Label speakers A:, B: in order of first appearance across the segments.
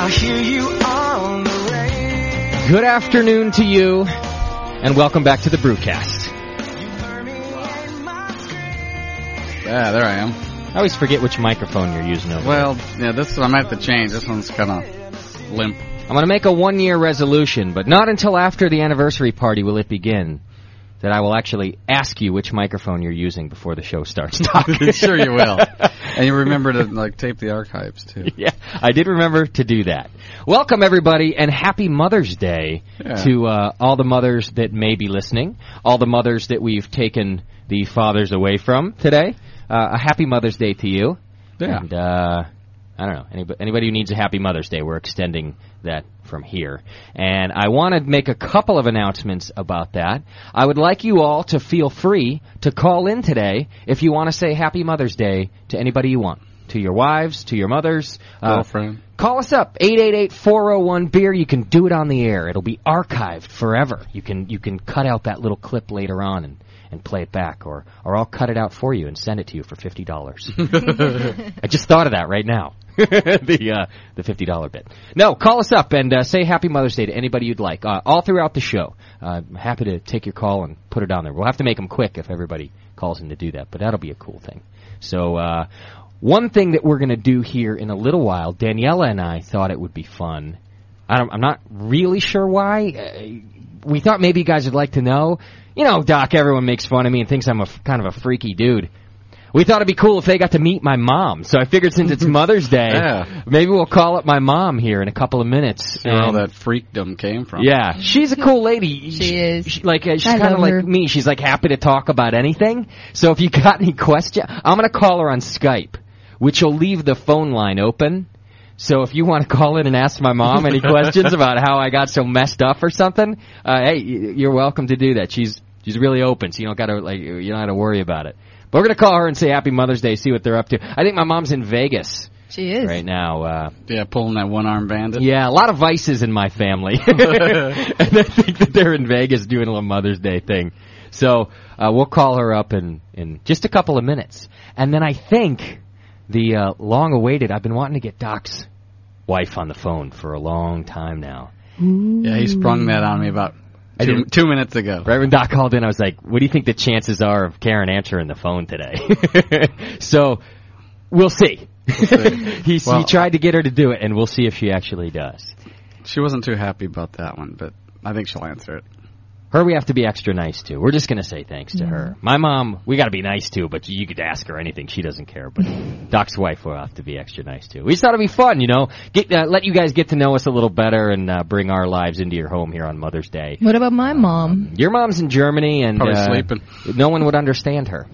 A: I hear you on the radio.
B: Good afternoon to you, and welcome back to the brewcast.
A: Hear me in my scream.
C: Yeah, there I am.
B: I always forget which microphone you're using over
C: Well, yeah, this I might have to change. This one's kind of limp.
B: I'm going to make a one year resolution, but not until after the anniversary party will it begin that I will actually ask you which microphone you're using before the show starts talking.
C: sure you will. And you remember to like tape the archives too.
B: yeah, I did remember to do that. Welcome, everybody, and happy Mother's Day
C: Yeah.
B: to uh, all the mothers that may be listening, all the mothers that we've taken the fathers away from today. Uh, a happy Mother's Day to you.
C: Yeah.
B: And, uh, I don't know. Anybody, anybody who needs a happy Mother's Day, we're extending that from here. And I want to make a couple of announcements about that. I would like you all to feel free to call in today if you want to say happy Mother's Day to anybody you want. To your wives, to your mothers, uh,
C: Girlfriend.
B: Call us up 888-401-beer. E You can do it on the air. It'll be archived forever. You can you can cut out that little clip later on and, and play it back or or I'll cut it out for you and send it to you for $50. I just thought of that right now. the uh, the fifty dollar bit. No, call us up and uh, say Happy Mother's Day to anybody you'd like. Uh, all throughout the show, uh, I'm happy to take your call and put it on there. We'll have to make them quick if everybody calls in to do that, but that'll be a cool thing. So uh, one thing that we're going to do here in a little while, Daniela and I thought it would be fun. I don't, I'm not really sure why. Uh, we thought maybe you guys would like to know. You know, Doc, everyone makes fun of me and thinks I'm a f- kind of a freaky dude. We thought it'd be cool if they got to meet my mom. So I figured since it's Mother's Day,
C: Yeah.
B: maybe we'll call up my mom here in a couple of minutes.
C: Where
B: And-
C: all that freakdom came from.
B: yeah, she's a cool lady.
D: She is.
B: like uh, she's
D: I
B: kind of
D: love
B: like
D: her.
B: me. She's like happy to talk about anything. So if you got any question, I'm gonna call her on Skype, which will leave the phone line open. So if you want to call in and ask my mom any questions about how I got so messed up or something, uh, hey, y- you're welcome to do that. She's she's really open, so you don't gotta like you don't gotta worry about it. But we're gonna call her and say Happy Mother's Day, see what they're up to. I think my mom's in Vegas
D: She is.
B: right now. Uh,
C: Yeah, pulling that one arm bandit.
B: yeah, a lot of vices in my family. and I think that they're in Vegas doing a little Mother's Day thing. So uh, we'll call her up in, in just a couple of minutes. And then I think the uh, long awaited, I've been wanting to get Doc's wife on the phone for a long time now.
C: Yeah, he sprung that on me about
B: I
C: two,
B: didn't-
C: two minutes ago.
B: Right when Doc called in, I was like, "What do you think the chances are of Karen answering the phone today?" so we'll see. he,
C: Well-
B: he tried to get her to do it, and we'll see if she actually does.
C: She wasn't too happy about that one, but I think she'll answer it.
B: Her, we have to be extra nice to. We're just gonna say thanks to her. My mom, we gotta be nice to, but you could ask her anything; she doesn't care. But Doc's wife, we'll have to be extra nice to. We just thought it'd be fun, you know, get uh, let you guys get to know us a little better and uh, bring our lives into your home here on Mother's Day.
D: What about my mom?
B: Your mom's in Germany, and
C: Probably
B: uh,
C: sleeping.
B: No one would understand her.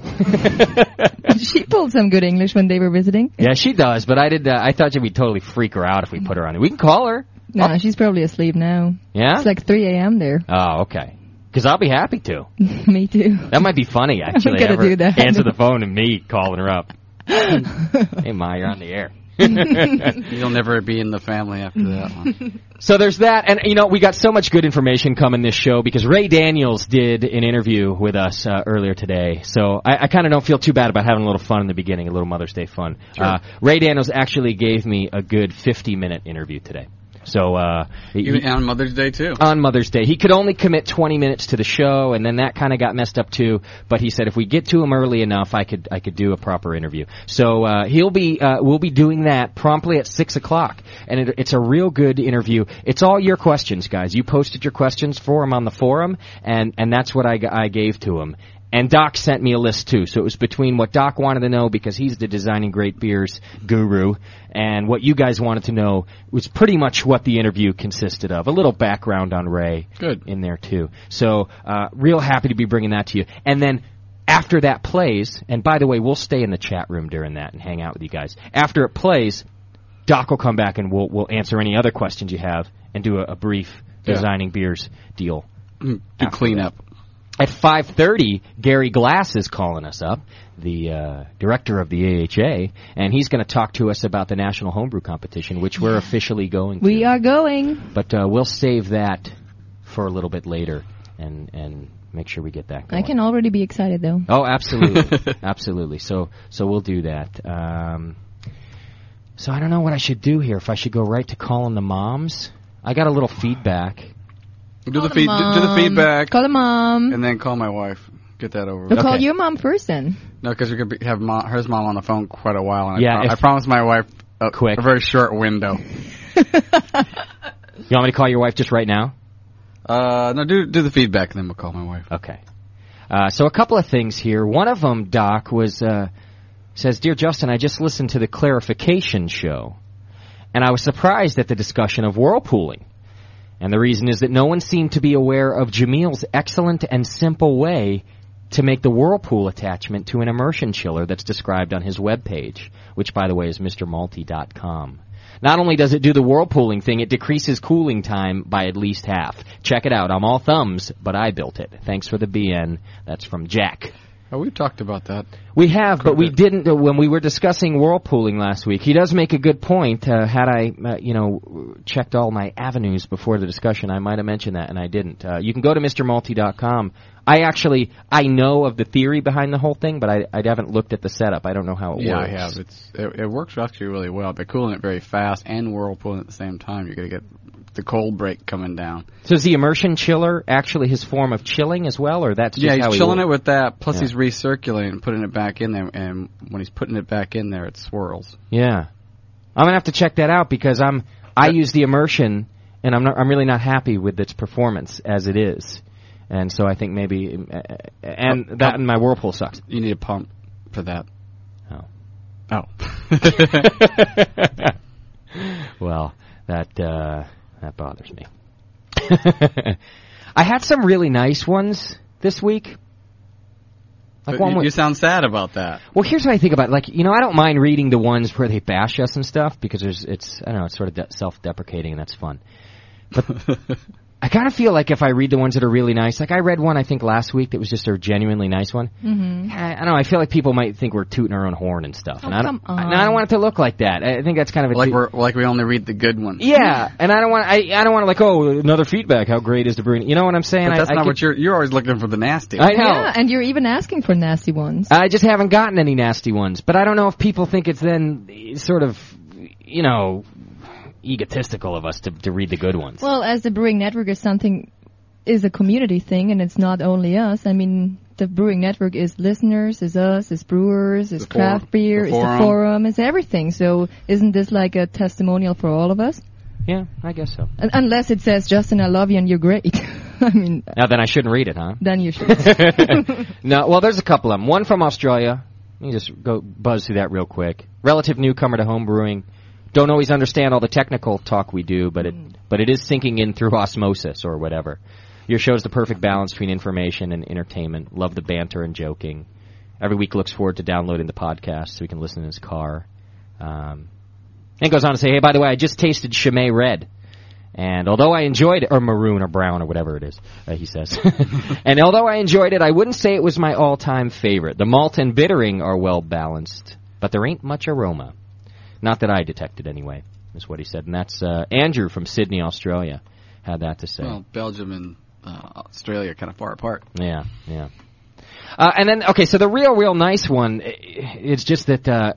D: she pulled some good English when they were visiting.
B: Yeah, she does, but I did. Uh, I thought we'd totally freak her out if we put her on. We can call her.
D: No, she's probably asleep now.
B: Oh. Yeah.
D: It's like 3 a.m. there.
B: oh, okay. Because I'll be happy to.
D: Me too.
B: That might be funny, actually.
D: gonna
B: have
D: do
B: her
D: that.
B: Answer the phone and me calling her up. hey, Ma, you're on the air.
C: You'll never be in the family after that one.
B: So there's that, and you know we got so much good information coming this show because Ray Daniels did an interview with us uh, earlier today. So I, I kind of don't feel too bad about having a little fun in the beginning, a little Mother's Day fun. Uh, Ray Daniels actually gave me a good 50 minute interview today. So uh,
C: Even
B: he-
C: on Mother's Day too.
B: on Mother's Day. He could only commit 20 minutes to the show, and then that kind of got messed up too. But he said if we get to him early enough, I could I could do a proper interview. So uh, he'll be uh, we'll be doing that promptly at six o'clock, and it, it's a real good interview. It's all your questions, guys. You posted your questions for him on the forum, and and that's what I g- I gave to him. And Doc sent me a list too, so it was between what Doc wanted to know because he's the designing great beers guru, and what you guys wanted to know was pretty much what the interview consisted of. A little background on Ray,
C: Good.
B: in there too. So uh, real happy to be bringing that to you. And then after that plays, and by the way, we'll stay in the chat room during that and hang out with you guys. After it plays, Doc will come back and we'll we'll answer any other questions you have and do a, a brief
C: Yeah.
B: designing beers deal
C: Do clean up.
B: at 5:30, Gary Glass is calling us up, the uh, director of the AHA, and he's going to talk to us about the National Homebrew Competition, which we're officially going to.
D: We are going.
B: But uh, we'll save that for a little bit later, and and make sure we get that
D: I
B: going.
D: can already be excited though.
B: Oh, absolutely, absolutely. So so we'll do that. Um, so I don't know what I should do here. If I should go right to calling the moms, I got a little feedback.
C: Do
D: Call
C: the feed. Do the
D: mom.
C: feedback,
D: Call the mom.
C: and then call my wife. Get that over.
D: No,
C: with.
D: call
B: Okay.
D: your mom first then.
C: No, because we could be, have mom, hers mom on the phone quite a while. And
B: Yeah,
C: I,
B: if-
C: pro- I promised my wife a,
B: Quick.
C: a very short window.
B: You want me to call your wife just right now?
C: Uh, no, do do the feedback, and then we'll call my wife.
B: Okay. Uh, so a couple of things here. One of them, Doc, was uh, says, "Dear Justin, I just listened to the clarification show, and I was surprised at the discussion of whirlpooling. And the reason is that no one seemed to be aware of Jamil's excellent and simple way." To make the whirlpool attachment to an immersion chiller that's described on his webpage, which by the way is mrmalty.com. Not only does it do the whirlpooling thing, it decreases cooling time by at least half. Check it out. I'm all thumbs, but I built it. Thanks for the BN. That's from Jack.
C: Oh, we've talked about that.
B: We have, but we didn't uh, when we were discussing whirlpooling last week. He does make a good point. Uh, had I, uh, you know, checked all my avenues before the discussion, I might have mentioned that, and I didn't. Uh, you can go to MrMalty.com. I actually I know of the theory behind the whole thing, but I, I haven't looked at the setup. I don't know how it
C: yeah,
B: works.
C: I have. It's it, it works actually really well. By cooling it very fast and whirlpooling at the same time, you're gonna get the cold break coming down.
B: So is the immersion chiller actually his form of chilling as well, or that's just
C: yeah,
B: how
C: he's
B: he
C: chilling
B: works?
C: it with that. Plus,
B: Yeah.
C: he's recirculating and putting it back in there. And when he's putting it back in there, it swirls.
B: Yeah, I'm gonna have to check that out because I'm I use the immersion and I'm not I'm really not happy with its performance as it is, and so I think maybe uh, and that and my whirlpool sucks.
C: Oh, You need a pump for that.
B: Oh.
C: Oh.
B: Well, that uh, that bothers me. I had some really nice ones this week. Like
C: But
B: one
C: you,
B: with-
C: you sound sad about that.
B: Well, here's what I think about. it. Like, you know, I don't mind reading the ones where they bash us and stuff because there's, it's, I don't know, it's sort of de- self-deprecating and that's fun. But I kind of feel like if I read the ones that are really nice, like I read one I think last week that was just a genuinely nice one. Mm-hmm. I, I don't know. I feel like people might think we're tooting our own horn and stuff, and I don't,
D: Oh, come on.
B: and I don't want it to look like that. I I think that's kind of a
C: Like
B: too-
C: we're like we only read the good ones.
B: yeah, and I don't want I, I don't want to like oh another feedback. How great is the brewing? You know what I'm saying?
C: But that's
B: I, I
C: not
B: could-
C: what you're. You're always looking for the nasty.
B: I know.
D: Yeah, and you're even asking for nasty ones.
B: I just haven't gotten any nasty ones, but I don't know if people think it's then eh, sort of, you know, egotistical of us to, to read the good ones.
D: well, as the Brewing Network is something, is a community thing and it's not only us. I mean, the Brewing Network is listeners, is us, is brewers, is
C: The forum.
D: craft beer,
C: The
D: is the
C: forum.
D: forum, is everything. So isn't this like a testimonial for all of us?
B: yeah, I guess so.
D: Un- Unless it says, Justin, I love you and you're great. I mean,
B: Now then, I shouldn't read it, huh?
D: then you should.
B: No, well, there's a couple of them. One from Australia. Let me just go buzz through that real quick. Relative newcomer to home brewing. Don't always understand all the technical talk we do, but
D: Mm.
B: it but it is sinking in through osmosis or whatever. Your show's the perfect balance between information and entertainment. Love the banter and joking. every week looks forward to downloading the podcast so he can listen in his car. Um, and goes on to say, hey, by the way, I just tasted Chimay Red. And although I enjoyed it, or maroon or brown or whatever it is, uh, he says. and although I enjoyed it, I wouldn't say it was my all-time favorite. The malt and bittering are well balanced, but there ain't much aroma. Not that I detected anyway, is what he said. And that's uh, Andrew from Sydney, Australia, had that to say.
C: Well, Belgium and uh, Australia are kind of far apart.
B: Yeah, yeah. Uh, and then okay, so the real, real nice one i- it's just that uh,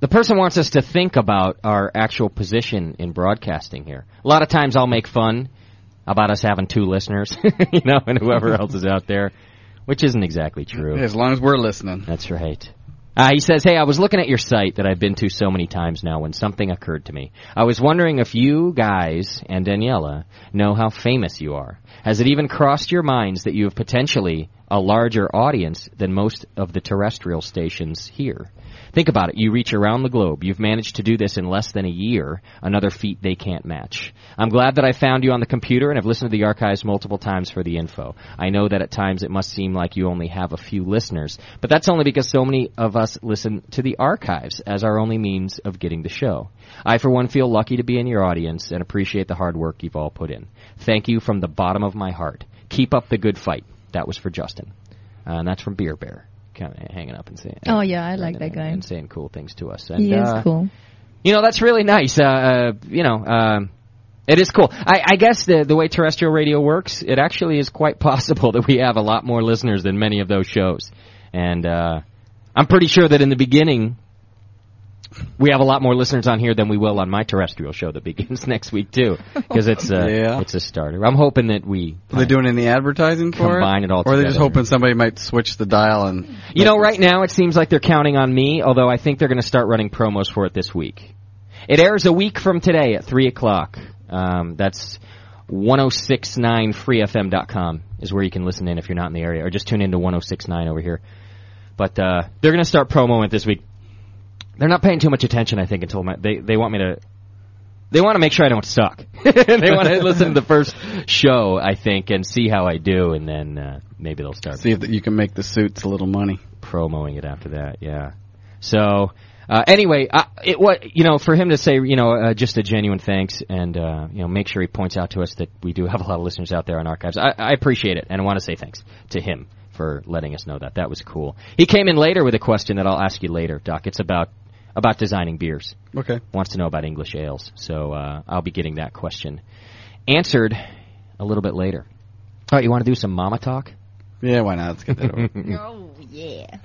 B: the person wants us to think about our actual position in broadcasting here. A lot of times, I'll make fun about us having two listeners, you know, and whoever else is out there, which isn't exactly true.
C: As long as we're listening.
B: That's right. Uh, he says, "Hey, I was looking at your site that I've been to so many times now. When something occurred to me, I was wondering if you guys and Daniela know how famous you are. Has it even crossed your minds that you have potentially a larger audience than most of the terrestrial stations here? Think about it. You reach around the globe. You've managed to do this in less than a year. Another feat they can't match. I'm glad that I found you on the computer and have listened to the archives multiple times for the info. I know that at times it must seem like you only have a few listeners, but that's only because so many of us listen to the archives as our only means of getting the show. I for one feel lucky to be in your audience and appreciate the hard work you've all put in. Thank you from the bottom of my heart. Keep up the good fight. That was for Justin. Uh, and that's from Beer Bear. Kind of hanging up and saying.
D: Oh, yeah, I
B: and-
D: like that
B: and-
D: guy.
B: And saying cool things to us. And,
D: He
B: uh,
D: is cool.
B: you know, that's really nice. Uh, uh, you know, um, it is cool. I, I guess the the way terrestrial radio works, it actually is quite possible that we have a lot more listeners than many of those shows. And uh, I'm pretty sure that in the beginning, we have a lot more listeners on here than we will on my terrestrial show that begins next week too, because it's a
C: Yeah.
B: it's a starter. I'm hoping that we
C: Are they doing any advertising for
B: Combine it all
C: Or are they just
B: together.
C: hoping somebody might switch the dial and
B: You know, right now it seems like they're counting on me, although I think they're going to start running promos for it this week. It airs a week from today at 3 o'clock. Um, that's 1069freefm.com is where you can listen in if you're not in the area, or just tune into 1069 over here. But uh, they're going to start promoing it this week. They're not paying too much attention, I think, until my, they, they want me to they want to make sure I don't suck. they want to listen to the first show, I think, and see how I do, and then uh, maybe they'll start
C: see if you can make the suits a little money?
B: promoing it after that. Yeah. So uh, anyway, I, it what you know for him to say you know uh, just a genuine thanks and uh, you know make sure he points out to us that we do have a lot of listeners out there on archives. I, I appreciate it and I want to say thanks to him for letting us know that. That was cool. He came in later with a question that I'll ask you later, Doc. It's about about designing beers
C: Okay.
B: wants to know about English ales, so uh, I'll be getting that question answered a little bit later. All right, you want to do some mama talk?
C: Yeah, why not? Let's get that over.
D: Oh yeah.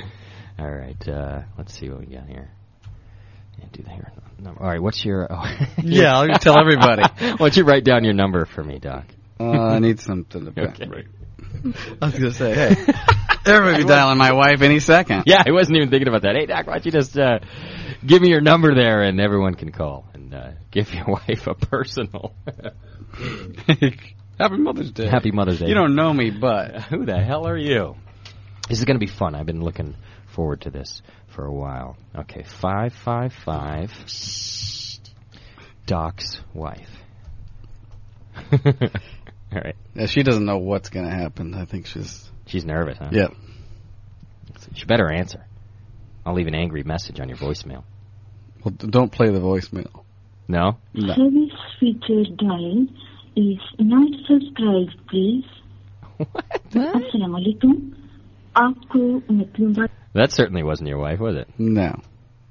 B: All right, uh, let's see what we got here. Yeah, do the hair number. All right, what's your? Oh,
C: yeah, I'll tell everybody.
B: why don't you write down your number for me, Doc?
C: Uh, I need something to
B: Okay.
C: I was going to say, hey, everybody be dialing my wife any second.
B: Yeah, I wasn't even thinking about that. Hey, Doc, why don't you just uh, give me your number there, and everyone can call and uh, give your wife a personal
C: Happy Mother's Day.
B: Happy Mother's Day.
C: You don't know me, but
B: Who the hell are you? This is going to be fun. I've been looking forward to this for a while. Okay, 555. Doc's wife. All right.
C: Yeah, she doesn't know what's going to happen. I think she's.
B: She's nervous, huh?
C: Yeah.
B: She better answer. I'll leave an angry message on your voicemail.
C: Well, d- don't play the voicemail.
B: No?
E: Service feature dial is not subscribed, please.
D: What?
E: अस्सलाम वालेकुम आपको मतलब
B: That certainly wasn't your wife, was it?
C: No.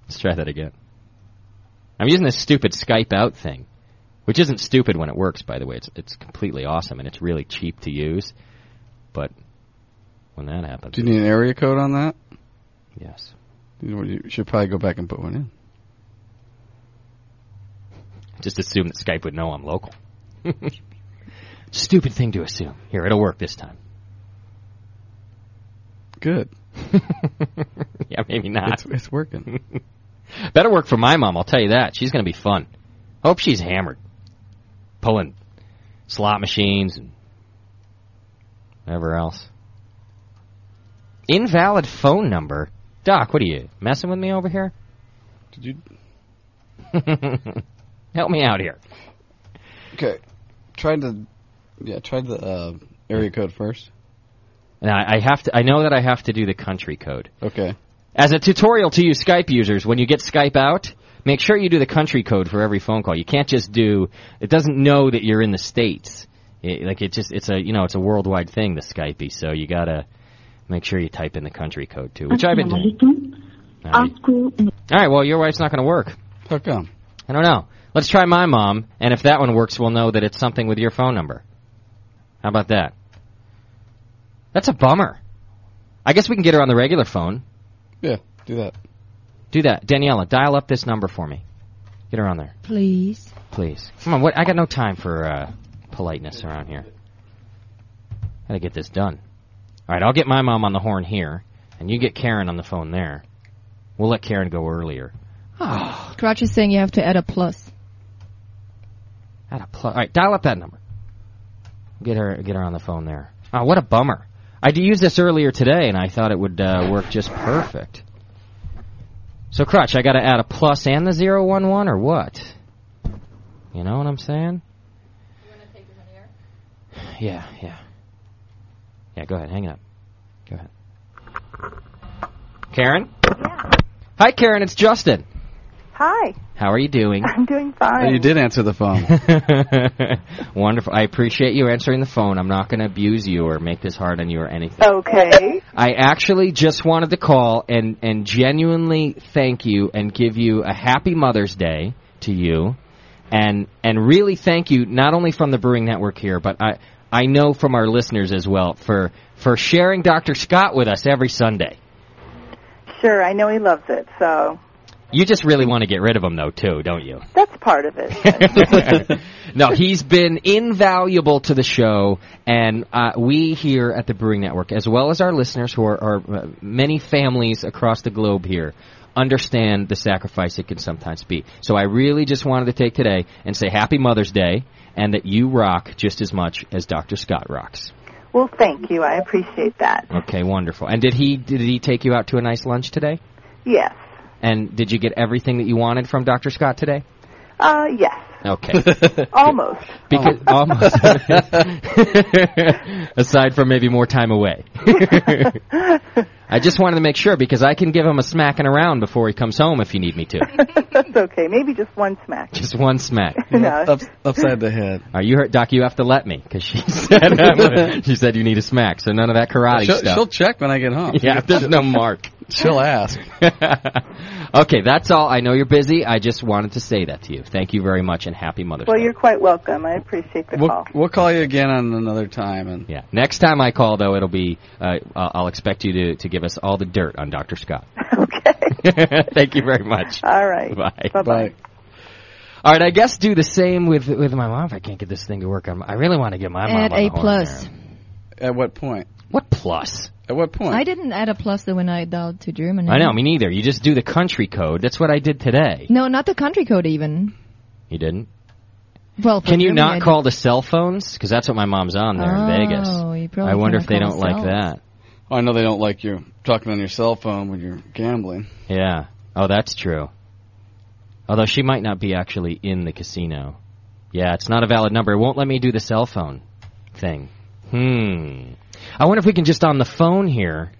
B: Let's try that again. I'm using this stupid Skype out thing, which isn't stupid when it works, by the way. It's it's completely awesome and it's really cheap to use. But when that happens,
C: Do you need an area code on that?
B: yes.
C: You know, you should probably go back and put one in.
B: Just assume that Skype would know I'm local. stupid thing to assume. Here, it'll work this time.
C: Good.
B: yeah, maybe not.
C: It's, it's working.
B: Better work for my mom, I'll tell you that. She's going to be fun. Hope she's hammered. Pulling slot machines and whatever else. Invalid phone number? Doc, what are you, messing with me over here?
C: Did you?
B: Help me out here.
C: Okay. Try the. Yeah, try the uh, area code first.
B: And I, I have to. I know that I have to do the country code.
C: Okay.
B: As a tutorial to you Skype users, when you get Skype out, make sure you do the country code for every phone call. You can't just do. It doesn't know that you're in the states. It, like it just. It's a. You know. It's a worldwide thing. The Skypey. So you gotta make sure you type in the country code too, which I've been doing.
E: Assalamualaikum.
B: All right.
E: Aku
B: All right. Well, your wife's not gonna work.
C: How come?
B: I don't know. Let's try my mom, and if that one works, we'll know that it's something with your phone number. How about that? That's a bummer. I guess we can get her on the regular phone.
C: Yeah, do that.
B: Do that, Daniela. Dial up this number for me. Get her on there,
D: Please.
B: please. Come on. What? I got no time for uh, politeness around here. Gotta get this done. All right. I'll get my mom on the horn here, and you get Karen on the phone there. We'll let Karen go earlier. Ah.
D: Crutch is saying you have to add a plus.
B: At a plus. All right, dial up that number. Get her, get her on the phone there. Oh, what a bummer! I d- used this earlier today, and I thought it would uh, work just perfect. So, crutch, I got to add a plus and the zero one one, or what? You know what I'm saying? Yeah, yeah, yeah. Go ahead, hang it up. Go ahead, Karen. Hi, Karen. It's Justin.
F: Hi,
B: How are you doing?
F: I'm doing fine.
C: Oh, you did answer the phone.
B: Wonderful. I appreciate you answering the phone. I'm not going to abuse you or make this hard on you or anything.
F: Okay.
B: I actually just wanted to call and and genuinely thank you and give you a happy Mother's Day to you, and and really thank you not only from the Brewing Network here, but I I know from our listeners as well for for sharing Dr. Scott with us every Sunday.
F: Sure, I know he loves it, so
B: You just really want to get rid of him though, too, don't you?
F: that's part of it.
B: no, he's been invaluable to the show, and uh, we here at the Brewing Network, as well as our listeners who are, are uh, many families across the globe here, understand the sacrifice it can sometimes be. So I really just wanted to take today and say Happy Mother's Day, and that you rock just as much as Dr. Scott rocks.
F: well, thank you. I appreciate that.
B: Okay, wonderful. And did he did he take you out to a nice lunch today?
F: Yes.
B: And did you get everything that you wanted from Dr. Scott today?
F: Uh, yes.
B: Okay.
F: Almost.
B: Because almost. Aside from maybe more time away. I just wanted to make sure because I can give him a smacking around before he comes home if you need me to.
F: that's okay. Maybe just one smack.
B: Just one smack.
F: No.
C: Up, upside the head.
B: Are you hurt, Doc? You have to let me because she said I'm gonna- she said you need a smack. So none of that karate
C: She'll,
B: stuff.
C: she'll check when I get home.
B: Ah, yeah, there's no mark.
C: She'll ask.
B: okay, that's all. I know you're busy. I just wanted to say that to you. Thank you very much and happy Mother's
F: well,
B: Day.
F: you're quite welcome. I appreciate the
C: We'll,
F: call.
C: we'll call you again on another time. And
B: Yeah. Next time I call, though, it'll be uh, I'll I'll expect you to, to give us all the dirt on Dr. Scott. okay. Thank you very much.
F: All right.
B: Bye.
F: Bye-bye.
C: Bye.
B: All right. I guess do the same with with my mom. If I can't get this thing to work, I'm, I really want to get my mom
D: add
B: on
D: a
B: the horn
D: plus.
B: there.
C: At what point?
B: What plus?
C: At what point?
D: I didn't add a plus though when I dialed to Germany.
B: I know. Me neither. You just do the country code. That's what I did today.
D: No, not the country code even.
B: You didn't.
D: Well, for
B: Can you
D: Germany, I
B: not
D: did-
B: call the cell phones? Because that's what my mom's on there
D: Oh,
B: in Vegas.
D: you probably
B: I wonder
D: cannot
B: if they
D: call
B: don't
D: the
B: like
D: cell.
B: that.
C: Oh, I know they don't like you talking on your cell phone when you're gambling.
B: Yeah. Oh, that's true. Although she might not be actually in the casino. Yeah, it's not a valid number. It won't let me do the cell phone thing. Hmm. I wonder if we can just on the phone here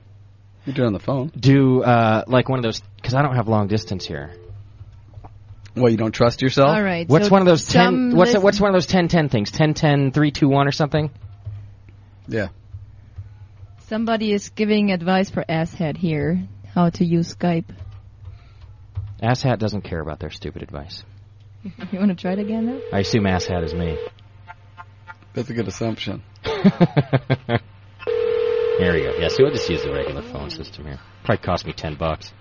C: You do it on the phone.
B: do uh, like one of those because I don't have long distance here.
C: Well, you don't trust yourself.
D: All right.
B: What's
D: so
B: one of those
D: some
B: ten? What's
D: listen-
B: what's one of those ten ten things? Ten ten three two one or something?
C: Yeah.
D: Somebody is giving advice for asshead here how to use Skype.
B: Asshat doesn't care about their stupid advice.
D: You want to try it again now?
B: I assume asshat is me.
C: That's a good assumption.
B: There we go. Yeah, so we'll just use the regular phone system here. Probably cost me ten bucks.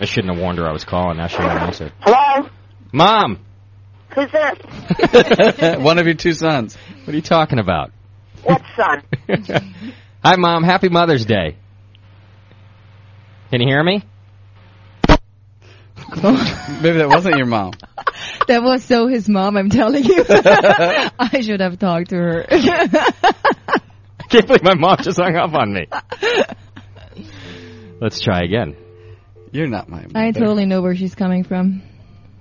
B: I shouldn't have warned her I was calling. Now she won't answer.
E: Hello?
B: Mom,
E: Who's this?
C: One of your two sons.
B: what are you talking about?
E: What son?
B: Hi, Mom. Happy Mother's Day. Can you hear me?
C: Maybe that wasn't your mom.
D: That was so his mom, I'm telling you. I should have talked to her.
B: I can't believe my mom just hung up on me. Let's try again.
C: You're not my.
D: I totally know where she's coming from.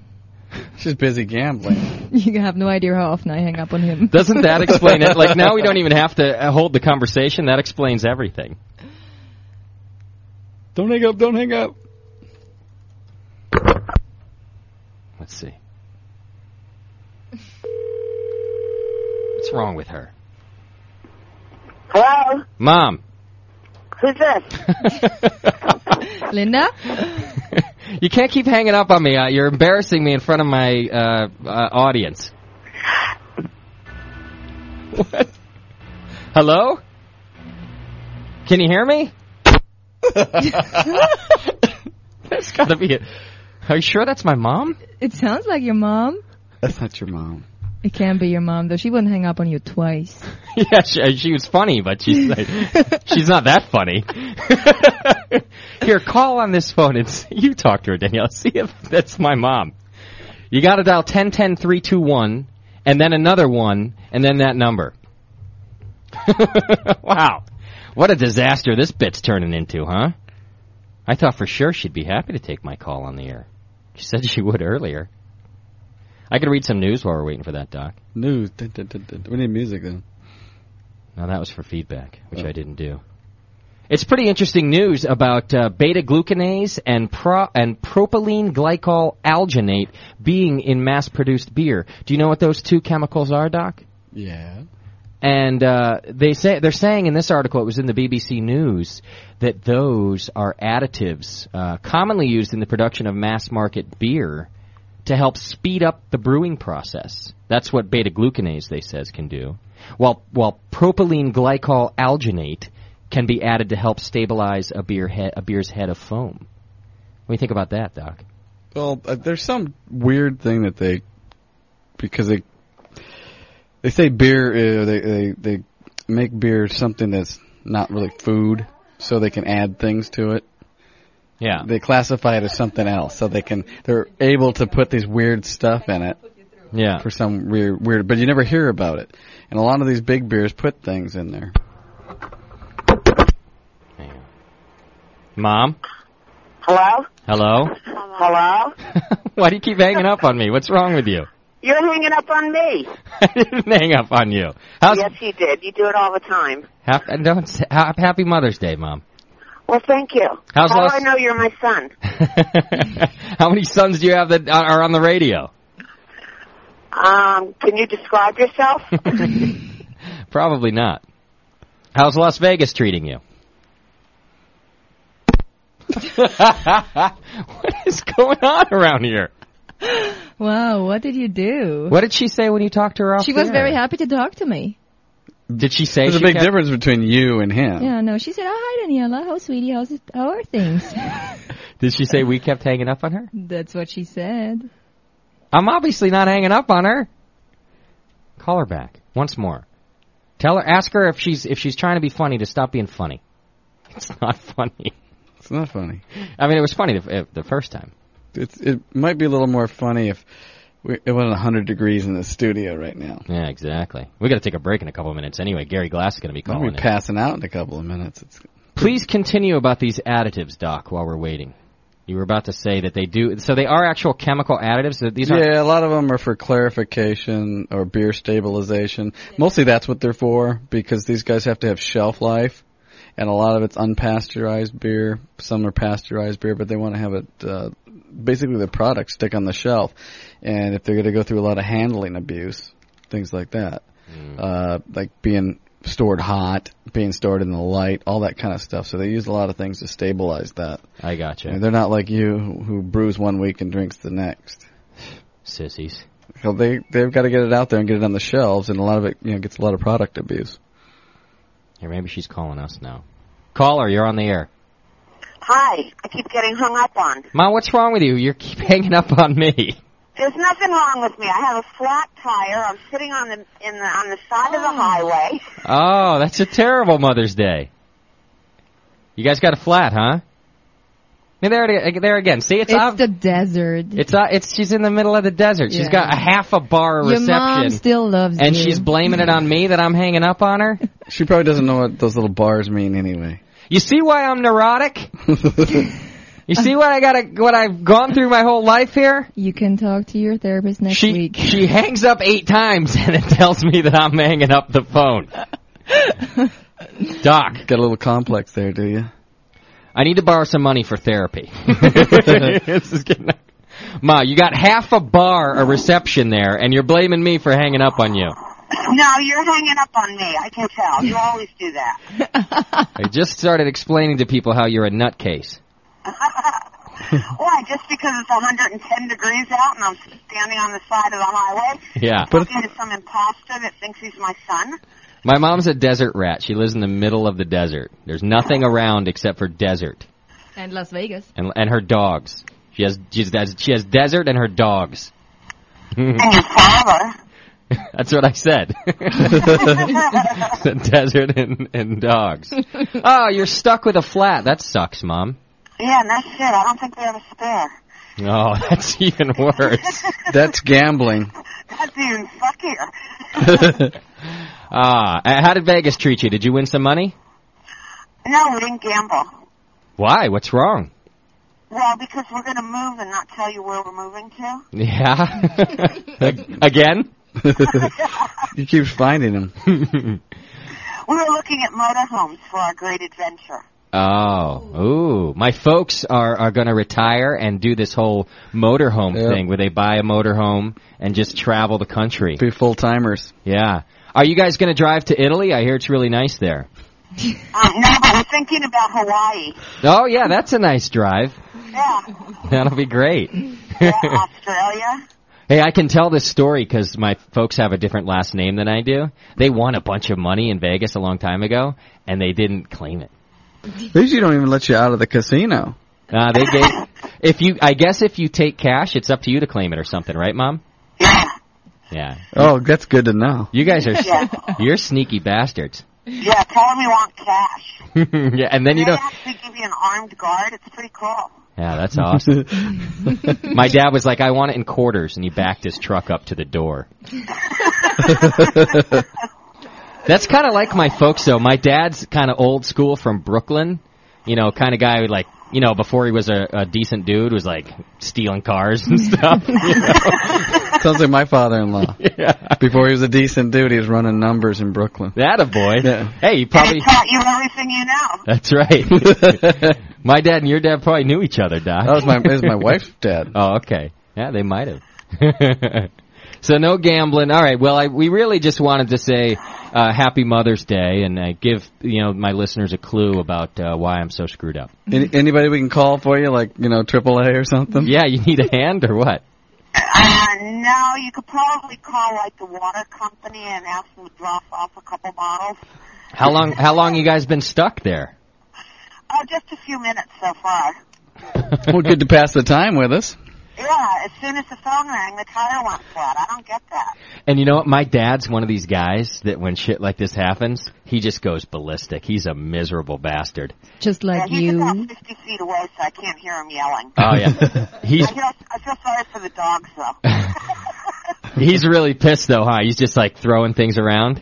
C: She's busy gambling.
D: You have no idea how often I hang up on him.
B: Doesn't that explain it? Like now we don't even have to uh, hold the conversation. That explains everything.
C: don't hang up. Don't hang up.
B: Let's see. What's wrong with her?
E: Hello?
B: Mom.
E: Who's this?
D: Linda?
B: you can't keep hanging up on me. Uh, you're embarrassing me in front of my uh, uh, audience. What? Hello? Can you hear me? that's gotta be it. Are you sure that's my mom?
D: It sounds like your mom.
C: That's not your mom.
D: It can be your mom, though. She wouldn't hang up on you twice.
B: yeah, she, uh, she was funny, but she's like, she's not that funny. Here, call on this phone and see, you talk to her, Danielle. See if that's my mom. You got to dial ten ten three two one, and then another one, and then that number. wow, what a disaster this bit's turning into, huh? I thought for sure she'd be happy to take my call on the air. She said she would earlier. I could read some news while we're waiting for that, Doc.
C: News. Dun, dun, dun, dun. We need music then. Oh.
B: Now that was for feedback, which I didn't do. It's pretty interesting news about uh, beta glucanase and pro- and propylene glycol alginate being in mass-produced beer. Do you know what those two chemicals are, Doc?
C: Yeah.
B: And uh, they say they're saying in this article, it was in the BBC News, that those are additives uh, commonly used in the production of mass-market beer to help speed up the brewing process. That's what beta glucanase they says can do. While while propylene glycol alginate can be added to help stabilize a beer head, a beer's head of foam. What do you think about that, Doc?
C: Well, uh, there's some weird thing that they because they they say beer uh, they they they make beer something that's not really food, so they can add things to it.
B: Yeah.
C: They classify it as something else, so they can they're able to put these weird stuff in it
B: Yeah.
C: for some weird weird, but you never hear about it. And a lot of these big beers put things in there.
B: Hang on. Mom,
E: Hello?
B: hello.
E: Hello?
B: Why do you keep hanging up on me? What's wrong with you?
E: You're hanging up on me.
B: I didn't hang up on you. How's
E: Yes, you did. You do it all the time.
B: hap- don't say- ha- happy Mother's Day, Mom?
E: Well, thank you.
B: How's
E: How do
B: Los-
E: I know you're my son?
B: How many sons do you have that are are on the radio?
E: Um, can you describe yourself?
B: Probably not. How's Las Vegas treating you? what is going on around here?
D: Wow, what did you do?
B: What did she say when you talked to her off
D: She
B: the
D: was
B: air?
D: very happy to talk to me.
B: Did she say
C: There's a
B: she
C: big
B: kept-
C: difference between you and him.
D: Yeah, no, she said, oh, hi, Daniela. How, sweetie? How's it, how are things?
B: Did she say we kept hanging up on her?
D: That's what she said.
B: I'm obviously not hanging up on her. Call her back once more. Tell her, ask her if she's if she's trying to be funny to stop being funny. It's not funny.
C: It's not funny.
B: I mean, it was funny the, eh, the first time.
C: It's it might be a little more funny if we, it wasn't 100 degrees in the studio right now.
B: Yeah, exactly. We got to take a break in a couple of minutes anyway. Gary Glass is going to be
C: I'll
B: calling.
C: be
B: in.
C: passing out in a couple of minutes. It's
B: Please continue about these additives, Doc, while we're waiting. You were about to say that they do. So they are actual chemical additives. That these are.
C: Yeah, a lot of them are for clarification or beer stabilization. Mostly that's what they're for because these guys have to have shelf life, and a lot of it's unpasteurized beer. Some are pasteurized beer, but they want to have it uh, basically the product stick on the shelf, and if they're going to go through a lot of handling abuse, things like that,
B: Hmm.
C: uh, like being stored hot, being stored in the light, all that kind of stuff. So they use a lot of things to stabilize that.
B: I gotcha.
C: And they're not like you who who brews one week and drinks the next.
B: Sissies.
C: So they they've got to get it out there and get it on the shelves, and a lot of it you know gets a lot of product abuse.
B: Or maybe she's calling us now. Caller, you're on the air.
E: Hi. I keep getting hung up on.
B: Mom, what's wrong with you? You keep hanging up on me.
E: There's nothing wrong with me. I have a flat tire. I'm sitting on the in the on the side of the highway.
B: Oh, that's a terrible Mother's Day. You guys got a flat, huh? And there, it is, there again. See, it's
D: It's
B: ob-
D: the desert.
B: it's uh, it's she's in the middle of the desert. She's
D: Yeah.
B: got a half a bar of
D: Your
B: reception.
D: mom still loves
B: and
D: you.
B: she's blaming it on me that I'm hanging up on her.
C: She probably doesn't know what those little bars mean anyway.
B: You see why I'm neurotic? You see what I got? What I've gone through my whole life here.
D: You can talk to your therapist next
B: she
D: week.
B: she hangs up eight times and then tells me that I'm hanging up the phone. Doc,
C: Got a little complex there, do you?
B: I need to borrow some money for therapy. this is getting. Ma, you got half a bar a reception there, and you're blaming me for hanging up on you.
E: No, you're hanging up on me. I can tell. You always do that.
B: I just started explaining to people how you're a nutcase.
E: Why? Just because it's 110 degrees out and I'm standing on the side of the highway
B: Yeah.
E: talking to some imposter that thinks he's my son?
B: My mom's a desert rat. She lives in the middle of the desert. There's nothing around except for desert
D: and Las Vegas.
B: and and her dogs. She has she's, she has desert and her dogs.
E: And your father?
B: That's what I said. the desert and, and dogs. Oh, you're stuck with a flat. That sucks, mom.
E: Yeah, no shit. I don't think we have a spare.
B: Oh, that's even worse.
C: That's gambling.
E: That's even fuckier.
B: Ah, uh, how did Vegas treat you? Did you win some money?
E: No, we didn't gamble.
B: Why? What's wrong?
E: Well, because we're going to move and not tell you where we're moving to.
B: Yeah. Ag- Again?
C: He keeps finding him.
E: We were looking at motorhomes for our great adventure.
B: Oh, ooh! My folks are are going to retire and do this whole motorhome
C: Yep.
B: thing where they buy a motorhome and just travel the country.
C: Be full timers.
B: Yeah. Are you guys going to drive to Italy? I hear it's really nice there.
E: Um, no, but we're thinking about Hawaii.
B: Oh yeah, that's a nice drive.
E: Yeah.
B: That'll be great.
E: yeah Australia.
B: Hey, I can tell this story because my folks have a different last name than I do. They won a bunch of money in Vegas a long time ago, and they didn't claim it.
C: They usually don't even let you out of the casino.
B: Uh, they gave. If you, I guess, if you take cash, it's up to you to claim it or something, right, Mom?
E: Yeah.
B: Yeah.
C: Oh, that's good to know.
B: You guys are
E: Yeah.
B: you're sneaky bastards.
E: Yeah, tell them you want cash.
B: yeah, and then you
E: they
B: know,
E: actually give you an armed guard. It's pretty cool.
B: yeah, that's awesome. My dad was like, "I want it in quarters," and he backed his truck up to the door. that's kind of like my folks, though. My dad's kind of old school from Brooklyn, you know, kind of guy who like. You know, before he was a, a decent dude, was like stealing cars and stuff.
C: Sounds like my father-in-law. Before he was a decent dude, he was running numbers in Brooklyn.
B: that a boy.
C: Yeah.
B: Hey, he
E: And
B: probably.
E: it taught you everything you know.
B: That's right. my dad and your dad probably knew each other, Doc.
C: That was my, that was my wife's dad.
B: Oh, okay. Yeah, they might have. so no gambling. All right. Well, I, we really just wanted to say uh, Happy Mother's Day and uh, give you know my listeners a clue about uh, why I'm so screwed up.
C: Any, anybody we can call for you, like you know, AAA or something?
B: Yeah, you need a hand or what?
E: Uh, no, you could probably call, like, the water company and ask them to drop off a couple bottles.
B: How long? How long you guys been stuck there?
E: Oh, just a few minutes so far.
C: Well, good to pass the time with us.
E: Yeah, as soon as the phone rang, the tire went flat. I don't get that.
B: And you know what? My dad's one of these guys that when shit like this happens, he just goes ballistic. He's a miserable bastard.
D: Just like
E: yeah, he's about
D: you.
E: 50 feet away, so I can't hear him yelling.
B: Oh yeah, he's
E: I, feel, I feel sorry for the dogs, though.
B: he's really pissed though, huh? He's just like throwing things around.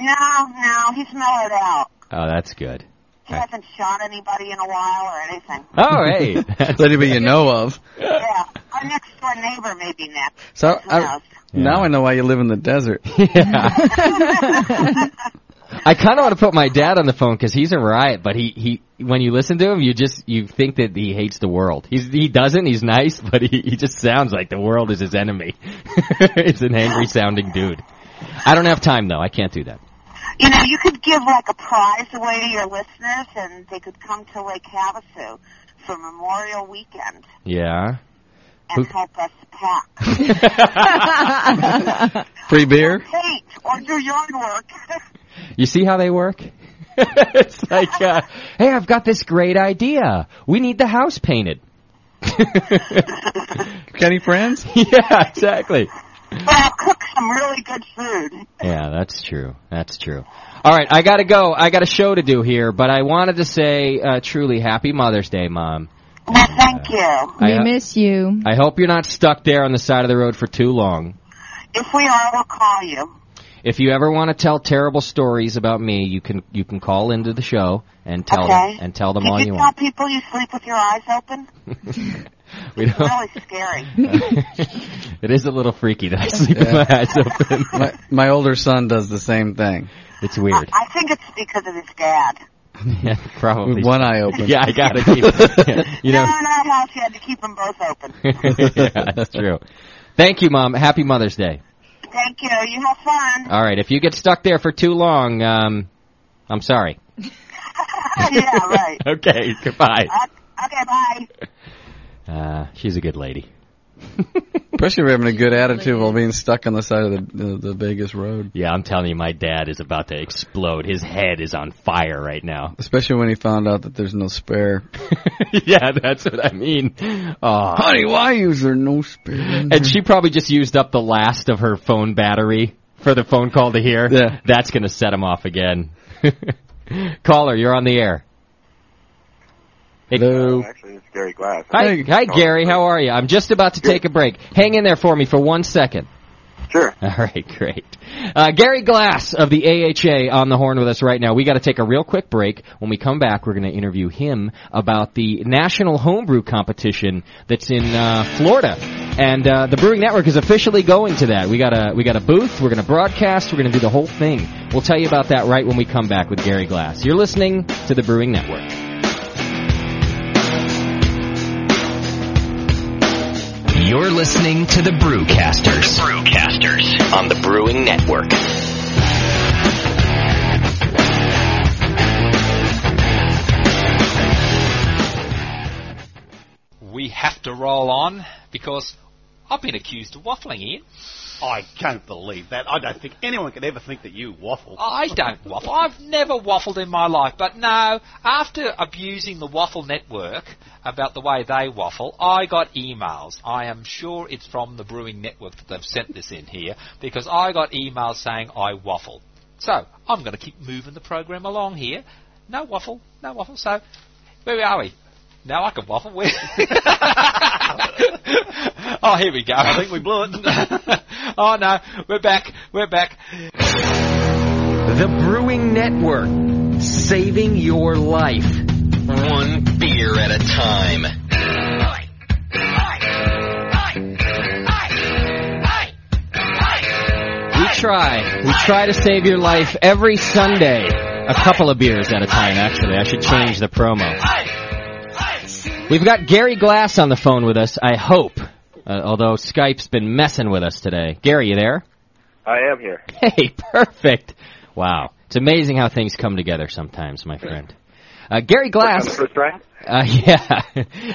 E: no, no, he's mellowed out.
B: Oh, that's good.
E: He hasn't shot anybody in a while or anything.
B: Oh, hey,
C: Let it be you know of.
E: Yeah, our next door neighbor may be next.
C: So
E: Who
C: I,
E: knows?
C: now I know why you live in the desert.
B: uh, I kind of want to put my dad on the phone because he's a riot. But he, he, when you listen to him, you just you think that he hates the world. He's he doesn't. He's nice, but he, he just sounds like the world is his enemy. it's an angry sounding dude. I don't have time though. I can't do that.
E: You know, you could give like a prize away to your listeners, and they could come to Lake Havasu for Memorial Weekend
B: Yeah.
E: and
B: Who-
E: help us pack,
C: Free beer.
E: paint, or do yard work.
B: You see how they work? it's like, uh, hey, I've got this great idea. We need the house painted.
C: Got any friends?
B: yeah, exactly.
E: but I'll cook some really good food.
B: Yeah, that's true. That's true. All right, I gotta go. I got a show to do here, but I wanted to say uh, truly Happy Mother's Day, Mom.
E: Well, thank you.
B: I,
D: we miss you.
B: I hope you're not stuck there on the side of the road for too long.
E: If we are, we'll call you.
B: If you ever want to tell terrible stories about me, you can you can call into the show and tell
E: okay.
B: them and tell them
E: Did
B: all
E: you
B: you
E: tell
B: want.
E: people you sleep with your eyes open?
B: We don't,
E: Really scary.
B: it is a little freaky that I sleep with my eyes open.
C: My, my older son does the same thing.
B: It's weird.
E: I think it's because of his dad.
B: Yeah, probably.
C: With one eye open.
B: Yeah, I gotta keep. yeah, you
E: No,
B: know.
E: in our house, you had to keep them both open.
B: yeah, that's true. Thank you, mom. Happy Mother's Day.
E: Thank you. You have fun.
B: All right. If you get stuck there for too long, um, I'm sorry.
E: yeah, right.
B: Okay. Goodbye.
E: O- Okay, bye.
B: Uh, she's a good lady.
C: Especially if you're having a good attitude while being stuck on the side of the, the, the Vegas road.
B: Yeah, I'm telling you, my dad is about to explode. His head is on fire right now.
C: Especially when he found out that there's no spare.
B: yeah, that's what I mean. Aw.
C: Honey, why is there no spare?
B: And she probably just used up the last of her phone battery for the phone call to hear.
C: Yeah.
B: That's going to set him off again. Caller, you're on the air. Hey,
C: Hello.
G: Actually, it's Gary Glass.
B: Hi, hi, Gary. How are you? I'm just about to take a break. Hang in there for me for one second.
G: Sure.
B: All right, great. Uh, Gary Glass of the AHA on the horn with us right now. We got to take a real quick break. When we come back, we're going to interview him about the National Homebrew Competition that's in uh, Florida, and uh, the Brewing Network is officially going to that. We got a we got a booth. We're going to broadcast. We're going to do the whole thing. We'll tell you about that right when we come back with Gary Glass. You're listening to the Brewing Network.
H: You're listening to the Brewcasters. Brewcasters on the Brewing Network.
I: we have to roll on because I've been accused of waffling, Ian.
J: I can't believe that. I don't think anyone could ever think that you waffle.
I: I don't waffle. I've never waffled in my life. But no, after abusing the Waffle Network about the way they waffle, I got emails. I am sure it's from the Brewing Network that they've sent this in here because I got emails saying I waffle. So I'm going to keep moving the program along here. No waffle, no waffle. So where are we? Now I can waffle. Where? oh, here we go. I think we blew it. oh no, we're back. We're back.
H: The Brewing Network. Saving your life. One beer at a time.
B: We try. We try to save your life every Sunday. A couple of beers at a time, actually. I should change the promo. We've got Gary Glass on the phone with us, I hope. Uh, although Skype's been messing with us today. Gary, you there?
G: I am here.
B: Hey, perfect. Wow. It's amazing how things come together sometimes, my friend. Uh,
G: On
B: Gary
G: the
B: Glass.
G: first try?
B: Uh, yeah,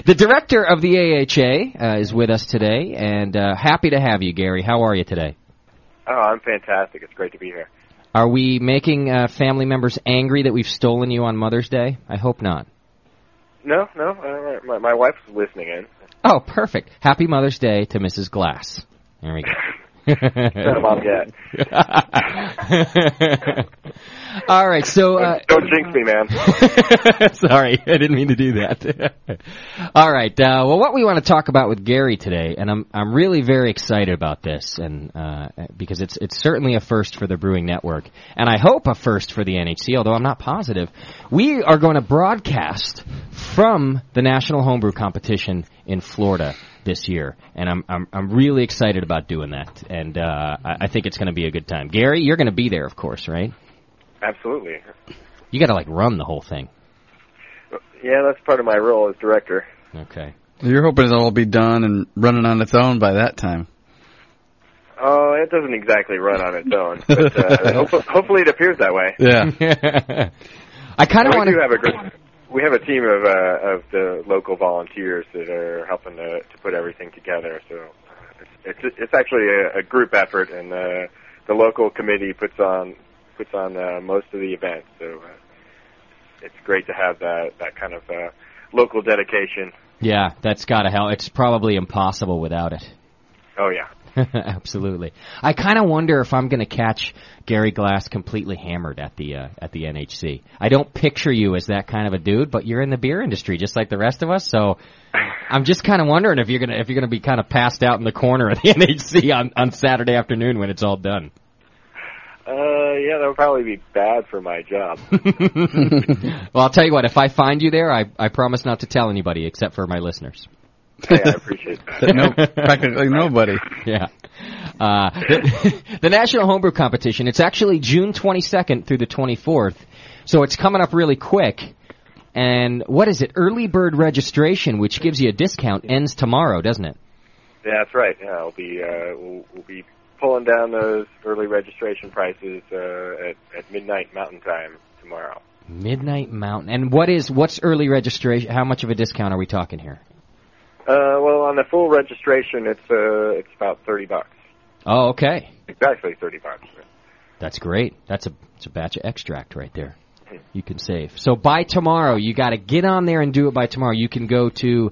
B: the director of the AHA uh, is with us today, and uh, happy to have you, Gary. How are you today?
G: Oh, I'm fantastic. It's great to be here.
B: Are we making uh, family members angry that we've stolen you on Mother's Day? I hope not.
G: No, no, uh, my, my wife's listening in.
B: Oh, perfect. Happy Mother's Day to Mrs. Glass. There we
G: Not a
B: go.
G: mom yet.
B: All right, so uh,
G: Don't jinx me, man.
B: Sorry, I didn't mean to do that. All right. Uh, well, what we want to talk about with Gary today, and I'm I'm really very excited about this, and uh, because it's it's certainly a first for the Brewing Network, and I hope a first for the NHC. Although I'm not positive, we are going to broadcast from the National Homebrew Competition in Florida this year, and I'm I'm, I'm really excited about doing that, and uh, I, I think it's going to be a good time. Gary, you're going to be there, of course, right?
G: Absolutely.
B: You got to like run the whole thing.
G: Yeah, that's part of my role as director.
B: Okay.
C: You're hoping it'll all be done and running on its own by that time.
G: Oh, it doesn't exactly run on its own, but uh, hope, hopefully it appears that way.
C: Yeah.
B: I kind of
G: we
B: want
G: do
B: to.
G: have a great. We have a team of uh, of the local volunteers that are helping to, to put everything together. So it's it's, it's actually a, a group effort, and uh, the local committee puts on puts on uh, most of the events. So uh, it's great to have that that kind of uh, local dedication.
B: Yeah, that's got to help. It's probably impossible without it.
G: Oh yeah.
B: Absolutely. I kind of wonder if I'm going to catch Gary Glass completely hammered at the uh, at the NHC. I don't picture you as that kind of a dude, but you're in the beer industry just like the rest of us. So I'm just kind of wondering if you're gonna if you're gonna be kind of passed out in the corner of the NHC on on Saturday afternoon when it's all done.
G: Uh, yeah, that would probably be bad for my job.
B: well, I'll tell you what. If I find you there, I, I promise not to tell anybody except for my listeners.
G: Hey, I appreciate that.
C: no, practically nobody.
B: Yeah. Uh, the, the National Homebrew Competition. It's actually June 22nd through the 24th, so it's coming up really quick. And what is it? Early bird registration, which gives you a discount, ends tomorrow, doesn't it?
G: Yeah, that's right. Yeah, I'll be uh, we'll, we'll be pulling down those early registration prices uh, at, at midnight Mountain Time tomorrow.
B: Midnight Mountain. And what is what's early registration? How much of a discount are we talking here?
G: Uh, well, on the full registration, it's uh, it's about thirty bucks.
B: Oh, okay.
G: Exactly thirty bucks.
B: That's great. That's a it's a batch of extract right there. You can save. So by tomorrow, you got to get on there and do it by tomorrow. You can go to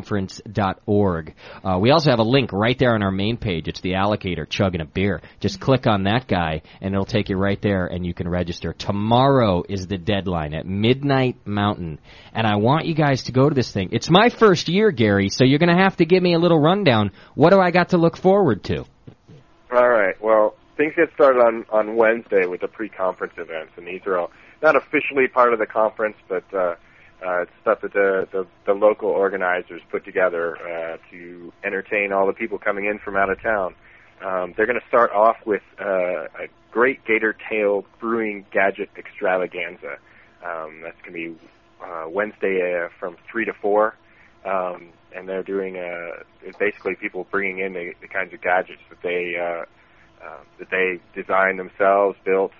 B: www.ahaconference.org. Uh, we also have a link right there on our main page. It's the allocator chugging a beer. Just click on that guy, and it'll take you right there, and you can register. Tomorrow is the deadline at midnight Mountain, and I want you guys to go to this thing. It's my first year, Gary, so you're going to have to give me a little rundown. What do I got to look forward to?
G: All right. Well, things get started on on Wednesday with the pre-conference events, and these are all not officially part of the conference, but uh, uh, it's stuff that the, the the local organizers put together uh, to entertain all the people coming in from out of town. Um, they're going to start off with uh, a great Gator Tail Brewing Gadget Extravaganza. Um, that's going to be uh, Wednesday uh, from three to four. Um, and they're doing uh, basically people bringing in the, the kinds of gadgets that they uh, uh, that they designed themselves, built,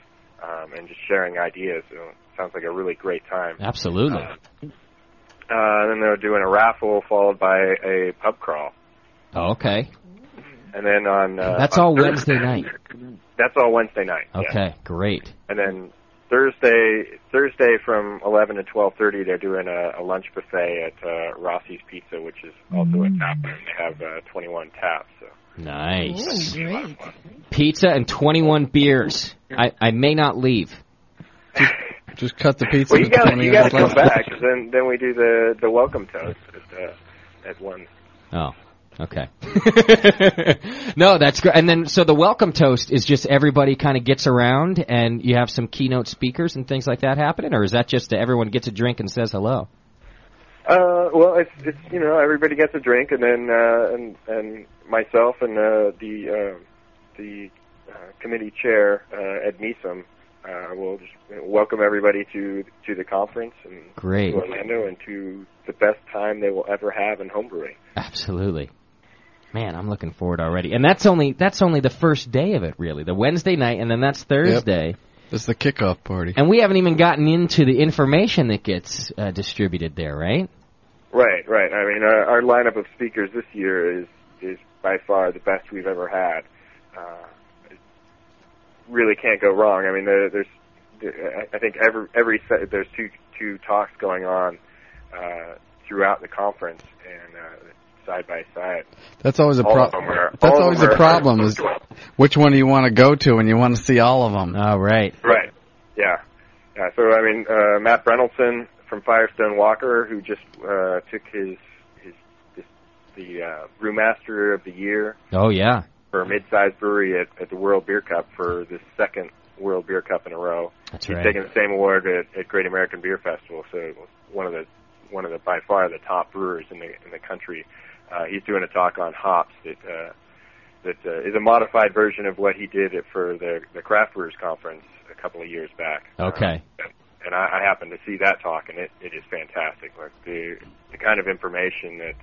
G: um, and just sharing ideas. So it sounds like a really great time.
B: Absolutely.
G: Uh, then they're doing a raffle followed by a pub crawl,
B: Oh, okay.
G: and then on uh,
B: That's
G: on
B: all
G: Thurs-
B: Wednesday night.
G: That's all Wednesday night. yeah.
B: Okay, great.
G: And then Thursday Thursday from 11 to 12:30 they're doing a, a lunch buffet at uh, Rossi's Pizza, which is also a tap room. They have uh, 21 taps. So.
B: Nice. Pizza and 21 beers. I, I may not leave.
C: Just cut the pizza.
G: Well, you
C: to
G: got
C: 20
G: you got to
C: minutes
G: come
C: left.
G: back. 'cause Then then we do the the welcome toast at, uh, at one.
B: Oh, okay. no, that's great. And then, so the welcome toast is just everybody kind of gets around and you have some keynote speakers and things like that happening, or is that just that everyone gets a drink and says hello?
G: Uh, well, it's it's you know everybody gets a drink and then uh, and and myself and uh, the uh, the uh, committee chair uh, Ed Meesum uh, will just welcome everybody to to the conference and
B: Great.
G: to Orlando and to the best time they will ever have in homebrewing.
B: Absolutely. Man, I'm looking forward already. And that's only, that's only the first day of it, really. The Wednesday night, and then that's Thursday.
C: It's the kickoff party.
B: And we haven't even gotten into the information that gets uh, distributed there, right?
G: Right, right. I mean, our, our lineup of speakers this year is is by far the best we've ever had. Uh, really can't go wrong. I mean, there, there's there- I I think every every se- there's two two talks going on uh, throughout the conference and uh, side by side.
C: That's always a
G: All of
C: problem.
G: them are- all
C: That's
G: of
C: always
G: them
C: a
G: are-
C: problem. Is which one do you want to go to, and you want to see all of them?
B: Oh, right.
G: Right. Yeah. Yeah. So I mean, uh, Matt Brennelson from Firestone Walker, who just uh, took his his, his the uh, brewmaster of the year.
B: Oh, yeah.
G: for a mid-sized brewery at, at the World Beer Cup for the second World Beer Cup in a row.
B: That's
G: He's
B: right.
G: taking the same award at, at Great American Beer Festival, so it was one of the one of the by far the top brewers in the in the country. Uh, he's doing a talk on hops that uh, that uh, is a modified version of what he did at, for the the craft brewers conference a couple of years back.
B: Okay.
G: And I, I happened to see that talk, and it, it is fantastic. Like the the kind of information that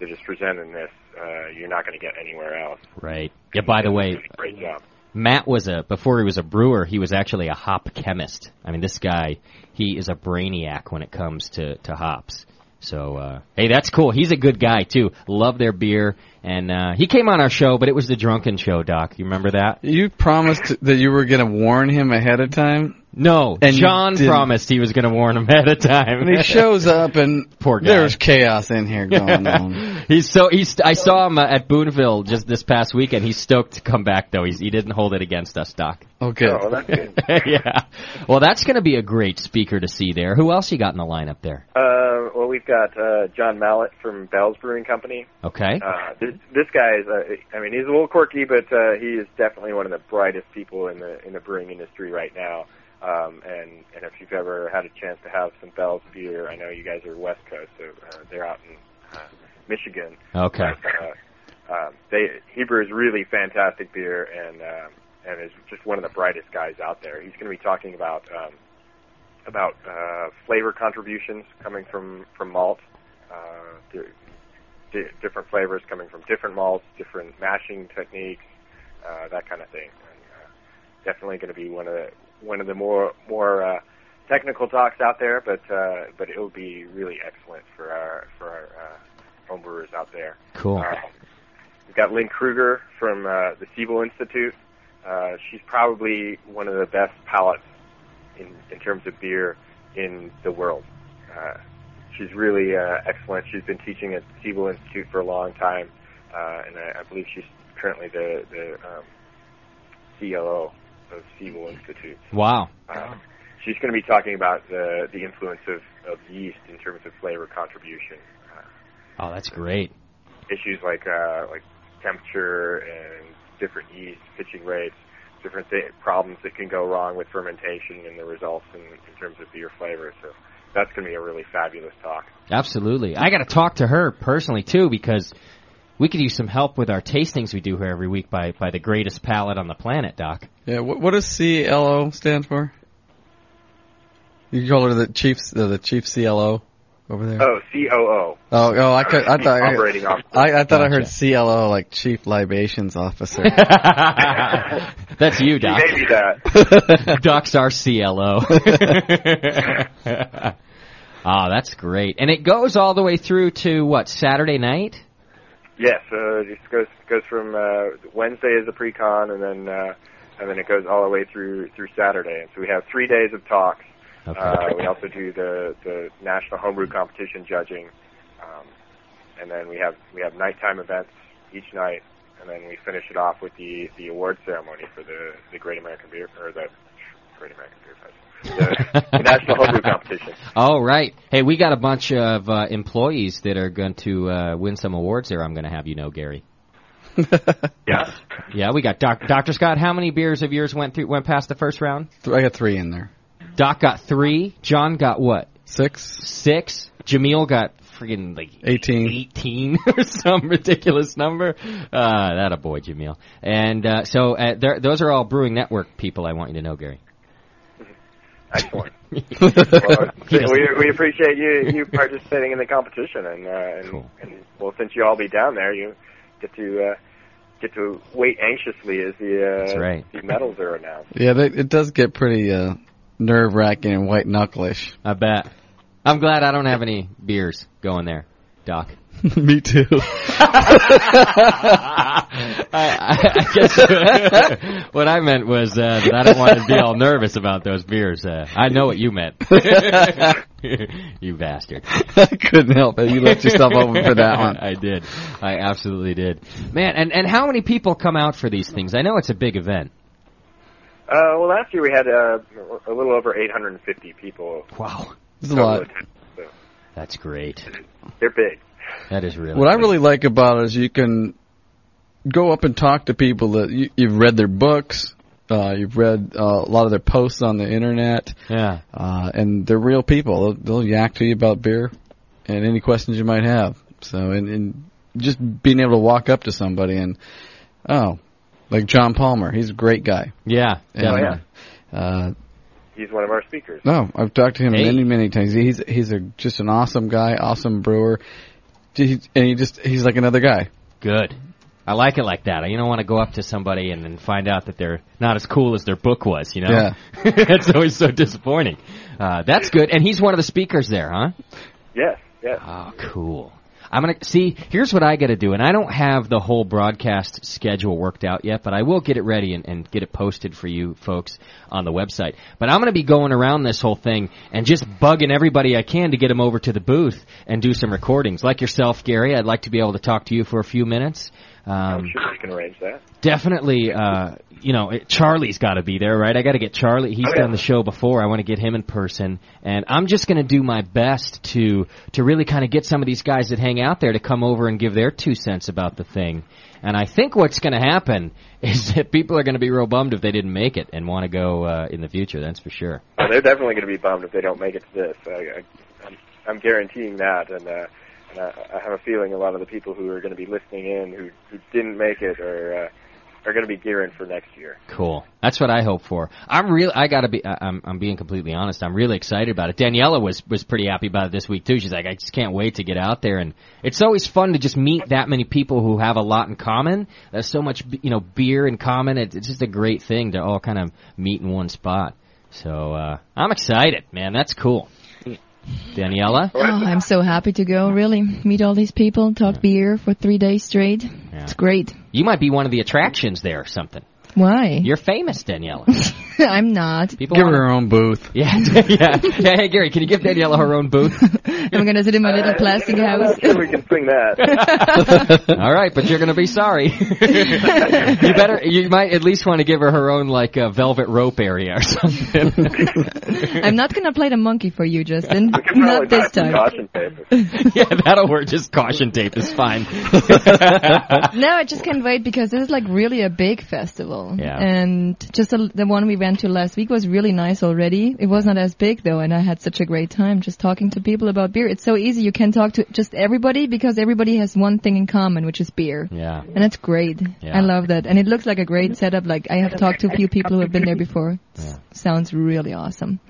G: that is presented in this, uh, you're not going to get anywhere else.
B: Right. Yeah, by the way,
G: Great job.
B: Matt was a before he was a brewer, he was actually a hop chemist. I mean, this guy, he is a brainiac when it comes to to hops. So, uh, hey, that's cool. He's a good guy too. Love their beer, and uh, he came on our show, but it was the drunken show, Doc. You remember that?
C: You promised that you were going to warn him ahead of time.
B: No,
C: And you
B: John
C: didn't.
B: promised he was going to warn him ahead of time.
C: And he shows up, and
B: Poor guy.
C: there's chaos in here going on.
B: He's so he's. I saw him uh, at Boonville just this past weekend. He's stoked to come back though. He's, he didn't hold it against us, Doc.
C: Oh, good.
G: Oh, that's good.
B: yeah. Well, that's going to be a great speaker to see there. Who else you got in the lineup there?
G: Uh, well, we've got uh, John Mallett from Bell's Brewing Company.
B: Okay.
G: Uh, this, this guy is, uh, I mean, he's a little quirky, but uh, he is definitely one of the brightest people in the in the brewing industry right now. Um, and and if you've ever had a chance to have some Bell's beer, I know you guys are West Coast, so uh, they're out in uh, Michigan.
B: Okay.
G: But, uh, um, they he brews really fantastic beer, and um, and is just one of the brightest guys out there. He's going to be talking about um, about uh, flavor contributions coming from from malt. Uh, there- di- different flavors coming from different malts, different mashing techniques, uh, that kind of thing. And, uh, definitely going to be one of the one of the more more uh, technical talks out there, but uh, but it will be really excellent for our for our uh, homebrewers out there.
B: Cool.
G: Um, we've got Lynn Kruger from uh, the Siebel Institute. Uh, she's probably one of the best palates in, in terms of beer in the world. Uh, she's really uh, excellent. She's been teaching at Siebel Institute for a long time, uh, and I, I believe she's currently the, the um, COO of Siebel Institute.
B: Wow.
G: Um, she's going to be talking about the, the influence of, of yeast in terms of flavor contribution. Uh,
B: Oh, that's great.
G: issues like uh, like temperature and different yeast pitching rates, different th- problems that can go wrong with fermentation and the results in, in terms of beer flavor. So that's going to be a really fabulous talk.
B: Absolutely. I got to talk to her personally too because we could use some help with our tastings we do here every week by by the greatest palate on the planet, Doc.
C: Yeah. What, what does CLO stand for? You call her the chief, uh, the chief CLO over there.
G: Oh, COO.
C: Oh, oh, I could, I thought,
G: Operating
C: I,
G: officer.
C: I, I thought I heard
B: Gotcha.
C: CLO like Chief Libations Officer.
B: That's you, Doc.
G: Maybe that.
B: Doc's our CLO. Ah, that's great. And it goes all the way through to what, Saturday night?
G: Yes, uh, it just goes goes from uh, Wednesday is the pre-con, and then uh, and then it goes all the way through through Saturday. And so we have three days of talks.
B: Okay.
G: Uh, we also do the the national homebrew competition judging, um, and then we have we have nighttime events each night, and then we finish it off with the the award ceremony for the the Great American Beer or the Great American Beer Fest, the, the national homebrew competition.
B: All right. Hey, we got a bunch of uh, employees that are going to uh, win some awards there. I'm going to have you know, Gary.
G: Yes.
B: Yeah, we got Doc, Dr. Scott. How many beers of yours went through went past the first round?
C: I got three in there.
B: Doc got three. John got what?
C: Six,
B: Six. Jameel got friggin' like
C: eighteen.
B: 18 or some ridiculous number. Uh, that a boy, Jameel. And uh, so uh, there- those are all Brewing Network people I want you to know, Gary.
G: Excellent. well, we, we appreciate you you participating in the competition, and uh, and,
B: Cool.
G: and well, since you all be down there, you get to uh, get to wait anxiously as the uh,
B: That's right.
G: the medals are announced.
C: Yeah, they, it does get pretty uh, nerve wracking and white knucklish.
B: I bet. I'm glad I don't have any beers going there, Doc.
C: Me too.
B: I, I, I guess what I meant was uh, that I don't want to be all nervous about those beers. Uh, I know what you meant. you bastard.
C: I couldn't help it. You left yourself open for that one.
B: I did. I absolutely did. Man, and, and how many people come out for these things? I know it's a big event.
G: Uh, well, last year we had uh, a little over 850 people.
B: Wow.
C: It's a lot.
G: So
B: That's great.
G: they're big.
B: That is really
C: What I
B: big.
C: really like about it is you can go up and talk to people that you, you've read their books, uh, you've read uh, a lot of their posts on the internet,
B: Yeah.
C: uh, and they're real people. They'll, they'll yak to you about beer and any questions you might have. So, and, and just being able to walk up to somebody and, oh, like John Palmer, he's a great guy.
B: Yeah.
C: And,
B: definitely.
C: Uh,
G: He's one of our speakers.
C: No, I've talked to him
B: Hey.
C: many, many times. He's he's a just an awesome guy, awesome brewer, He- and he just he's like another guy.
B: Good. I like it like that. You don't want to go up to somebody and then find out that they're not as cool as their book was, you know?
C: Yeah.
B: that's always so disappointing. Uh, that's good. And he's one of the speakers there, huh?
G: Yes, yes.
B: Oh, cool. I'm gonna see. Here's what I got to do, and I don't have the whole broadcast schedule worked out yet, but I will get it ready and, and get it posted for you folks on the website. But I'm gonna be going around this whole thing and just bugging everybody I can to get them over to the booth and do some recordings, like yourself, Gary. I'd like to be able to talk to you for a few minutes. Um,
G: I'm sure we can arrange that.
B: Definitely, uh, you know, it, Charlie's got to be there, right? I got to get Charlie. He's
G: Oh, yeah.
B: done the show before. I want to get him in person, and I'm just going to do my best to to really kind of get some of these guys that hang out there to come over and give their two cents about the thing. And I think what's going to happen is that people are going to be real bummed if they didn't make it and want to go uh, in the future. That's for sure.
G: Well, they're definitely going to be bummed if they don't make it to this. I, I, I'm, I'm guaranteeing that, and, uh, and I, I have a feeling a lot of the people who are going to be listening in who, who didn't make it are uh, are going to be gearing for next year.
B: Cool. That's what I hope for. I'm real. I gotta be. I- I'm. I'm being completely honest. I'm really excited about it. Daniela was was pretty happy about it this week too. She's like, I just can't wait to get out there. And it's always fun to just meet that many people who have a lot in common. There's so much, you know, beer in common. It's it's just a great thing to all kind of meet in one spot. So uh I'm excited, man. That's cool. Daniela.
D: Oh, I'm so happy to go, really. Meet all these people, talk beer for three days straight. It's great.
B: You might be one of the attractions there or something.
D: Why?
B: You're famous, Daniela.
D: I'm not.
B: People give her her
C: own booth.
B: Yeah, yeah, yeah. Hey, Gary, can you give Daniela her own booth?
D: I'm going to sit in my little plastic house.
G: we can sing that.
B: All right, but you're going to be sorry. you better. You might at least want to give her her own like uh, velvet rope area or something.
D: I'm not going to play the monkey for you, Justin.
G: Probably
D: Not this
G: some
D: time.
G: Caution paper.
B: yeah, that'll work. Just caution tape is fine.
D: No, I just can't wait because this is like really a big festival.
B: Yeah.
D: And just the the one we went to last week was really nice already. It was not as big though, and I had such a great time just talking to people about beer. It's so easy. You can talk to just everybody because everybody has one thing in common, which is beer.
B: yeah.
D: And that's great.
B: Yeah.
D: I love that. And it looks like a great setup. Like I have talked to a few people who have been there before.
B: Yeah.
D: Sounds really awesome.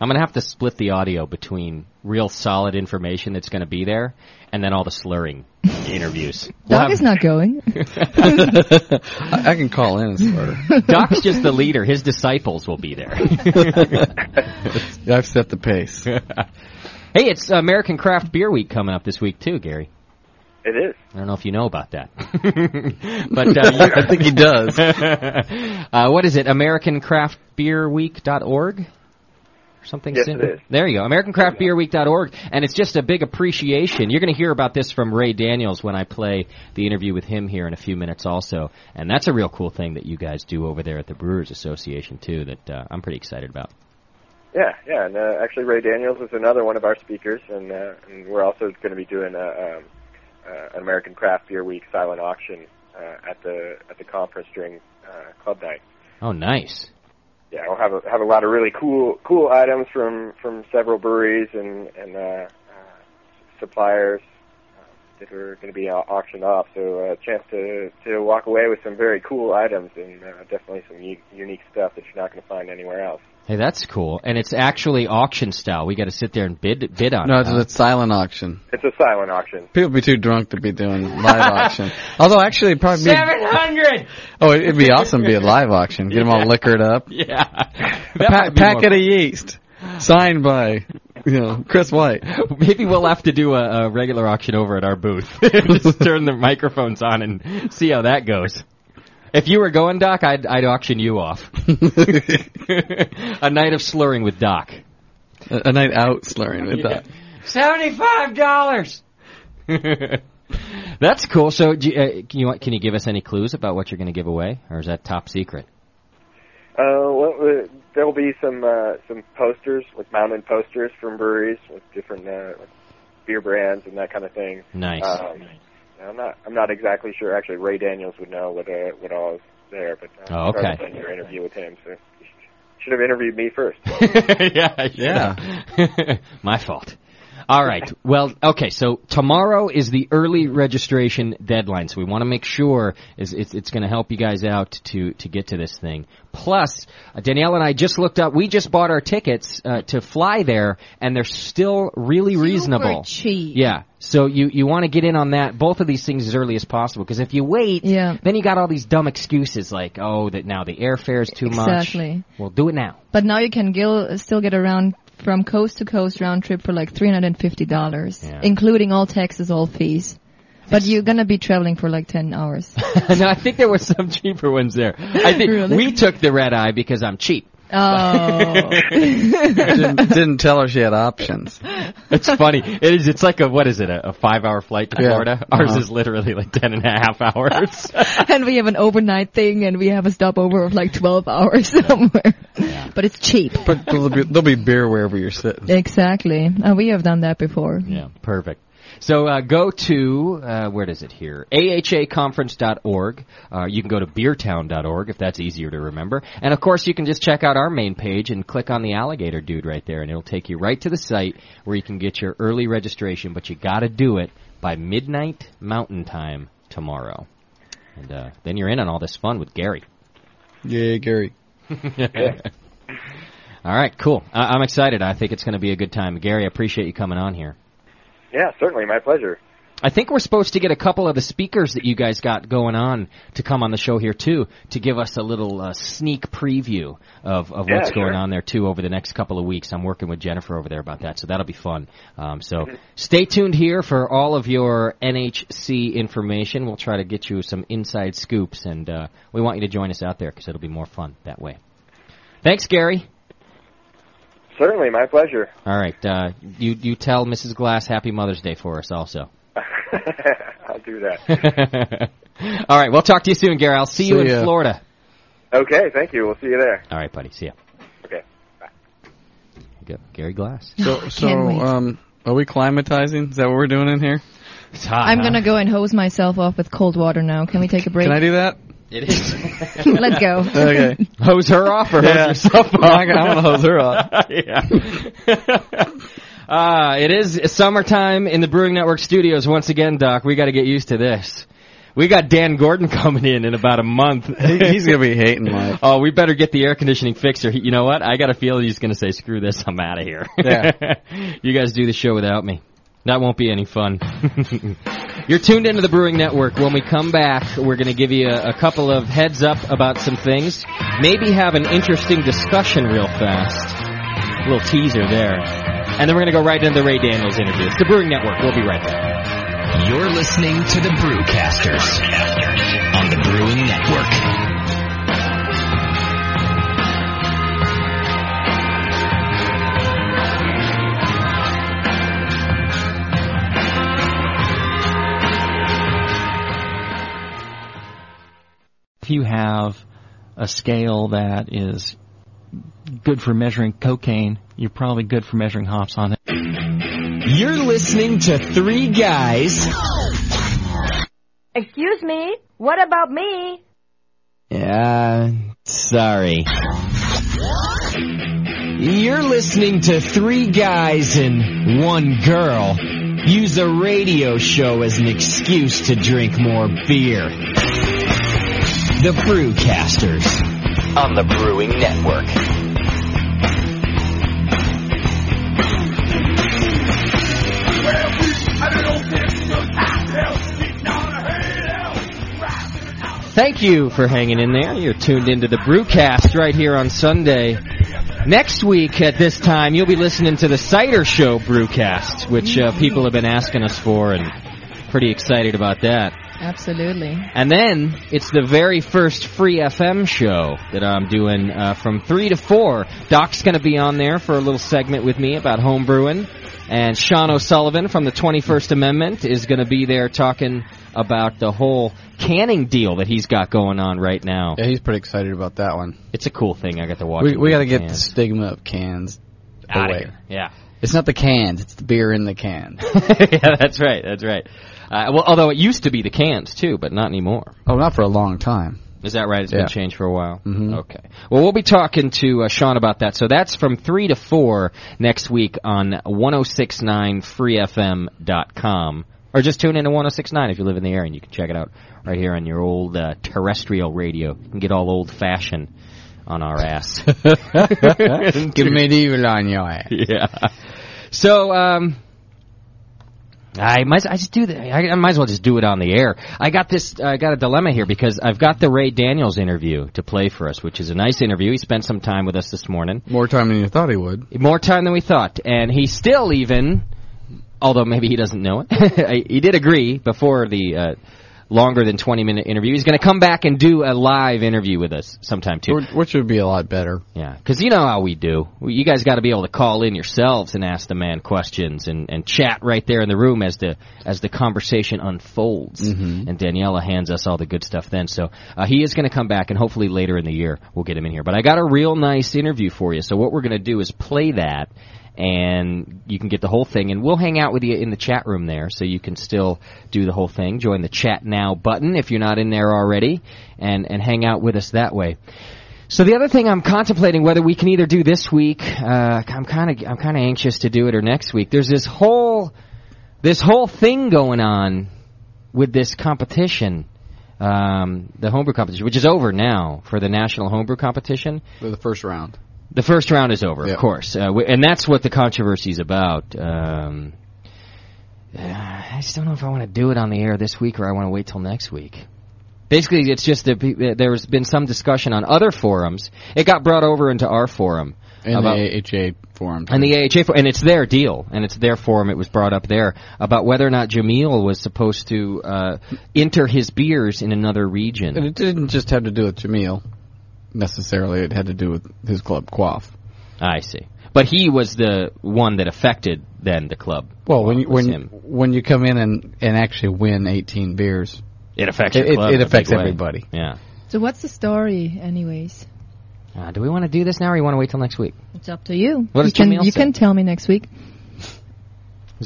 B: I'm gonna have to split the audio between real solid information that's gonna be there, and then all the slurring interviews. We'll
D: Dog
B: have-
D: is not going.
C: I, I can call in and slur.
B: Doc's just the leader. His disciples will be there.
C: I've set the pace.
B: hey, it's American Craft Beer Week coming up this week too, Gary.
G: It is.
B: I don't know if you know about that, but uh, you-
C: I think he does.
B: uh, what is it? AmericanCraftBeerWeek.org or something
G: Yes,
B: similar.
G: it is.
B: There you go. AmericanCraftBeerWeek.org, and it's just a big appreciation. You're going to hear about this from Ray Daniels when I play the interview with him here in a few minutes, also. And that's a real cool thing that you guys do over there at the Brewers Association too. That uh, I'm pretty excited about.
G: Yeah, yeah, and uh, actually Ray Daniels is another one of our speakers, and, uh, and we're also going to be doing a, um, uh, an American Craft Beer Week silent auction uh, at the at the conference during uh, club night.
B: Oh, nice.
G: Yeah, we'll have a, have a lot of really cool cool items from from several breweries and and uh, uh, suppliers uh, that are going to be au- auctioned off. So a chance to to walk away with some very cool items and uh, definitely some u- unique stuff that you're not going to find anywhere else.
B: Hey, that's cool. And it's actually auction style. We got to sit there and bid bid on
C: No,
B: it.
C: it's a silent auction.
G: It's a silent auction.
C: People would be too drunk to be doing live auction. Although actually, it'd probably be,
B: hundred.
C: oh, it'd be awesome to be a live auction. Get them all liquored up.
B: Yeah.
C: A
B: That
C: pa-
B: might be more
C: packet of yeast, signed by you know Chris White.
B: Maybe we'll have to do a, a regular auction over at our booth. Just turn the microphones on and see how that goes. If you were going, Doc, I'd, I'd auction you off. a night of slurring with Doc.
C: A, a night out slurring with that.
B: Seventy-five dollars. That's cool. So, do you, uh, can you can you give us any clues about what you're going to give away, or is that top secret?
G: Uh, well, uh, there will be some uh, some posters, like mountain posters from breweries with different uh, like beer brands and that kind of thing.
B: Nice.
G: Um, I'm not I'm not exactly sure. Actually, Ray Daniels would know what uh, what all is there, but uh,
B: Oh, okay.
G: I've done your interview with him, so you should have interviewed me first.
B: yeah, I should've. My fault. All right. Well, okay. So tomorrow is the early registration deadline, so we want to make sure is it's, it's going to help you guys out to to get to this thing. Plus, uh, Danielle and I just looked up. We just bought our tickets uh, to fly there, and they're still really reasonable.
D: cheap.
B: Yeah. So you you want to get in on that both of these things as early as possible because if you wait,
D: Yeah.
B: then you got all these dumb excuses like oh that now the airfare's too much.
D: Exactly.
B: Well, do it now.
D: But now you can gil- still get around from coast to coast round trip for like three hundred and fifty dollars, including all taxes, all fees. But you're gonna be traveling for like ten hours.
B: no, I think there were some cheaper ones there. I think
D: Really?
B: we took the red eye because I'm cheap.
D: Oh.
C: didn't tell her she had options.
B: It's funny. It is. It's like a what is it? A, a five-hour flight to
C: Yeah.
B: Florida. Ours
C: Uh-huh.
B: is literally like ten and a half hours.
D: and we have an overnight thing, and we have a stopover of like twelve hours somewhere. But it's cheap.
C: But there'll be, there'll be beer wherever you're sitting.
D: Exactly. Uh, we have done that before.
B: Yeah, perfect. So uh, go to uh, where does it here? AHAconference.org. Uh, you can go to beertown.org if that's easier to remember. And of course, you can just check out our main page and click on the alligator dude right there, and it'll take you right to the site where you can get your early registration. But you got to do it by midnight Mountain Time tomorrow, and uh, then you're in on all this fun with Gary.
C: Yeah, Gary.
B: All right, cool. I- I'm excited. I think it's going to be a good time. Gary, I appreciate you coming on here.
G: Yeah, certainly, my pleasure.
B: I think we're supposed to get a couple of the speakers that you guys got going on to come on the show here too to give us a little uh, sneak preview of, of
K: Yeah,
B: what's going
K: sure.
B: on there too over the next couple of weeks. I'm working with Jennifer over there about that, so that'll be fun. Um, so stay tuned here for all of your NHC information. We'll try to get you some inside scoops, and uh, we want you to join us out there because it'll be more fun that way. Thanks, Gary.
G: Certainly, my pleasure.
B: All right, uh, you you tell Mrs. Glass Happy Mother's Day for us also.
G: I'll do that.
B: All right, we'll talk to you soon, Gary. I'll see, you
G: See
B: in
G: ya.
B: Florida.
G: Okay, thank you. We'll see you there.
B: All right, buddy. See ya.
G: Okay.
B: Go, Gary Glass.
C: So, so
D: can't wait.
C: um, are we climatizing? Is that what we're doing in here?
B: It's hot.
D: I'm gonna go and hose myself off with cold water now. Can we take a break?
C: Can I do that?
B: It is.
D: Let's go.
C: Okay.
B: Hose her off or hose
C: Yeah. Oh
B: yourself off?
C: I want to hose her off.
B: yeah. uh, it is summertime in the Brewing Network studios once again, Doc. We got to get used to this. We got Dan Gordon coming in in about a month.
C: he's gonna be hating life.
B: Oh, we better get the air conditioning fixer. He, you know what? I got a feeling he's gonna say, "Screw this, I'm out of here."
C: Yeah.
B: you guys do the show without me. That won't be any fun. You're tuned into the Brewing Network. When we come back, we're going to give you a, a couple of heads up about some things. Maybe have an interesting discussion real fast. little teaser there. And then we're going to go right into the Ray Daniels interview. It's the Brewing Network. We'll be right back.
L: You're listening to the Brewcasters on the Brewing Network.
M: if you have a scale that is good for measuring cocaine, you're probably good for measuring hops on it.
L: You're listening to three guys.
N: Excuse me? What about me?
L: Yeah, sorry. You're listening to three guys and one girl. Use a radio show as an excuse to drink more beer. The Brewcasters on the Brewing Network.
B: Thank you for hanging in there. You're tuned into the Brewcast right here on Sunday. Next week at this time, you'll be listening to the Cider Show Brewcast, which uh, people have been asking us for, and pretty excited about that.
D: Absolutely.
B: And then it's the very first free FM show that I'm doing uh, from three to four. Doc's going to be on there for a little segment with me about home brewing, and Sean O'Sullivan from the 21st Amendment is going to be there talking about the whole canning deal that he's got going on right now.
C: Yeah, he's pretty excited about that one.
B: It's a cool thing. I got to watch.
C: We,
B: it
C: we
B: with
C: got to get the
B: cans.
C: stigma of cans
B: Outta
C: away.
B: here. Yeah.
C: It's not the cans; it's the beer in the can.
B: yeah, that's right. That's right. Uh, well, although it used to be the cans too, but not anymore.
C: oh, not for a long time.
B: Is that right? It's
C: Yeah.
B: been changed for a while. Mm-hmm. Okay. Well, we'll be talking to uh, Sean about that. So that's from 3 to 4 next week on 1069freefm.com. Or just tune into 1069 if you live in the area and you can check it out right here on your old uh, terrestrial radio. You can get all old fashioned on our ass.
C: Get medieval on your ass.
B: Yeah. So, um, I might. I just do that. I, I might as well just do it on the air. I got this. uh, I got a dilemma here because I've got the Ray Daniels interview to play for us, which is a nice interview. He spent some time with us this morning.
C: More time than you thought he would.
B: More time than we thought, and he still even, although maybe he doesn't know it, he did agree before the. Uh, Longer than twenty minute interview. He's going to come back and do a live interview with us sometime too.
C: Which would be a lot better.
B: Yeah, because you know how we do. We- You guys got to be able to call in yourselves and ask the man questions and, and chat right there in the room as the as the conversation unfolds. And Daniela hands us all the good stuff then. So uh, he is going to come back, and hopefully later in the year we'll get him in here. But I got a real nice interview for you. So what we're going to do is play that, and you can get the whole thing. And we'll hang out with you in the chat room there, so you can still do the whole thing. Join the chat now button if you're not in there already, and and hang out with us that way. So the other thing I'm contemplating whether we can either do this week. Uh, I'm kind of I'm kind of anxious to do it or next week. There's this whole this whole thing going on with this competition, um, the homebrew competition, which is over now for the national homebrew competition.
C: For the first round.
B: The first round is over,
C: Yeah.
B: of course, uh, w- and that's what the controversy is about. Um, uh, I just don't know if I want to do it on the air this week or I want to wait till next week. Basically, it's just that pe- that there's been some discussion on other forums. It got brought over into our forum
C: And
B: about
C: the AHA forum.
B: and the AHA, for, and it's their deal, and it's their forum. It was brought up there about whether or not Jamil was supposed to uh, enter his beers in another region.
C: And it didn't just have to do with Jamil necessarily. It had to do with his club Quaff.
B: I see, but he was the one that affected then the club.
C: Well, when you,
B: was
C: when
B: him.
C: when you come in and, and actually win 18 beers,
B: It affects
C: it,
B: your club
C: It,
B: in a
C: affects
B: big way.
C: everybody.
B: Yeah.
D: So what's the story, anyways?
B: Uh, do we want to do this now, or you want to wait till next week?
D: It's up to you.
B: What
D: you
B: does
D: can,
B: Jamil
D: you
B: say?
D: can tell me next week.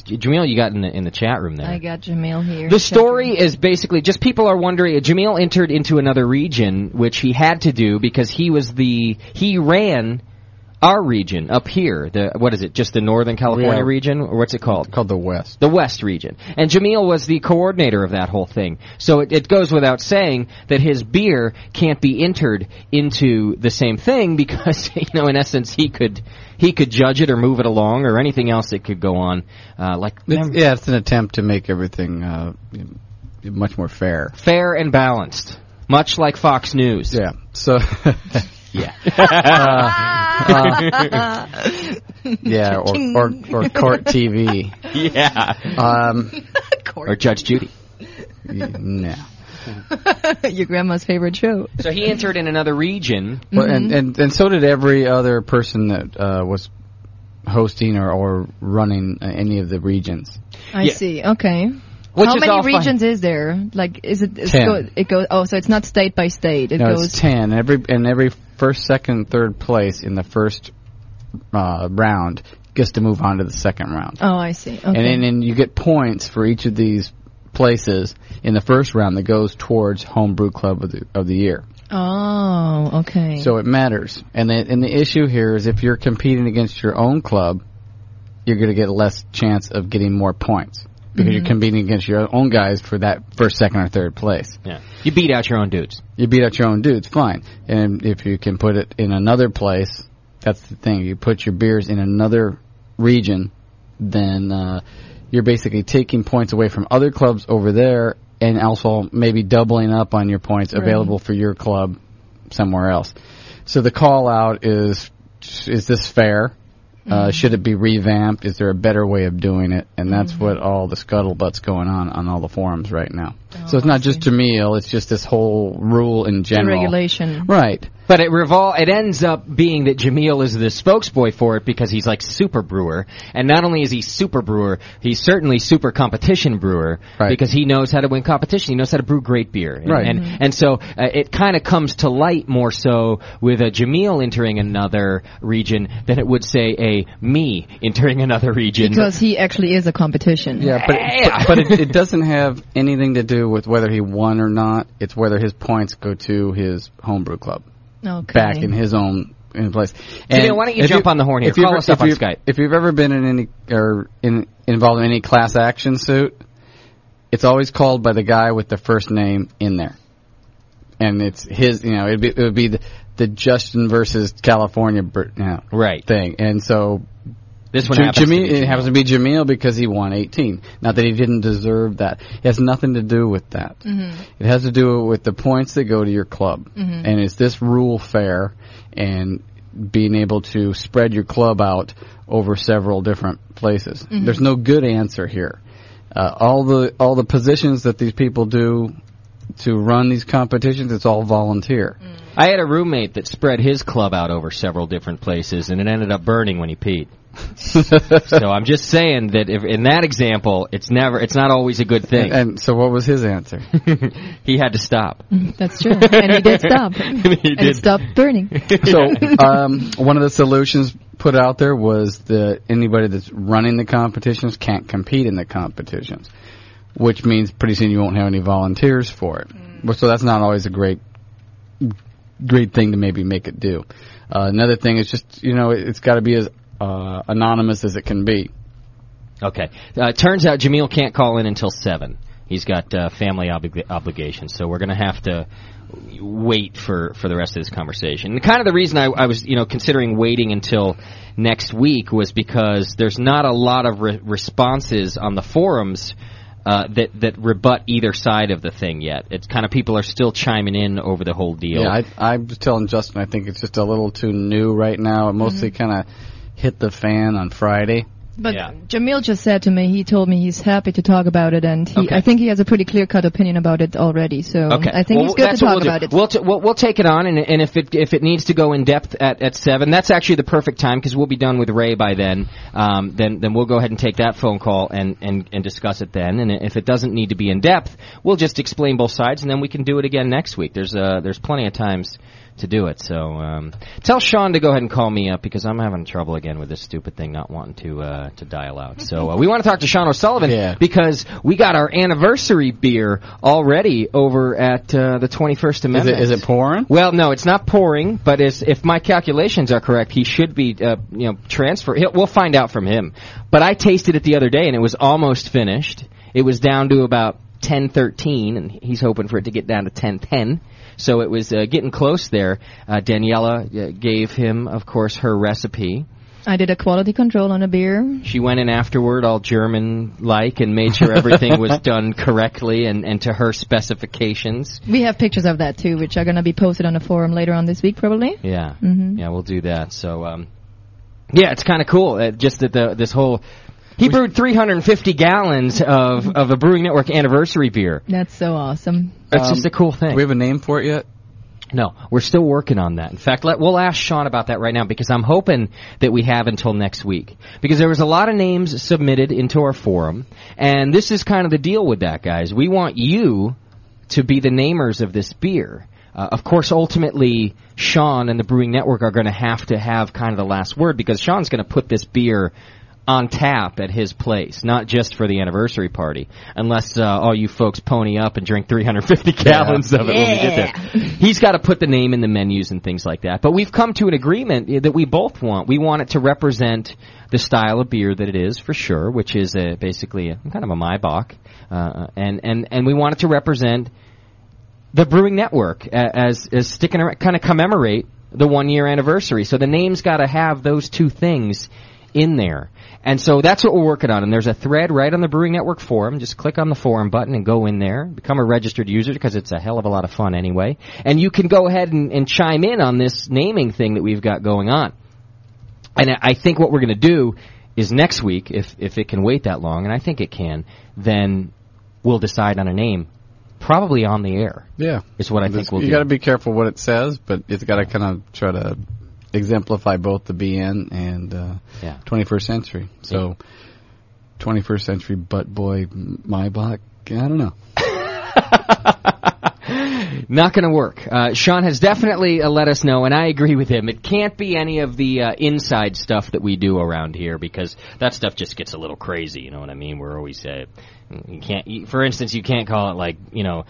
B: Jamil, you got in the in the chat room there.
D: I got Jamil here.
B: The story is basically just people are wondering. Jamil entered into another region, which he had to do because he was the he ran our region up here. The what is it? Just the Northern California
C: Yeah.
B: region, or what's it called?
C: called the West.
B: The West region. And Jamil was the coordinator of that whole thing. So it, it goes without saying that his beer can't be entered into the same thing because you know in essence he could he could judge it or move it along or anything else that could go on uh, like
C: It's, yeah, it's an attempt to make everything uh, much more fair.
B: fair and balanced, much like Fox News.
C: Yeah. So. Uh,
B: yeah.
C: yeah, or, or or court TV.
B: Yeah.
C: Um,
B: or Judge Judy.
C: No.
D: Your grandma's favorite show.
B: So he entered in another region.
C: But,
D: Mm-hmm.
C: and, and and so did every other person that uh, was hosting or, or running uh, any of the regions.
D: I
C: Yeah.
D: see. Okay.
C: Which
D: How
C: is all
D: many
C: fine.
D: regions is there? Like, is it? it's
C: Ten.
D: Go, it goes. Oh, so it's not state by state. It
C: no,
D: goes.
C: it's ten. Every and every first, second, third place in the first uh, round gets to move on to the second round.
D: Oh, I see. Okay.
C: And then and you get points for each of these places in the first round that goes towards homebrew club of the of the year.
D: oh, okay.
C: So it matters. And the, and the issue here is if you're competing against your own club, you're going to get less chance of getting more points because you're
B: Mhm.
C: competing against your own guys for that first, second, or third place.
B: Yeah. You beat out your own dudes.
C: You beat out your own dudes, fine. And if you can put it in another place, that's the thing. You put your beers in another region, then uh, you're basically taking points away from other clubs over there and also maybe doubling up on your points
K: Right.
C: available for your club somewhere else. So the call out is is this fair? Uh, should it be revamped? Is there a better way of doing it? And that's what all the scuttlebutt's going on on all the forums right now. so it's not just Jamil; it's just this whole rule in general.
D: regulation.
C: Right.
B: But it revol it ends up being that Jamil is the spokesboy for it because he's like super brewer, and not only is he super brewer, he's certainly super competition brewer because he knows how to win competition. He knows how to brew great beer, and
C: Right.
B: and,
C: Mhm.
B: and so uh, it kind of comes to light more so with a Jamil entering another region than it would say a me entering another region.
D: Because he actually is a competition.
C: Yeah, but but, but it, it doesn't have anything to do with whether he won or not. It's whether his points go to his homebrew club.
D: Okay.
C: Back in his own in place.
B: Jamil, why don't you
C: if
B: jump on the horn here?
C: if you've-
B: Call us up
C: if
B: on
C: you've-
B: Skype.
C: If you've ever been in any or in, involved in any class action suit, it's always called by the guy with the first name in there, and it's his. You know, it'd be, it would be the, the Justin versus California, br- you know,
B: right
C: thing, and so.
B: This one
C: Ju-
B: happens to
C: Jimmy,
B: be
C: it happens to be Jamil because he won 18. Not that he didn't deserve that. It has nothing to do with that.
A: Mhm.
C: It has to do with the points that go to your club.
A: Mhm.
C: And is this rule fair? And being able to spread your club out over several different places.
A: Mhm.
C: There's no good answer here. Uh, all the all the positions that these people do to run these competitions, it's all volunteer.
B: I had a roommate that spread his club out over several different places, and it ended up burning when he peed. so I'm just saying that if, in that example, it's never, it's not always a good thing.
C: And, and so, what was his answer?
B: he had to stop.
D: That's true. And he did stop.
B: And he
D: and
C: did.
D: it stopped burning.
C: so um, one of the solutions put out there was that anybody that's running the competitions can't compete in the competitions, which means pretty soon you won't have any volunteers for it. Well, So that's not always a great great thing to maybe make it do. Uh, another thing is just you know it, it's got to be as uh, anonymous as it can be.
B: Okay. Uh, turns out Jameel can't call in until seven. He's got uh, family obli- obligations, so we're going to have to wait for, for the rest of this conversation. And kind of the reason I, I was, you know, considering waiting until next week was because there's not a lot of re- responses on the forums uh, that that rebut either side of the thing yet. It's kind of people are still chiming in over the whole deal.
C: Yeah, I, I'm just telling Justin I think it's just a little too new right now. It mostly kind of hit the fan on Friday.
D: But Jamil just said to me, he told me he's happy to talk about it, and he, I think he has a pretty clear cut opinion about it already. So
B: Okay.
D: I think
B: Well,
D: it's good to
B: that's what
D: talk
B: we'll do.
D: about it.
B: We'll, t- we'll we'll take it on, and, and if it if it needs to go in depth at, at seven, that's actually the perfect time because we'll be done with Ray by then. Um, then then we'll go ahead and take that phone call and, and and discuss it then. And if it doesn't need to be in depth, we'll just explain both sides, and then we can do it again next week. There's uh there's plenty of times to do it. So um, tell Sean to go ahead and call me up because I'm having trouble again with this stupid thing not wanting to uh, to dial out. So uh, we want to talk to Sean O'Sullivan because we got our anniversary beer already over at uh, the 21st Amendment.
C: is it pouring?
B: Well, no, it's not pouring, but it's, if my calculations are correct, he should be uh, you know transfer. He'll, we'll find out from him. But I tasted it the other day and it was almost finished. It was down to about 1013, and he's hoping for it to get down to 1010. So it was uh, getting close there. Uh, Daniela uh, gave him, of course, her recipe.
D: I did a quality control on a beer.
B: She went in afterward, all German-like, and made sure everything was done correctly and, and to her specifications.
D: We have pictures of that too, which are going to be posted on the forum later on this week, probably.
B: Yeah,
D: Mhm.
B: yeah, we'll do that. So, um, yeah, it's kind of cool. Uh, just that the this whole he brewed 350 gallons of of a Brewing Network anniversary beer.
D: That's so awesome.
B: That's
K: Um,
B: just a cool thing. We
C: Um, have a name for it yet?
B: No, we're still working on that. In fact, let, we'll ask Sean about that right now because I'm hoping that we have until next week because there was a lot of names submitted into our forum, and this is kind of the deal with that, guys. We want you to be the namers of this beer. Uh, of course, ultimately, Sean and the Brewing Network are going to have to have kind of the last word because Sean's going to put this beer on tap at his place, not just for the anniversary party, unless uh, all you folks pony up and drink 350 gallons of it when we get there. He's got to put the name in the menus and things like that. But we've come to an agreement eh, that we both want. We want it to represent the style of beer that it is, for sure, which is a, basically a, kind of a Maibach, uh, and and and we want it to represent the Brewing Network a- as as sticking around, kind of commemorate the one year anniversary. So the name's got to have those two things in there. And so that's what we're working on. And there's a thread right on the Brewing Network forum. Just click on the forum button and go in there. Become a registered user because it's a hell of a lot of fun anyway. And you can go ahead and, and chime in on this naming thing that we've got going on. And I- I think what we're going to do is next week, if if it can wait that long, and I think it can, then we'll decide on a name, probably on the air.
C: Yeah.
B: is what I
C: This-
B: think we'll
C: you
B: do.
C: got to be careful what it says, but it's got to kind of try to exemplify both the BN and uh,
B: Yeah.
C: 21st century. So, 21st century butt boy Maybach. I don't know.
B: Not going to work. Uh, Sean has definitely uh, let us know, and I agree with him. It can't be any of the uh, inside stuff that we do around here because that stuff just gets a little crazy. You know what I mean? We're always uh, you can't. You, for instance, you can't call it like you know.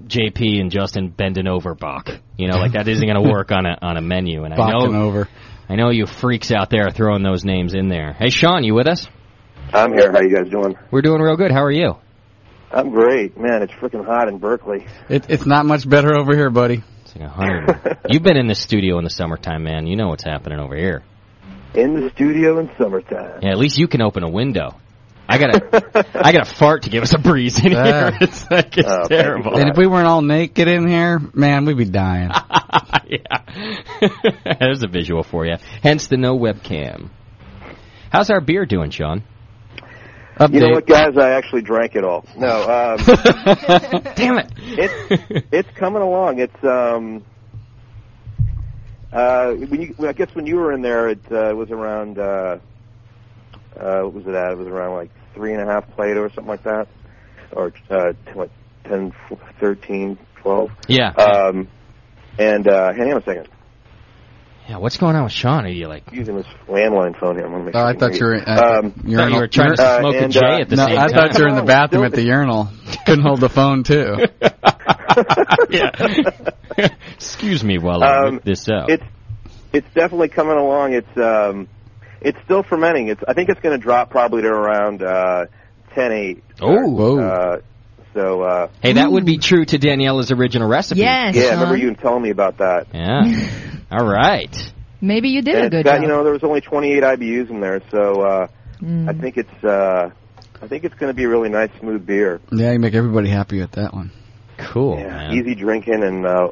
B: JP and Justin bending over Bach, you know, like that isn't going to work on a on a menu. And I
C: Bachin'
B: know
C: over.
B: I know you freaks out there are throwing those names in there. Hey, Sean, you with us?
K: I'm here. How you guys doing?
B: We're doing real good. How are you?
K: I'm great, man. It's freaking hot in Berkeley.
C: It, it's not much better over here, buddy.
B: It's like a hundred. You've been in this studio in the summertime, man. You know what's happening over here.
K: In the studio in summertime.
B: Yeah, at least you can open a window. I gotta, I gotta fart to give us a breeze in
C: Yeah.
B: here. It's like it's
C: Oh, thank you
B: terrible.
C: And if we weren't all naked in here, man, we'd be dying.
B: There's a visual for you. Hence the no webcam. How's our beer doing, Sean?
K: You know
B: Update.
K: what, guys? I actually drank it all. No, um,
B: damn it!
K: It's it's coming along. It's um, uh, when you, well, I guess when you were in there, it uh, was around uh, uh, what was it at? It was around like three and a half Plato or something like that, or uh, t- what, 10, 13, 12.
B: Yeah.
K: Um, and uh, hang on a second.
B: Yeah, what's going on with Sean? Are you like?
K: Using this landline phone here. I'm gonna make
C: Oh,
K: sure
C: I
K: can
C: thought
K: hear Um,
C: you were- I- urinal-
B: Thought you were trying to
K: Uh,
B: smoke a
K: and,
B: J
K: uh,
B: at the
C: no,
B: same
C: I
B: time.
C: thought you were in the bathroom at the urinal. Couldn't hold the phone too.
B: yeah. Excuse me while uh, I
K: Um,
B: look this up.
K: It's it's definitely coming along. It's um, it's still fermenting. It's I think it's going to drop probably to around uh, ten eight.
B: Oh,
K: Uh, so uh, Mm.
B: hey, that would be true to Daniela's original recipe.
K: yeah. I remember you telling me about that?
B: Yeah. All right.
D: Maybe you did
K: and
D: a
K: it's
D: good
K: got,
D: job.
K: You know, there was only twenty eight IBUs in there, so uh,
D: Mm.
K: I think it's uh, I think it's going to be a really nice smooth beer.
C: Yeah, you make everybody happy with that one.
B: Cool.
K: Easy drinking and uh,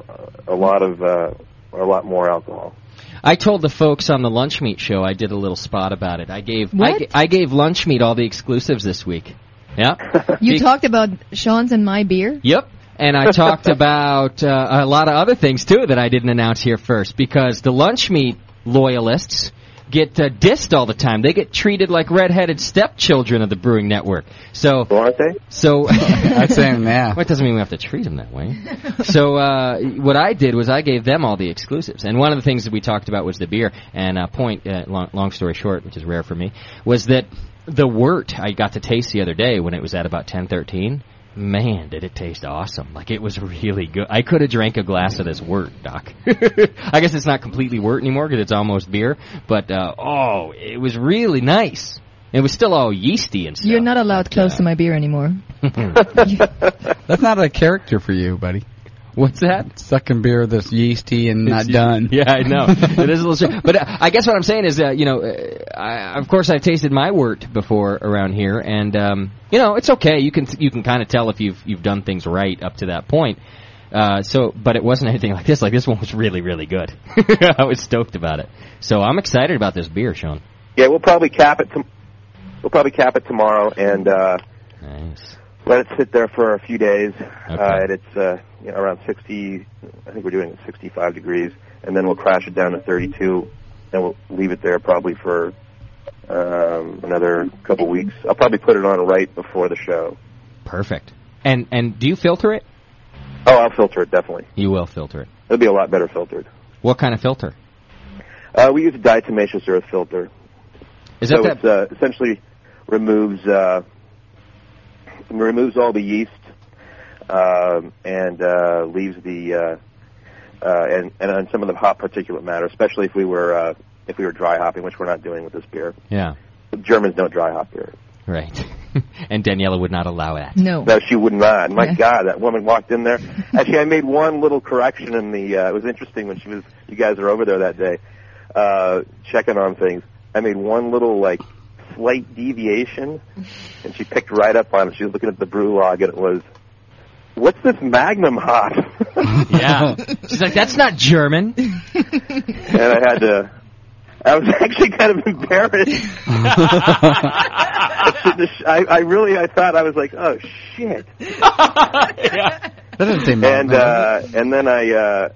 K: a lot of uh, or a lot more alcohol.
B: I told the folks on the lunch meat show I did a little spot about it. I gave I,
D: What?
B: g- I gave lunch meat all the exclusives this week. Yeah.
D: You
B: Be-
D: talked about Sean's and my beer.
B: Yep. And I talked about uh, a lot of other things too that I didn't announce here first because the lunch meat loyalists get uh, dissed all the time. They get treated like redheaded stepchildren of the Brewing Network. So
K: Oh, aren't they?
B: So I'd
C: say yeah.
B: Well, it doesn't mean we have to treat them that way. so uh, what I did was I gave them all the exclusives, and one of the things that we talked about was the beer. And uh, point, uh, long, long story short, which is rare for me, was that the wort I got to taste the other day when it was at about ten thirteen. Man, did it taste awesome! Like it was really good. I could have drank a glass of this wort, Doc. I guess it's not completely wort anymore because it's almost beer. But uh, oh, it was really nice. It was still all yeasty and stuff.
D: You're not allowed close to my beer anymore.
C: That's not a character for you, buddy.
B: What's that?
C: Sucking beer that's yeasty and not
B: It's-
C: done.
B: Yeah, I know. it is a little strange. But uh, I guess what I'm saying is, uh, you know, uh, I, of course I've tasted my wort before around here, and um, you know, it's okay. You can you can kind of tell if you've you've done things right up to that point. Uh, so, but it wasn't anything like this. Like this one was really, really good. I was stoked about it. So I'm excited about this beer, Sean.
K: Yeah, we'll probably cap it. tom we'll probably cap it tomorrow and uh, let it sit there for a few days. Uh, and it's uh, you know, around 60. I think we're doing it at 65 degrees, and then we'll crash it down to 32, and we'll leave it there probably for um, another couple weeks. I'll probably put it on right before the show.
B: Perfect. And and do you filter it?
K: Oh, I'll filter it definitely.
B: You will filter it.
K: It'll be a lot better filtered.
B: What kind of filter?
K: Uh, we use a diatomaceous earth filter.
B: Is that
K: so
B: that-
K: it's uh, essentially removes uh, removes all the yeast um, and uh, leaves the uh, uh, and and on some of the hop particulate matter, especially if we were uh, if we were dry hopping, which we're not doing with this beer.
B: Yeah.
K: Germans don't dry hop beer.
B: Right. and Daniela would not allow that.
D: No.
K: No, she would not. My
B: Yeah.
K: God, that woman walked in there. Actually, I made one little correction in the. Uh, it was interesting when she was. You guys were over there that day, uh, checking on things. I made one little like slight deviation, and she picked right up on it. She was looking at the brew log, and it was, "What's this Magnum hop?"
B: Yeah. She's like, that's not German.
K: and I had to. I was actually kind of embarrassed. I, I really, I thought I was like, "Oh shit."
C: That doesn't seem
K: and uh, and then I uh,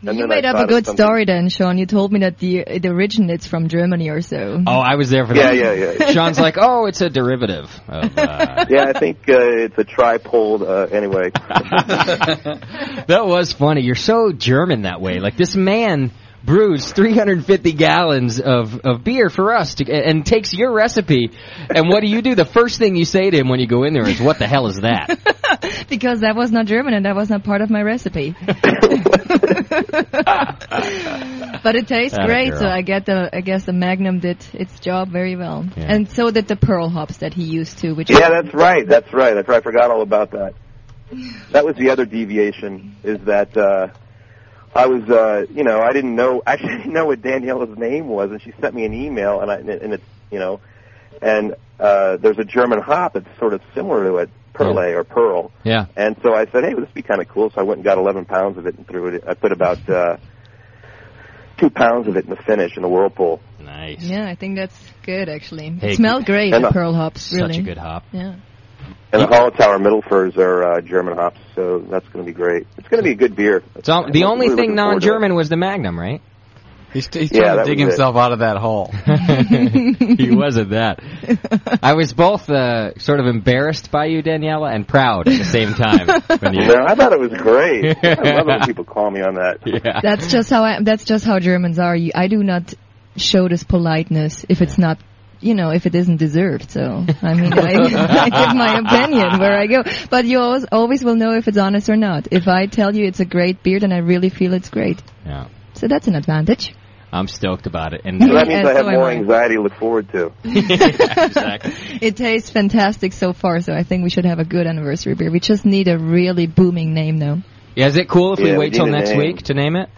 K: and
D: You
K: then
D: made
K: I
D: up
K: thought
D: a
K: of
D: good
K: something-
D: story then, Sean. You told me that the it originates from Germany or so.
B: Oh, I was there for
K: Yeah,
B: that.
K: yeah, yeah.
B: Sean's like, oh, it's a derivative. Of, uh,
K: yeah, I think uh, it's a tripod. Uh, anyway,
B: that was funny. You're so German that way. Like this man brews 350 gallons of, of beer for us to, and takes your recipe. And what do you do? The first thing you say to him when you go in there is, what the hell is that?
D: because that was not German and that was not part of my recipe. but it tastes
B: Atta
D: great,
B: girl.
D: so I get the I guess the Magnum did its job very well,
K: Yeah.
D: and so did the pearl hops that he used to, which
K: yeah, that's right. That's right. That's right. I forgot all about that. That was the other deviation. Is that uh, I was, uh, you know, I didn't know, actually, I didn't know what Daniela's name was, and she sent me an email, and I, and it, and it you know, and uh, there's a German hop that's sort of similar to it, Perle or Pearl,
B: Yeah.
K: and so I said, hey, this would be kind of cool. So I went and got 11 pounds of it and threw it. I put about uh, two pounds of it in the finish in the whirlpool.
B: Nice.
D: Yeah, I think that's good actually.
K: Hey,
D: it smelled great,
K: and
D: the
K: a-
D: pearl hops.
K: Such a
D: Really,
K: good
B: hop.
D: Yeah.
K: And the Holletower Middlefurs are uh, German hops, so that's going to be great. It's going to be a good beer.
B: So
K: I'm
B: the
K: really
B: only
K: looking
B: thing
K: forward to it.
B: non-German was the Magnum, right?
C: He's, he's
K: Yeah, trying to that dig was it. himself
C: out of that hole.
B: he was at that. I was both uh, sort of embarrassed by you, Daniela, and proud at the same time. When you,
K: No, I thought it was great. I love it when people call me on that.
B: Yeah.
D: That's just how I, that's just how Germans are. You, I do not show this politeness if it's not. You know, if it isn't deserved, so I mean, I, I give my opinion where I go, but you always, always will know if it's honest or not. If I tell you it's a great beer, then I really feel it's great.
B: Yeah.
D: So that's an advantage.
B: I'm stoked about it. And
K: So that means
D: Yeah,
K: I have
D: so am
K: more
D: I.
K: anxiety to look forward to.
D: It tastes fantastic so far, so I think we should have a good anniversary beer. We just need a really booming name, though.
B: yeah, is it cool if
K: Yeah,
B: we
K: we
B: wait till
K: need a
B: next
K: name.
B: week to name it?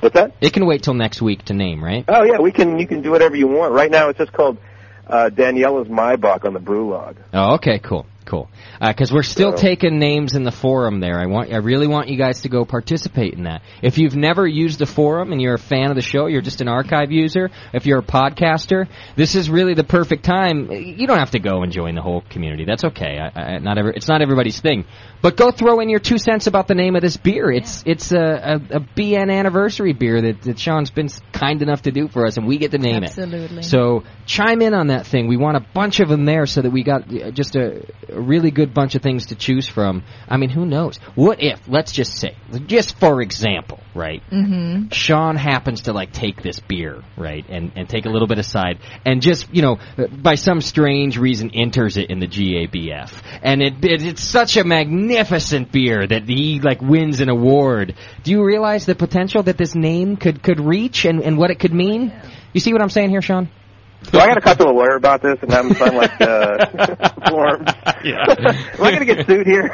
K: What's that?
B: It can wait till next week to name, right?
K: Oh yeah, we can. You can do whatever you want. Right now, it's just called uh, Daniela's Maybach on the brew log.
B: Oh, okay, cool, cool. Because we're still taking names in the forum there. I want, I really want you guys to go participate in that. If you've never used the forum and you're a fan of the show, you're just an archive user. If you're a podcaster, this is really the perfect time. You don't have to go and join the whole community. That's okay. I, I, not every, it's not everybody's thing. But go throw in your two cents about the name of this beer. It's it's a, a, a BN anniversary beer that, that Sean's been s- kind enough to do for us, and we get to name it.
D: Absolutely.
B: So chime in on that thing. We want a bunch of them there so that we got uh, just a, a really good bunch of things to choose from. I mean, who knows? What if, let's just say, just for example, right?
D: Mm-hmm.
B: Sean happens to like take this beer, right, and and take a little bit aside, and just you know, uh, by some strange reason, enters it in the GABF, and it, it it's such a magnificent beer that he like wins an award. Do you realize the potential that this name could could reach and and what it could mean? You see what I'm saying here, Sean?
K: So I got to talk to a lawyer about this, and I'm, I'm like uh, formed. Am I going to get sued here?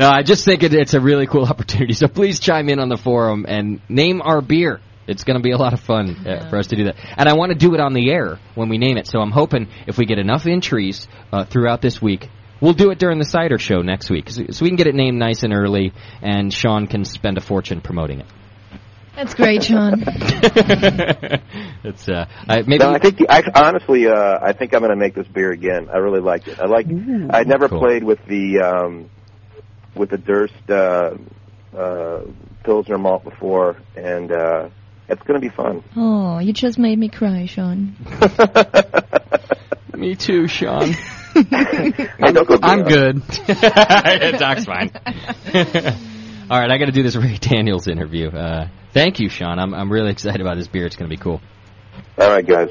B: no, I just think it, it's a really cool opportunity. So please chime in on the forum and name our beer. It's going to be a lot of fun uh, for us to do that. And I want to do it on the air when we name it. So I'm hoping if we get enough entries uh, throughout this week, we'll do it during the cider show next week, so, so we can get it named nice and early, and Sean can spend a fortune promoting it.
D: That's great, Sean.
B: It's uh, I, maybe
K: No, I think the, I, honestly, uh, I think I'm going to make this beer again. I really liked it. I like.
B: Ooh.
K: I never
B: Cool.
K: played with the um, with the Durst uh, uh, Pilsner malt before, and uh, it's going to be fun.
D: Oh, you just made me cry, Sean.
B: me too, Sean.
K: Hey, don't go
B: I'm
K: beer.
B: good. Doc's fine. All right, I got to do this Ray Daniels interview. Uh, thank you, Sean. I'm I'm really excited about this beer. It's going to be cool.
K: All right, guys.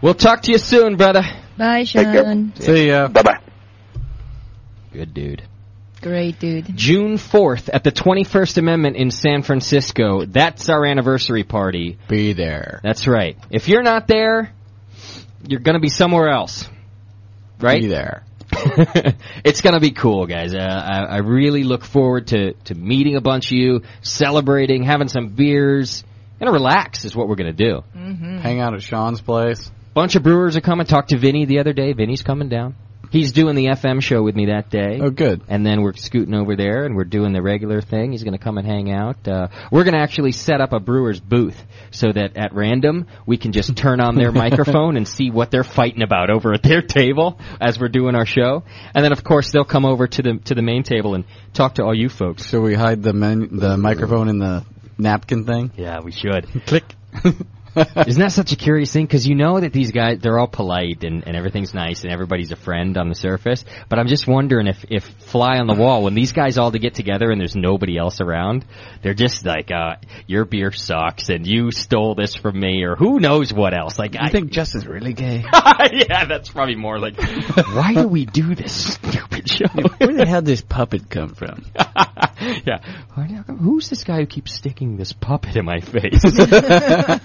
B: We'll talk to you soon, brother.
D: Bye,
B: Take care.
D: Sean.
C: See ya.
K: Bye bye.
B: Good dude.
D: Great, dude.
B: June 4th at the 21st Amendment in San Francisco. That's our anniversary party.
C: Be there.
B: That's right. If you're not there, you're going to be somewhere else. Right?
C: Be there.
B: it's going to be cool, guys. Uh, I, I really look forward to, to meeting a bunch of you, celebrating, having some beers, and relax is what we're going to do.
C: Hang out at Sean's place.
B: Bunch of brewers are coming. Talked to Vinny the other day. Vinny's coming down. He's doing the FM show with me that day. Oh,
C: good.
B: And then we're scooting over there and we're doing the regular thing. He's going to come and hang out. Uh, we're going to actually set up a brewer's booth so that at random we can just turn on their microphone and see what they're fighting about over at their table as we're doing our show. And then of course they'll come over to the to the main table and talk to all you folks.
C: Should we hide the men- the microphone in the napkin thing?
B: Yeah, we should. Click. Isn't that such a curious thing? Because you know that these guys, they're all polite and, and everything's nice and everybody's a friend on the surface. But I'm just wondering if, if fly on the wall, when these guys all to get together and there's nobody else around, they're just like, uh, your beer sucks and you stole this from me or who knows what else. Like, I
C: think Justin's really gay.
B: yeah, that's probably more like, why do we do this stupid show?
C: Where the hell did this puppet come from?
B: yeah. Who's this guy who keeps sticking this puppet in my face?